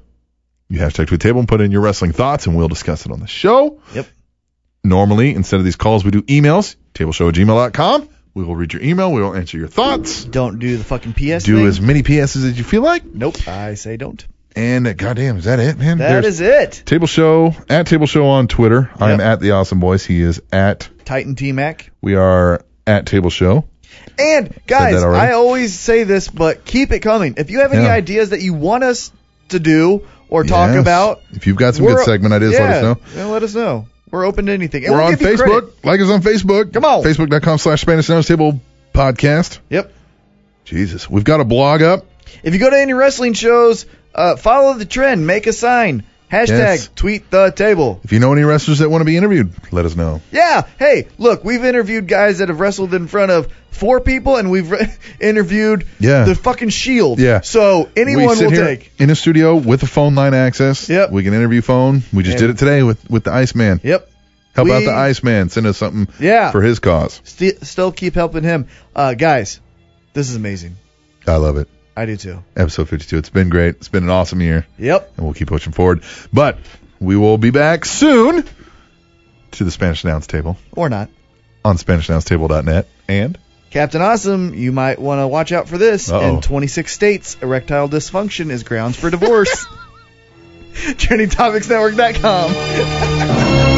Speaker 2: You hashtag tweet the table and put in your wrestling thoughts and we'll discuss it on the show.
Speaker 3: Yep.
Speaker 2: Normally, instead of these calls, we do emails, tableshow at gmail.com. We will read your email. We will answer your thoughts.
Speaker 3: Don't do the fucking PS.
Speaker 2: Do
Speaker 3: thing.
Speaker 2: as many PSs as you feel like.
Speaker 3: Nope. I say don't.
Speaker 2: And uh, goddamn, is that it, man?
Speaker 3: That is it.
Speaker 2: Table Show at Table Show on Twitter. I'm at the Awesome Boys. He is at.
Speaker 3: Titan T Mac.
Speaker 2: We are at Table Show.
Speaker 3: And guys,
Speaker 2: that already?
Speaker 3: I always say this, but keep it coming. If you have any
Speaker 2: Yeah.
Speaker 3: ideas that you want us to do or talk
Speaker 2: Yes.
Speaker 3: about,
Speaker 2: If you've got some good
Speaker 3: we're-
Speaker 2: segment ideas, let us
Speaker 3: yeah,
Speaker 2: know.
Speaker 3: yeah, let us know. We're open to anything. And
Speaker 2: We're
Speaker 3: we'll
Speaker 2: on
Speaker 3: give you
Speaker 2: Facebook.
Speaker 3: credit.
Speaker 2: Like us on Facebook. Come on. Facebook.com slash Spanish Announce Table podcast.
Speaker 3: Yep.
Speaker 2: Jesus. We've got a blog up.
Speaker 3: If you go to any wrestling shows, uh, follow the trend. Make a sign. Hashtag
Speaker 2: Yes.
Speaker 3: tweet the table.
Speaker 2: If you know any wrestlers that want to be interviewed, let us know.
Speaker 3: Yeah. Hey, look, we've interviewed guys that have wrestled in front of four people, and we've re- interviewed
Speaker 2: Yeah.
Speaker 3: the fucking Shield.
Speaker 2: Yeah.
Speaker 3: So anyone
Speaker 2: we sit
Speaker 3: will
Speaker 2: here
Speaker 3: take.
Speaker 2: in a studio with a phone line access. Yep. We can interview phone. We just
Speaker 3: Yeah.
Speaker 2: did it today with with the Iceman.
Speaker 3: Yep.
Speaker 2: Help out
Speaker 3: We-
Speaker 2: the Iceman. Send us something
Speaker 3: Yeah.
Speaker 2: for his cause.
Speaker 3: St- still keep helping him. Uh, guys, this is amazing.
Speaker 2: I love it.
Speaker 3: I do too.
Speaker 2: Episode 52. It's been great. It's been an awesome year.
Speaker 3: Yep.
Speaker 2: And we'll keep pushing forward. But we will be back soon to the Spanish Announce Table
Speaker 3: Or not.
Speaker 2: on SpanishAnnounceTable.net. And
Speaker 3: Captain Awesome, you might want to watch out for this.
Speaker 2: Uh-oh.
Speaker 3: In 26 states, erectile dysfunction is grounds for divorce. TrainingTopicsNetwork.com.